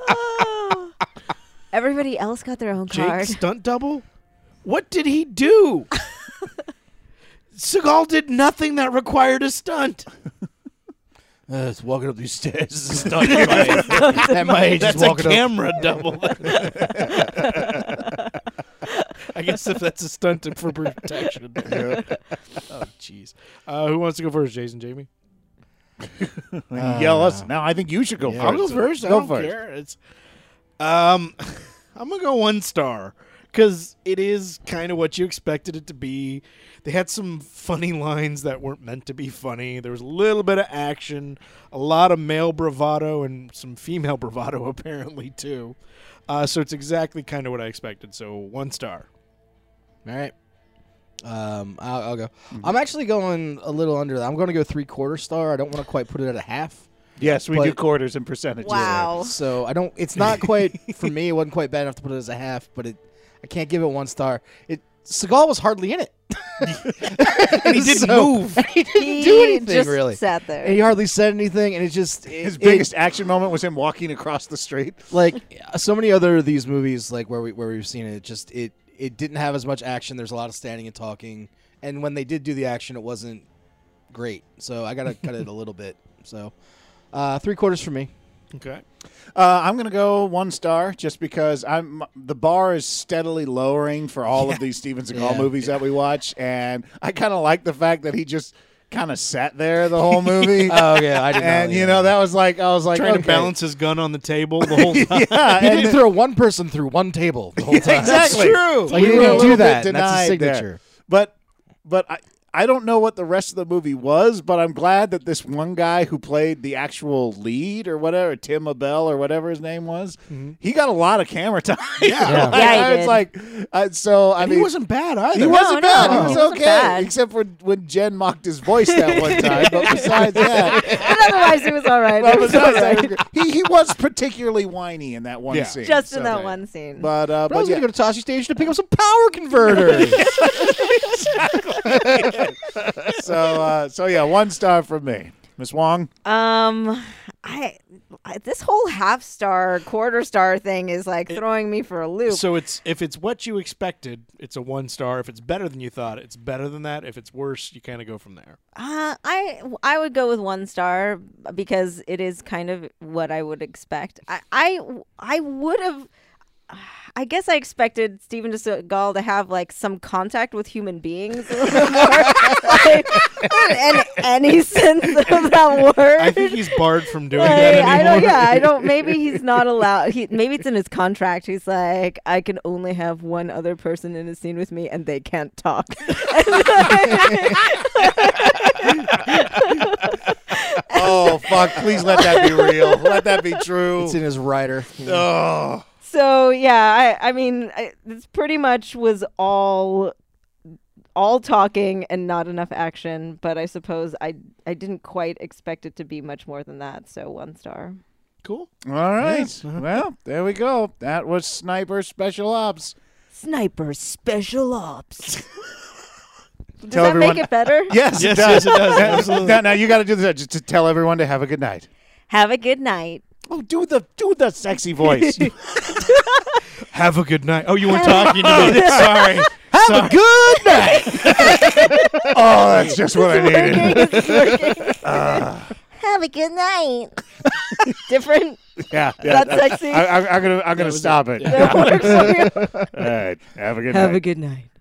Speaker 6: "Oh." Everybody else got their own
Speaker 3: Jake
Speaker 6: card.
Speaker 3: stunt double? What did he do? Seagal did nothing that required a stunt.
Speaker 2: Uh, it's walking up these stairs. is a stunt at my- at my age,
Speaker 3: That's
Speaker 2: is
Speaker 3: a
Speaker 2: walking up.
Speaker 3: camera double. I guess if that's a stunt for protection. Oh, jeez. Uh, who wants to go first, Jason, Jamie?
Speaker 1: Yell us now. I think you should go first.
Speaker 3: I'll go first. I
Speaker 1: Go
Speaker 3: don't
Speaker 1: first.
Speaker 3: care. It's, um, I'm gonna go one star because it is kind of what you expected it to be. They had some funny lines that weren't meant to be funny. There was a little bit of action, a lot of male bravado, and some female bravado apparently too. Uh, so it's exactly kind of what I expected. So one star.
Speaker 2: All right. Um, I'll, I'll go.
Speaker 3: Mm-hmm.
Speaker 2: I'm actually going a little under that. I'm going to go three quarter star. I don't want to quite put it at a half.
Speaker 1: Yes, we
Speaker 2: But-
Speaker 1: do quarters and percentages.
Speaker 6: Wow.
Speaker 2: So I don't. It's not quite for me. It wasn't quite bad enough to put it as a half, but it. I can't give it one star. It Seagal was hardly in it. and he didn't move. And he didn't
Speaker 6: He
Speaker 2: do anything
Speaker 6: just
Speaker 2: really.
Speaker 6: sat
Speaker 2: And
Speaker 6: there.
Speaker 2: he hardly said anything. And it just it-
Speaker 1: His
Speaker 2: it-
Speaker 1: biggest action moment was him walking across the street.
Speaker 2: like so many other of these movies like where we where we've seen it, it just it it didn't have as much action there's a lot of standing and talking and when they did do the action it wasn't great so i gotta cut it a little bit so uh three quarters for me
Speaker 3: Okay.
Speaker 1: Uh, I'm gonna go one star just because I'm the bar is steadily lowering for all of these Steven Seagal
Speaker 2: Yeah.
Speaker 1: movies that we watch, and I kind of like the fact that he just kind of sat there the whole movie.
Speaker 2: oh yeah i didn't
Speaker 1: and you know that was like I was like
Speaker 3: Trying
Speaker 1: okay.
Speaker 3: to balance his gun on the table the whole time.
Speaker 1: Yeah,
Speaker 2: he
Speaker 1: and
Speaker 2: didn't throw one person through one table the whole time
Speaker 1: exactly.
Speaker 3: true.
Speaker 2: Like, you
Speaker 1: were a
Speaker 2: didn't do
Speaker 1: little bit
Speaker 2: that, and that's his
Speaker 1: denied there.
Speaker 2: signature.
Speaker 1: But but I I don't know what the rest of the movie was, but I'm glad that this one guy who played the actual lead or whatever, Tim Abell or whatever his name was, he got a lot of camera time.
Speaker 2: Yeah.
Speaker 1: Like,
Speaker 6: Yeah, he
Speaker 1: I was
Speaker 6: did.
Speaker 1: like, uh, so I
Speaker 3: And
Speaker 1: mean,
Speaker 3: he wasn't bad either.
Speaker 1: he wasn't
Speaker 6: no,
Speaker 1: bad.
Speaker 6: no,
Speaker 1: he was
Speaker 6: he wasn't
Speaker 1: okay,
Speaker 6: bad.
Speaker 1: except for when Jen mocked his voice that one time. but besides that,
Speaker 6: But otherwise, he was all right.
Speaker 1: but
Speaker 6: It was all
Speaker 1: besides that,
Speaker 6: right.
Speaker 1: he he was particularly whiny in that one
Speaker 3: Yeah.
Speaker 1: scene.
Speaker 6: Just
Speaker 1: so-
Speaker 6: in that one scene.
Speaker 1: But uh,
Speaker 2: But I
Speaker 1: but
Speaker 2: was
Speaker 1: yeah.
Speaker 2: gonna go to Tashi Station to pick up some power converters.
Speaker 1: so uh, so yeah, one star from me, Miss Wong.
Speaker 6: Um, I, I this whole half star, quarter star thing is like throwing me for a loop.
Speaker 3: So it's if it's what you expected, it's a one star. If it's better than you thought, it's better than that. If it's worse, you kind of go from there.
Speaker 6: Uh, I I would go with one star because it is kind of what I would expect. I I, I would have. I guess I expected Steven Seagal to have like some contact with human beings a little more, like, in any sense of that word.
Speaker 3: I think he's barred from doing
Speaker 6: Like,
Speaker 3: that anymore.
Speaker 6: I don't. Yeah, I don't. Maybe he's not allowed. He maybe it's in his contract. He's like, I can only have one other person in a scene with me, and they can't talk.
Speaker 1: Oh fuck! Please let that be real. Let that be true.
Speaker 2: it's in his rider.
Speaker 1: oh,
Speaker 6: So yeah, I I mean, I, this pretty much was all all talking and not enough action. But I suppose I I didn't quite expect it to be much more than that. So one star.
Speaker 3: Cool.
Speaker 1: all right. Well, there we go. That was Sniper Special Ops.
Speaker 4: Sniper special ops.
Speaker 6: Does
Speaker 1: Tell
Speaker 6: that
Speaker 1: everyone- uh,
Speaker 6: make it better?
Speaker 1: Yes,
Speaker 3: Yes,
Speaker 1: it does.
Speaker 3: yes, it does.
Speaker 1: Absolutely. Now, now you got to do this. Just to tell everyone to have a good night.
Speaker 6: Have a good night.
Speaker 1: Oh, do the do the sexy voice.
Speaker 3: Have a good night. Oh, you weren't talking to me. Sorry.
Speaker 2: Have a good night.
Speaker 1: oh, that's just what I needed.
Speaker 6: Have a good night. Different.
Speaker 1: Yeah, yeah.
Speaker 6: That's sexy.
Speaker 1: I, I, I'm gonna, I'm gonna stop it.
Speaker 6: That works for you.
Speaker 1: All right, have a good night.
Speaker 4: Have a good night.